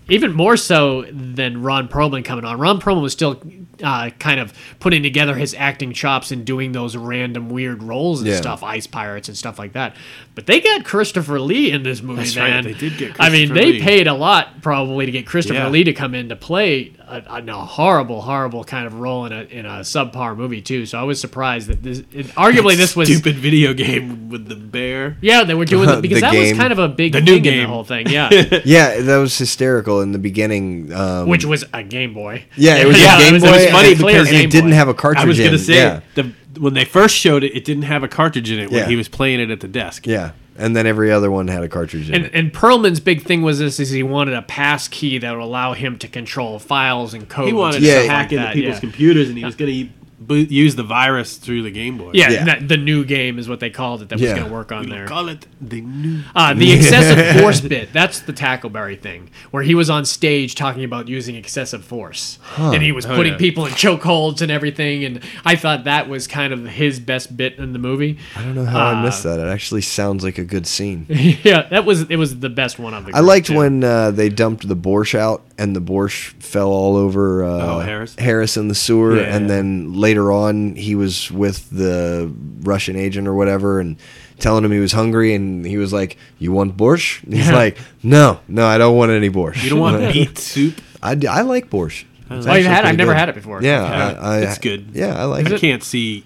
even more so than Ron Perlman coming on, Ron Perlman was still uh, kind of putting together his acting chops and doing those random weird roles and Yeah. stuff, Ice Pirates and stuff like that. But they got Christopher Lee in this movie, That's right, man. they did get I mean, Christopher they Lee. paid a lot probably to get Christopher Yeah. Lee to come in to play a, a, a horrible, horrible kind of role in a in a subpar movie too. So I was surprised that this, it, arguably, this was stupid video game with the bear. Yeah, they were doing the, because The that game. was kind of a big The thing new in the game. whole thing. Yeah. yeah, that was hysterical in the beginning. Um, which was a Game Boy. yeah, it was a Game it Boy, was and funny it, because and it didn't have a cartridge. I was in. gonna say yeah, the, when they first showed it, it didn't have a cartridge in it when Yeah. he was playing it at the desk. yeah, and then every other one had a cartridge in And, it. and Perlman's big thing was this: is he wanted a pass key that would allow him to control files and codes. He wanted and Yeah, to stuff hack like into that, people's yeah. computers, and he was going to boot, use the virus through the Game Boy. Yeah, Yeah. That, the new game is what they called it. That Yeah. was going to work on there. call it the new. Uh, the excessive force bit. That's the Tackleberry thing, where he was on stage talking about using excessive force, and he was putting Oh, yeah. people in chokeholds and everything. And I thought that was kind of his best bit in the movie. I don't know how uh, I missed that. It actually sounds like a good scene. yeah, that was it. Was the best one of the. I group, liked too. when uh, they dumped the Borsch out and the Borsch fell all over uh, Oh, Harris? in the sewer. Yeah. And then later on, he was with the Russian agent or whatever and telling him he was hungry. And he was like, You want Borsch? And he's like, No, no, I don't want any Borsch. You don't want beet soup. I, d- I like Borsch. It's Oh, you've had actually it? I've pretty never good. had it before. Yeah, Yeah, I, I, it's good. Yeah, I like I it. can't see.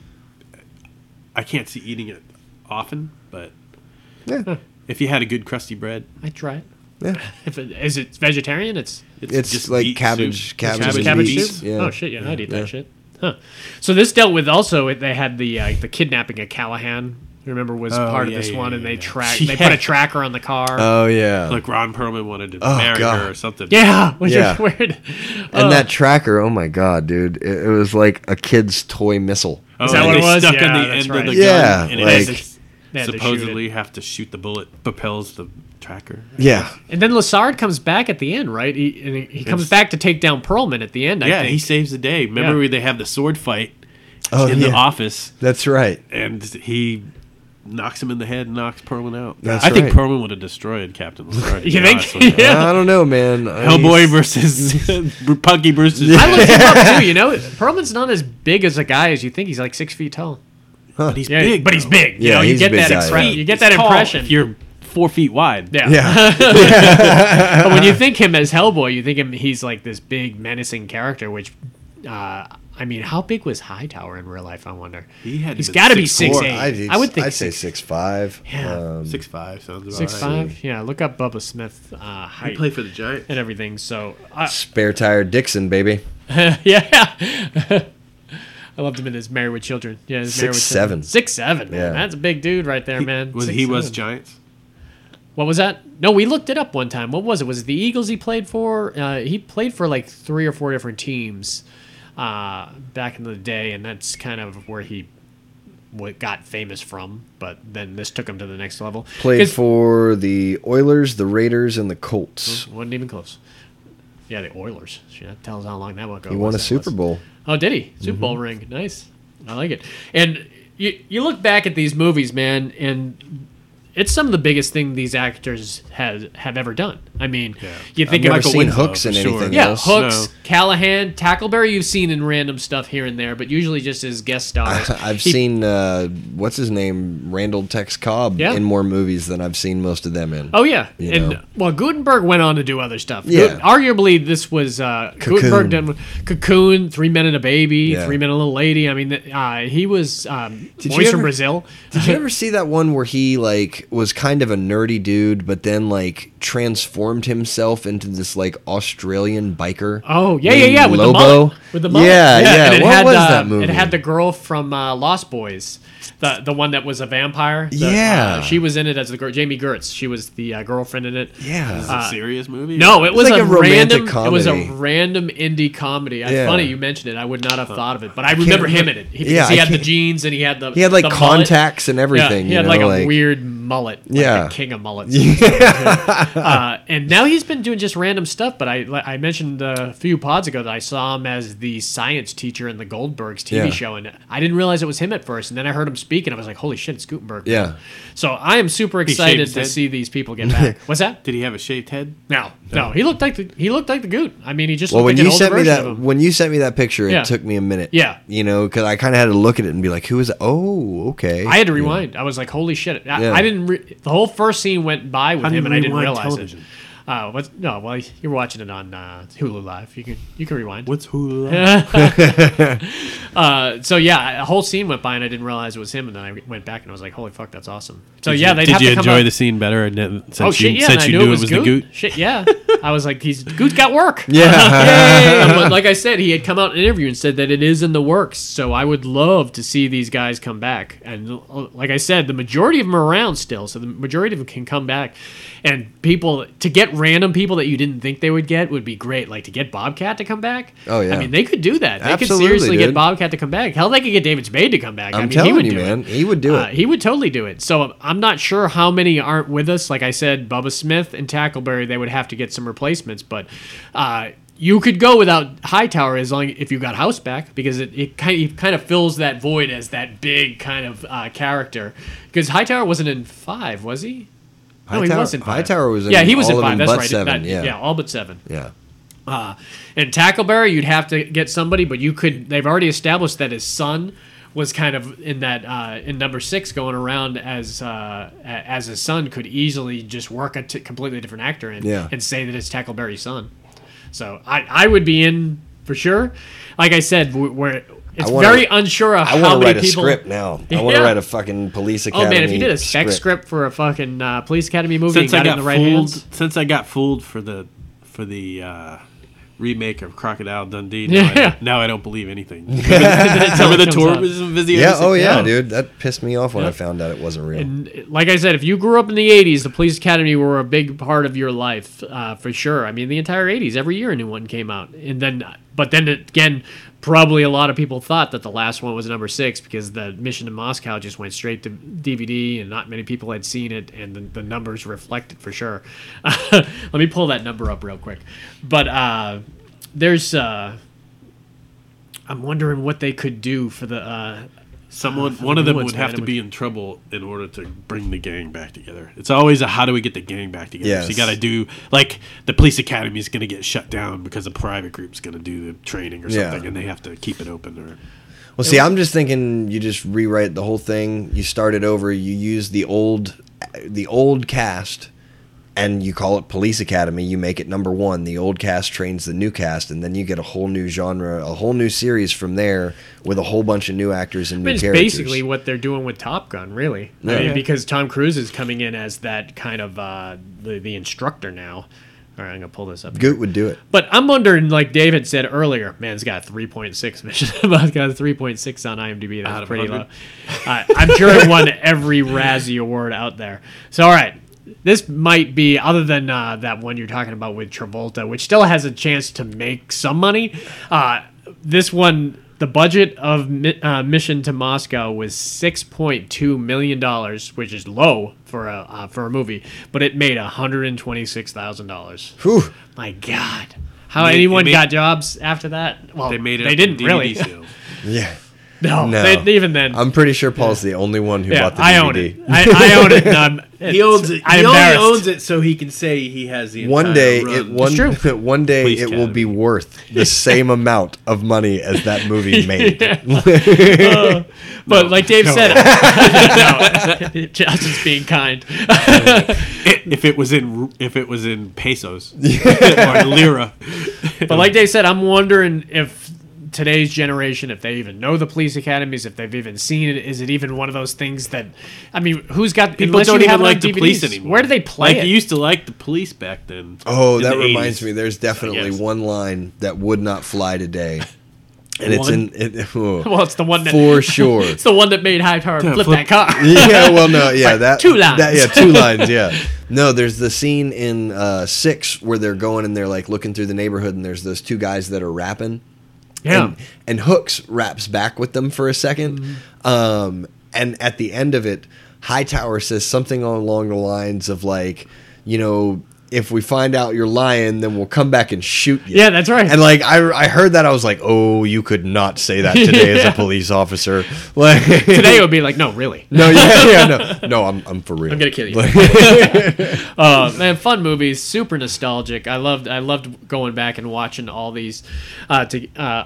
I can't see eating it often, but Yeah, if you had a good crusty bread, I try it. yeah. If it, is it vegetarian? It's It's like beet cabbage- soup. cabbage cabbage, and cabbage beets, soup. yeah. Oh shit! Yeah, I'd eat Yeah. that shit. Huh. So this dealt with also it- they had the uh, the kidnapping of Callahan. Remember was Oh, part yeah, of this yeah, one, yeah, and they yeah. track Yeah. they put a tracker on the car. Oh, yeah. Like Ron Perlman wanted to Oh, marry God. her or something. yeah, which Yeah. is weird. and Oh. that tracker, oh my god, dude! It, it was like a kid's toy missile. Oh, Is that and what they it was? Stuck in Yeah, the that's end right. of the Yeah, gun, like- and it They had to- they had to shoot it. supposedly have to shoot the bullet propels the tracker. Yeah, and then Lassard comes back at the end, right? He, and he- he comes Yes. back to take down Perlman at the end. I Yeah, think. he saves the day. Remember Yeah. where they have the sword fight Oh, in yeah. the office, that's right. and he knocks him in the head and knocks Perlman out. That's I think right. Perlman would have destroyed Captain Lazard. to You be think? honest with you. Yeah. I don't know, man. I- Hellboy versus Punky versus. I looked him up too. You know, Perlman's not as big as a guy as you think. He's like six feet tall. but he's Yeah, big, but he's though. big. You Yeah, know, you he's a get big that guy, impression. yeah. You get He's that tall impression. If you're four feet wide. Yeah. Yeah, but when you think him as Hellboy, you think him he's like this big menacing character. Which, uh, I mean, how big was Hightower in real life? I wonder. He had to he's been got to be six 6'4". eight. I'd- I would think I'd say six five. Yeah. um, Six five sounds about six right. five. Yeah, look up Bubba Smith uh, height He played for the Giants. and everything. So I, spare tire Dixon, baby. yeah. I loved him in his Married with Children. Yeah, his Married with Children. Six seven. Six seven. Man, Yeah. that's a big dude right there, man. Was Six he was seven. Giants? What was that? No, we looked it up one time. What was it? Was it the Eagles he played for? Uh, he played for like three or four different teams uh, back in the day, and that's kind of where he what got famous from. But then this took him to the next level. Played 'Cause- for the Oilers, the Raiders, and the Colts. wasn't even close. Yeah, the Oilers. Shit, that tells how long that ago. He won a was that Super was. Bowl. Oh, did he? Super Bowl Mm-hmm. ring. Nice. I like it. And you you look back at these movies, man, and it's some of the biggest thing these actors have have ever done. I mean, you I've think of never Michael seen Winslow. hooks in for sure. anything Yeah, else. Hooks, No. Callahan, Tackleberry, you've seen in random stuff here and there, but usually just as guest stars. I've He- seen uh, what's his name Randall Tex Cobb Yeah. in more movies than I've seen most of them in. Oh yeah, You and know. well, Gutenberg went on to do other stuff. Yeah. Gut- arguably this was uh, Gutenberg done Cocoon, Three Men and a Baby, Yeah. Three Men and a Little Lady. I mean, th- uh, he was um, Did boys you from ever- Brazil. Did you ever see that one where he like was kind of a nerdy dude, but then like transformed himself into this like Australian biker? Oh yeah, yeah, yeah, named with Lobo. the mullet, with the mullet. Yeah, yeah. And it What had, was uh, that movie? It had the girl from uh, Lost Boys, the the one that was a vampire. The, Yeah. uh, she was in it as the girl, Jamie Gertz. She was the uh, girlfriend in it. yeah. a serious movie? Uh, No, it was like a, a romantic random. It was comedy. a random indie comedy. I- Yeah. Funny you mentioned it. I would not have thought of it, but I remember him in it. He, Yeah, because he I had the can't- jeans and he had the he had like the mullet. contacts and everything. Yeah, he you had know, like a weird mullet. Like Yeah. the king of mullets. uh, and now he's been doing just random stuff. But I I mentioned a few pods ago that I saw him as the science teacher in the Goldbergs TV Yeah. show, and I didn't realize it was him at first. And then I heard him speak, and I was like, holy shit, it's Gutenberg. Yeah. So I am super shaved excited his to head? see these people get back. What's that? Did he have a shaved head? No, no, he looked like the he looked like the goot. I mean, he just Well, looked when like an older you sent me version of that him. when you sent me that picture, Yeah. it took me a minute. Yeah. you know, because I kind of had to look at it and be like, "Who is? That? Oh, okay." I had to rewind. I was like, "Holy shit!" I, Yeah. I didn't. Re- the whole first scene went by with How do him, you and I didn't rewind realize television? it. Uh, what's, no, well, you're watching it on uh, Hulu Live. You can you can rewind. What's who? Uh, so yeah, a whole scene went by, and I didn't realize it was him. And then I went back, and I was like, "Holy fuck, that's awesome!" So yeah, they did have you to come enjoy up- the scene better? And then, since Oh shit! you, Yeah, and since I you knew, it was the goot. Shit, yeah. I was like, "He's Goot got work." Yeah, And li- like I said, he had come out in an interview and said that it is in the works. So I would love to see these guys come back. And l- like I said, the majority of them are around still, so the majority of them can come back. And people to get random people that you didn't think they would get would be great. Like to get Bobcat to come back. Oh, yeah. I mean they could do that. They Absolutely, could seriously dude. get Bobcat to come back. Hell, they could get David Spade to come back. i mean, I'm telling he would you, do man, it. he would do Uh, it. he would totally do it. So I'm not sure how many aren't with us. Like I said, Bubba Smith and Tackleberry, they would have to get some replacements. But uh, you could go without Hightower as long if you got House back because it, it kind it kind of fills that void as that big kind of uh, character. Because Hightower wasn't in five, was he? No, he Hightower- was in five. Hightower was in yeah, he was all in of five. them That's but right. seven, That- yeah. yeah, all but seven. yeah. Uh, and Tackleberry, you'd have to get somebody, but you could. They've already established that his son was kind of in that uh, in number six, going around as uh, a- as his son could easily just work a t- completely different actor in Yeah. and say that it's Tackleberry's son. So I I would be in for sure. Like I said, w- we're it's wanna- very unsure of I how want to many write a people. script now. I want to Yeah. write a fucking police Oh academy. man, if you did a spec script, for a fucking uh, police academy movie, Since and I got it got in the right fooled, hands. since I got fooled for the for the uh, remake of Crocodile Dundee, now, I, Yeah. don't- now I don't believe anything. Some of the comes tourism videos. Yeah, oh yeah, dude. That pissed me off when I found out it wasn't real. And like I said, if you grew up in the 80s, the police academy were a big part of your life uh, for sure. I mean, the entire 80s, every year a new one came out. And then, but then again, probably a lot of people thought that the last one was number six because the Mission to Moscow just went straight to DVD and not many people had seen it. And the, the numbers reflect it for sure. Let me pull that number up real quick. But uh, there's, uh, I'm wondering what they could do for the. Uh, Someone, for one the of new them ones, would have man, to it be in trouble in order to bring the gang back together. It's always a how do we get the gang back together? So you Yes. got to do like the police academy is going to get shut down because a private group's going to do the training or Yeah. something, and they have to keep it open. Or Well, see, I'm just thinking you just rewrite the whole thing. You start it over. You use the old, the old cast, and you call it Police Academy. You make it number one. The old cast trains the new cast, and then you get a whole new genre, a whole new series from there with a whole bunch of new actors and new It's characters. basically what they're doing with Top Gun, really. Yeah. I mean, because Tom Cruise is coming in as that kind of uh, the the instructor now. All right, I'm gonna pull this up. here. Goot would do it. But I'm wondering, like David said earlier, man's got 3.6 mission. has got a 3.6 on IMDb. Out That's of pretty low. 100. Uh, I'm sure it won every Razzie award out there. So all right, this might be other than uh, that one you're talking about with Travolta, which still has a chance to make some money. Uh, this one. The budget of mi- uh, Mission to Moscow was 6.2 million dollars, which is low for a uh, for a movie, but it made 126,000 dollars. Whew. My God. How They- anyone they made- got jobs after that? Well, they made it. They up in didn't DVD really. sales. Yeah. No, No. they- even then, I'm pretty sure Paul's the only one who yeah, bought the DVD. I own it. I, I own it. And I'm, He owns it. I'm he only embarrassed. owns it so he can say he has the One entire day, run. it one true. one day Police it will Academy. be worth the same amount of money as that movie made. But like Dave said, I, no, I was just being kind. if it was in if it was in pesos or lira. But like Dave said, I'm wondering if today's generation, if they even know the police academies, if they've even seen it, is it even one of those things that, I mean, who's got People unless don't you even have it on like the police DVDs, anymore. Where do they play Like it? you used to like the police back then. Oh, in that the reminds 80s. me. There's definitely yes. one line that would not fly today, and it's One? in. It, oh, well, it's the one that for sure. it's the one that made High Power flip, flip- that car. yeah. Well, no. Yeah. Like that two lines. that- yeah, two lines. Yeah. No, there's the scene in uh, six where they're going and they're like looking through the neighborhood, and there's those two guys that are rapping. Yeah. And, and Hooks raps back with them for a 2nd Mm-hmm. Um, and at the end of it, Hightower says something along the lines of, like, you know, if we find out you're lying, then we'll come back and shoot you. Yeah, that's right. And like I, I heard that I was like, oh, you could not say that today as a Yeah. police officer. Like Today it would be like, no, really. no, yeah, yeah, no, no, I'm, I'm for real. I'm gonna kill you. uh, man, fun movies, super nostalgic. I loved, I loved going back and watching all these uh, to, uh,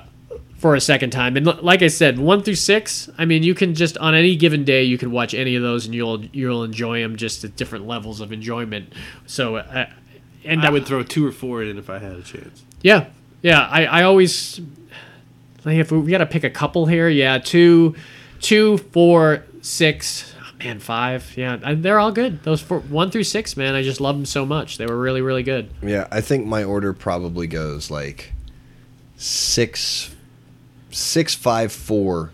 for a second time. And l- like I said, one through six. I mean, you can just on any given day you can watch any of those, and you'll you'll enjoy them just at different levels of enjoyment. So, uh, and I would throw two or four in if I had a chance. yeah, yeah. I, I always like if we, got to pick a couple here. Yeah, two, two, four, six. oh, Man, five. Yeah, and they're all good. Those four, one through six, man. I just love them so much. They were really, really good. Yeah, I think my order probably goes like six, six, five, four,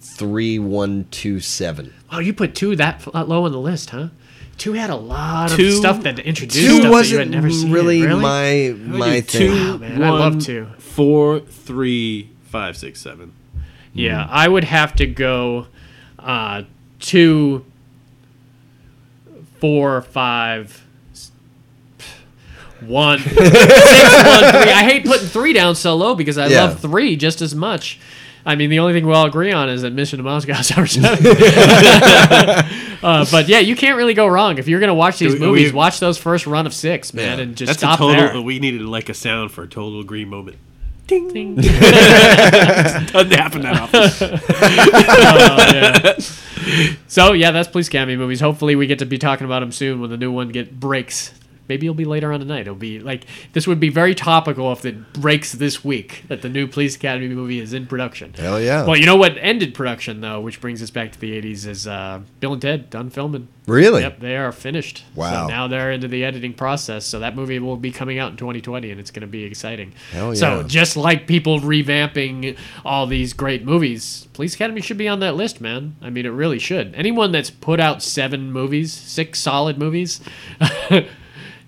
three, one, two, seven. Oh, you put two that f- low on the list, huh? Two had a lot of Two- stuff that introduced Two stuff that you had wasn't never seen. really, really? my my thing. Two, Ah, man, I love one, two. Four, three, five, six, seven. Mm. Yeah, I would have to go uh, two, four, five, s- one, six, one, three. I hate putting three down so low because I Yeah. love three just as much. I mean, the only thing we all agree on is that Mission to Moscow is our seven. uh, but yeah, you can't really go wrong if you're going to watch these we- movies. we- watch those first run of six, man, Yeah. and just That's stop a total. there. We needed like a sound for a total green moment. Ding. Doesn't happen that often. So yeah, that's Police Academy movies. Hopefully, we get to be talking about them soon when the new one get breaks. Maybe it'll be later on tonight. It'll be like this would be very topical if it breaks this week that the new Police Academy movie is in production. Hell yeah. Well, you know what ended production though, which brings us back to the '80s, is uh, Bill and Ted done filming. Really? Yep, they are finished. Wow. So now they're into the editing process. So that movie will be coming out in 2020, and it's going to be exciting. Hell yeah. So just like people revamping all these great movies, Police Academy should be on that list, man. I mean, it really should. Anyone that's put out seven movies, six solid movies,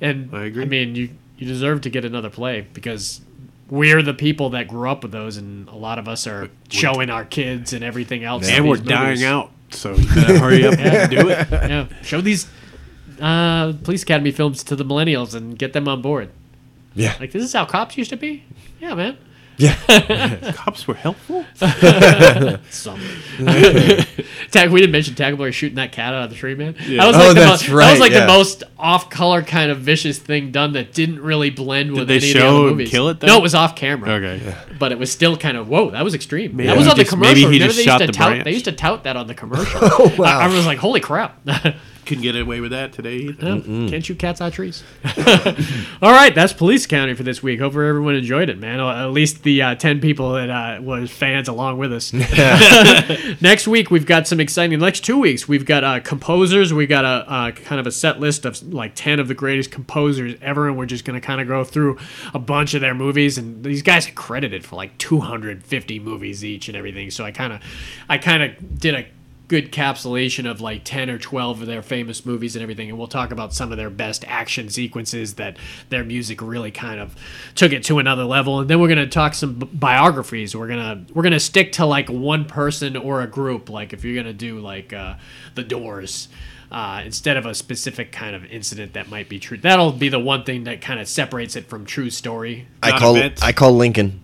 and I agree. I mean, you you deserve to get another play because. We're the people that grew up with those, and a lot of us are showing our kids and everything else. and we're these movies. dying out, so you better hurry up and do it. Yeah, show these uh, police academy films to the millennials and get them on board. Yeah. Like this is how cops used to be. Yeah, man. Cops were helpful. Some. Tag. We didn't mention Tackleberry shooting that cat out of the tree, man. That was Oh, like the mo- that's That was right, like yeah. the most off-color kind of vicious thing done that didn't really blend with they any show of the other and movies. kill it, though? No, it was off camera. Okay. But it was still kind of whoa. That was extreme. Maybe that was he on the just- commercial. maybe he Remember just they shot used to the tout. branch. They used to tout that on the commercial. oh, wow. I, I was like, holy crap. Couldn't get away with that today. either. No, oh, can't shoot cats out of trees. All right, that's Police County for this week. Hopefully everyone enjoyed it, man. Or At least the uh, ten people that uh, was fans along with us. next week we've got some exciting. Next two weeks we've got uh, composers. We got a uh, kind of a set list of like ten of the greatest composers ever, and we're just gonna kind of go through a bunch of their movies. And these guys are credited for like two hundred fifty movies each and everything. So I kind of, I kind of did a good capsulation of like 10 or 12 of their famous movies and everything and we'll talk about some of their best action sequences that their music really kind of took it to another level and then we're going to talk some b- biographies we're going to we're going to stick to like one person or a group like if you're going to do like uh, the doors uh, instead of a specific kind of incident that might be true that'll be the one thing that kind of separates it from true story I Not call events. I call Lincoln.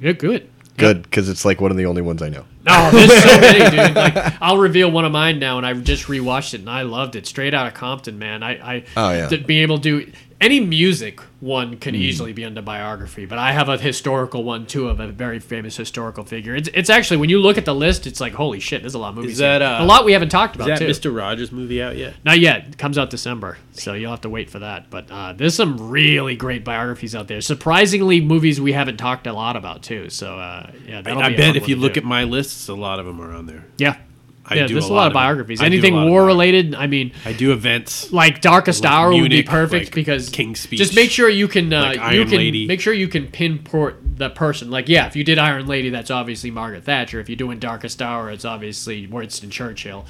you're good Good, because it's like one of the only ones I know. No, Oh, there's so many, dude. Like, I'll reveal one of mine now, and I just rewatched it, and I loved it. Straight out of Compton, man. I, I Oh, yeah. Mm. to be able to do any music one could easily be under biography, but I have a historical one too of a very famous historical figure. It's, it's actually when you look at the list, it's like holy shit, there's a lot of movies. Is that, here. uh, a lot we haven't talked about Is that too? Mr. Rogers movie out yet? Not yet. It comes out December, so you'll have to wait for that. But uh, there's some really great biographies out there. Surprisingly, movies we haven't talked a lot about too. So uh, yeah, that'll I be a bet fun if one you to look do. at my lists, a lot of them are on there. Yeah. I yeah, do there's a a lot lot of of biographies. them. I do a Anything lot of war related, I mean, I do events. like Darkest Like Hour would be Munich, perfect like because King's Speech, just make sure you can uh, like you Iron can Lady. make sure you can pinpoint the person. Like yeah, if you did Iron Lady, that's obviously Margaret Thatcher. If you're doing Darkest Hour, it's obviously Winston Churchill,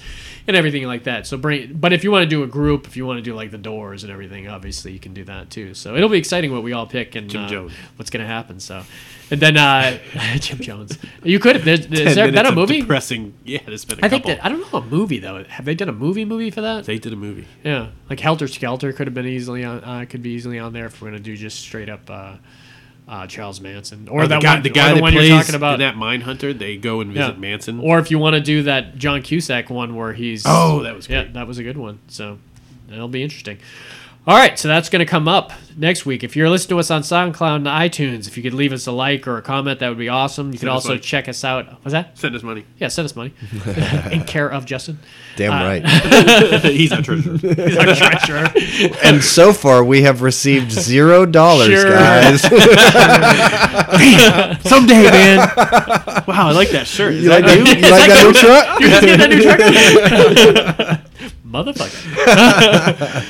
and everything like that. So bring. But if you want to do a group, if you want to do like the Doors and everything, obviously you can do that too. So it'll be exciting what we all pick and Jim uh, Jones. what's gonna happen. So. And then uh, Jim Jones, you could. There's, is there been minutes a of movie? Depressing. Yeah, there's been a I think couple. that I don't know a movie though. Have they done a movie movie for that? they did a movie. Yeah, like Helter Skelter could have been easily on, uh, could be easily on there if we're gonna do just straight up uh, uh, Charles Manson or, Or the that guy, one, the or guy the that one plays you're talking about. in that Mindhunter, they go and Yeah. visit Manson. Or if you want to do that John Cusack one where he's Oh, that was yeah, that was a good one. So that'll be interesting. All right, so that's going to come up next week. If you're listening to us on SoundCloud and iTunes, if you could leave us a like or a comment, that would be awesome. You can us also money. check us out. What's that? Send us money. Yeah, send us money in care of Justin. Damn Uh, right. He's our treasurer. and so far, we have received zero dollars, Sure. guys. Someday, man. wow, I like that shirt. Is you like, that- that, you like that new truck? You just get that new truck? Motherfucker.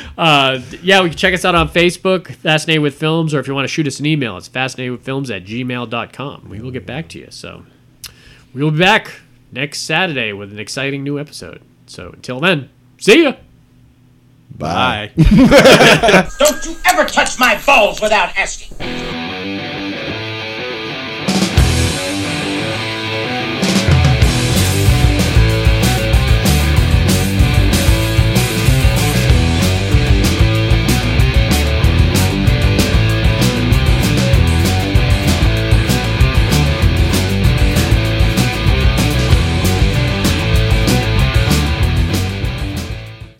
uh, yeah, we can check us out on Facebook, Fascinated with Films, or if you want to shoot us an email, it's fascinatedwithfilms at gmail.com. We will get back to you. So we will be back next Saturday with an exciting new episode. So until then, see ya. Bye. Bye. Don't you ever touch my balls without asking.